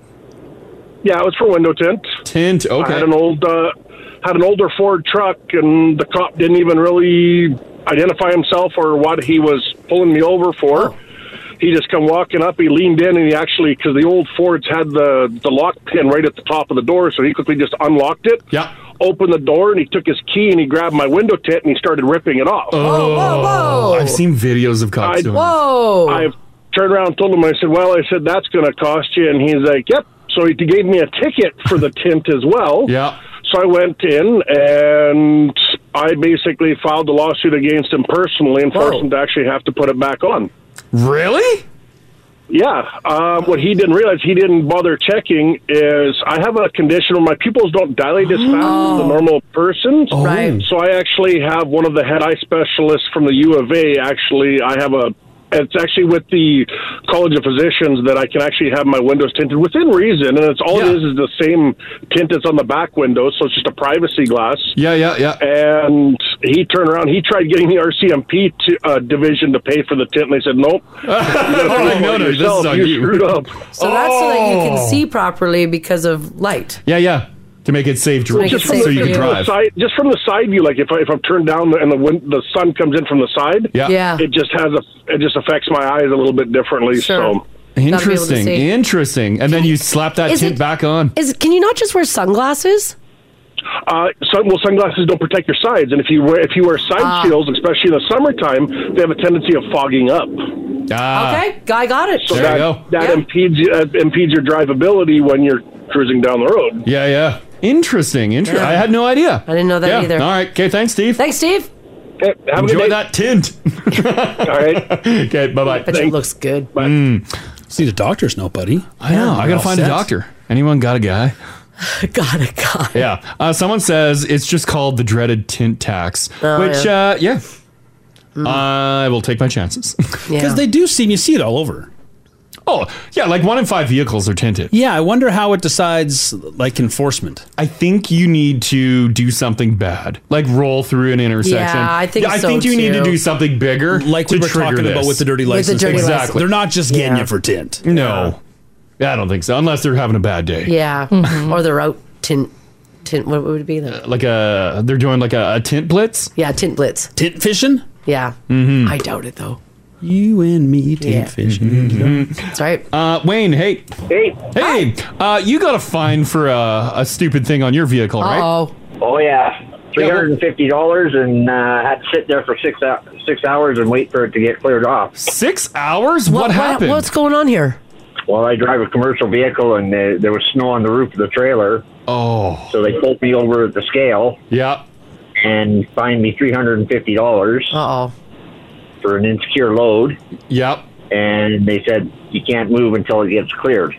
S8: Yeah, it was for window tint.
S2: Tint. Okay.
S8: I had an old uh, had an older Ford truck, and the cop didn't even really identify himself or what he was pulling me over for.
S2: Oh.
S8: He just come walking up. He leaned in, and he actually because the old Fords had the the lock pin right at the top of the door, so he quickly just unlocked it.
S2: Yeah.
S8: Opened the door, and he took his key and he grabbed my window tint and he started ripping it off.
S2: Oh, I've seen videos of cops
S8: I,
S2: doing
S3: Whoa!
S8: I turned around, and told him. I said, "Well, I said that's going to cost you," and he's like, "Yep." So he gave me a ticket for the tint as well.
S2: Yeah.
S8: So I went in and I basically filed the lawsuit against him personally and forced him to actually have to put it back on.
S2: Really?
S8: Yeah. Uh, what he didn't realize, he didn't bother checking, is I have a condition where my pupils don't dilate as fast as a normal person.
S3: Right.
S8: So I actually have one of the head eye specialists from the U of A. Actually, I have a. It's actually with the College of Physicians that I can actually have my windows tinted within reason, and it's all it is is the same tint that's on the back window, so it's just a privacy glass.
S2: Yeah, yeah, yeah.
S8: And he turned around. He tried getting the RCMP to, uh, division to pay for the tint, and they said nope. You gotta
S2: All right,
S8: pay
S2: no,
S8: for it
S2: no, this is
S8: yourself.
S2: on
S8: you
S2: you."
S8: screwed up.
S3: So that's so that you can
S2: Oh.
S3: see properly because of light.
S2: Yeah, yeah. To make it safe to
S3: To make it
S2: so,
S3: safe
S2: you
S8: just from
S2: can
S8: the
S2: drive.
S8: side, just from the side view, like if, I, if I'm turned down and the wind, the sun comes in from the side,
S2: Yeah. Yeah.
S8: it just has a, it just affects my eyes a little bit differently. So
S2: Interesting,
S3: see.
S2: interesting. And then you slap that
S3: Is
S2: tint
S3: it-
S2: back on.
S3: Is can you not just wear sunglasses?
S8: Uh, sun, well, sunglasses don't protect your sides, and if you wear if you wear side
S3: Ah.
S8: shields, especially in the summertime, they have a tendency of fogging up.
S2: Ah.
S3: okay, guy got it.
S8: so that, that impedes uh, impedes your drivability when you're cruising down the road.
S2: Yeah, yeah. Interesting. Interesting. I had no idea. I
S3: didn't know that
S2: Yeah.
S3: either.
S2: All right. Okay. Thanks, Steve.
S3: Thanks, Steve.
S8: have a good
S2: Enjoy
S8: day.
S2: that tint.
S8: All right.
S2: okay. Bye, bye.
S3: But it looks good.
S4: Just need a doctor's note, buddy.
S2: I know. I
S4: You're
S2: gotta
S4: all
S2: find a
S4: set.
S2: doctor. Anyone got a guy?
S3: got a guy.
S2: Yeah. Uh, someone says it's just called the dreaded tint tax,
S4: Oh,
S2: which
S4: yeah.
S2: yeah. Uh, yeah.
S3: Mm.
S2: I will take my chances.
S4: Because they do seem, you see it all over.
S2: Oh, yeah. Like one in five vehicles are tinted.
S4: Yeah, I wonder how it decides, like, enforcement.
S2: I think you need to do something bad, like roll through an intersection.
S4: Yeah, I think
S2: I
S4: so,
S2: think you need to
S4: too.
S2: do something bigger,
S4: Like we
S2: to
S4: were
S2: trigger
S4: talking about
S2: this.
S4: with the dirty With the license dirty plate.
S2: exactly.
S4: license. They're not just getting Yeah. you for tint.
S2: No, I don't think so. Unless they're having a bad day,
S3: Yeah, or the route tint. Tint. What would it be then?
S2: like a they're doing like a, a tint blitz.
S3: Yeah, tint blitz.
S4: Tint fishing.
S3: Yeah.
S2: Mm-hmm.
S3: I doubt it though.
S4: You and me tint
S3: Yeah.
S4: fishing.
S2: Mm-hmm.
S3: That's right.
S2: Uh, Wayne, hey,
S8: hey,
S2: hey, uh, you got a fine for a, a stupid thing on your vehicle, right?
S3: Oh.
S9: Oh yeah. Three hundred and fifty dollars, and uh, had to sit there for six hou- six hours and wait for it to get cleared off.
S2: Six hours? What, happened?
S3: What's going on here?
S9: Well, I drive a commercial vehicle, and uh, there was snow on the roof of the trailer.
S2: Oh.
S9: So they pulled me over at the scale.
S2: Yeah.
S9: And fined me three hundred and fifty dollars.
S3: Oh.
S9: For an insecure load.
S2: Yep.
S9: And they said you can't move until it gets cleared.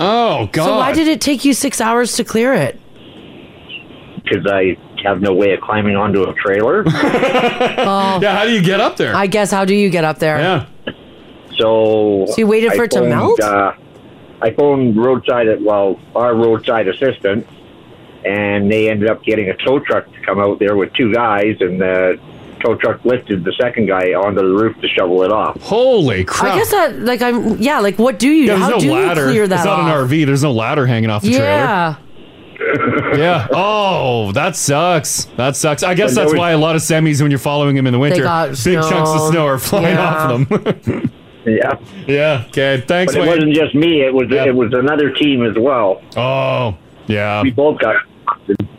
S2: Oh
S3: So why did it take you six hours to clear it?
S9: Because I have no way of climbing onto a trailer.
S3: Oh.
S2: yeah. How do you get up there?
S3: I guess. How do you get up there?
S2: Yeah.
S9: So,
S3: So you waited for it to melt?
S9: Uh, I phoned roadside, well, our roadside assistant, and they ended up getting a tow truck to come out there with two guys, and the tow truck lifted the second guy onto the roof to shovel it off.
S2: Holy crap!
S3: I guess that, like, I'm, yeah, like, what do you,
S2: Yeah,
S3: how
S2: there's
S3: do
S2: no ladder.
S3: you clear that
S2: it's not
S3: off?
S2: an RV. There's no ladder hanging off the
S3: yeah.
S2: trailer. yeah. Oh, that sucks. That sucks. I guess
S9: And there
S2: that's
S9: was-
S2: why a lot of semis, when you're following them in the winter,
S9: got
S2: big chunks of
S9: snow.
S2: snow are flying
S9: Yeah.
S2: off them.
S9: Yeah.
S2: Yeah. Okay. Thanks.
S9: But it
S2: Wayne.
S9: wasn't just me. It was it was another team as well.
S2: Oh, yeah.
S9: We both got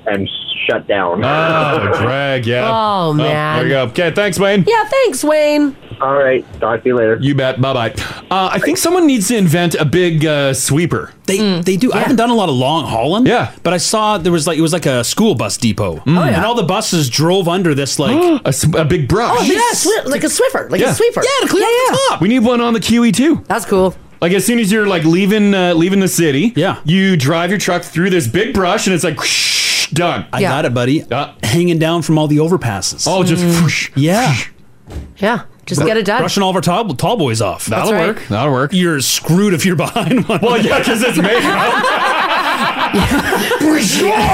S9: and shut down.
S2: oh, drag. Yeah.
S3: Oh, man.
S2: there you go. Okay. Thanks, Wayne.
S3: Yeah, thanks, Wayne.
S2: All right. Talk to you later. You bet. Bye bye. Uh, I think someone needs to invent a big uh, sweeper.
S4: They
S3: Mm.
S4: they do. I haven't done a lot of long hauling. Yeah, but I saw there was like it was like a school bus depot,
S3: Oh,
S4: and all the buses drove under this like
S2: Mm. a, big brush.
S3: Oh, yes. like a Swiffer, like
S2: Yeah.
S3: a sweeper.
S2: Yeah, to
S3: clear yeah, yeah.
S2: We need one on the QE too.
S3: That's cool.
S2: Like as soon as you're like leaving uh, leaving the city, yeah, you drive your truck through this big brush and it's like done.
S4: I got it, buddy. Hanging down from all the overpasses.
S2: Oh, just
S4: yeah,
S3: yeah. Mm. Just get it done.
S4: Brushing all of our tall, tall boys off.
S3: That's That'll right. work.
S2: That'll work.
S4: You're screwed if you're behind one.
S2: Well, yeah, 'cause it's made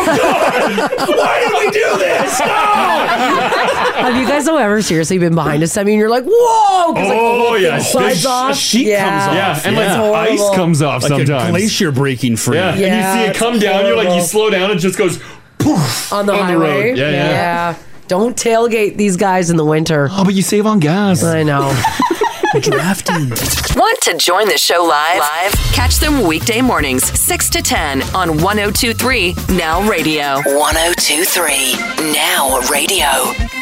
S4: Why did we do this?
S3: Have you guys ever seriously been behind a semi and you're like, whoa? 'cause, like, the
S2: Oh,
S3: whole
S2: yeah.
S3: thing slides
S2: The sh-
S3: off.
S2: sheet
S3: yeah.
S2: comes off. Yeah, and, like, the ice
S3: Horrible.
S2: comes off
S4: Like a
S2: sometimes.
S4: glacier breaking free.
S2: Yeah, and you see it come down. You're like you slow down. It just goes poof
S3: on the highway.
S2: road. Yeah, yeah.
S3: Don't tailgate these guys in the winter. Oh,
S2: but you save on gas.
S3: I know.
S4: Drafting.
S1: Want to join the show live? Live? Catch them weekday mornings, 6 to 10 on 1023 Now Radio. 1023 Now Radio.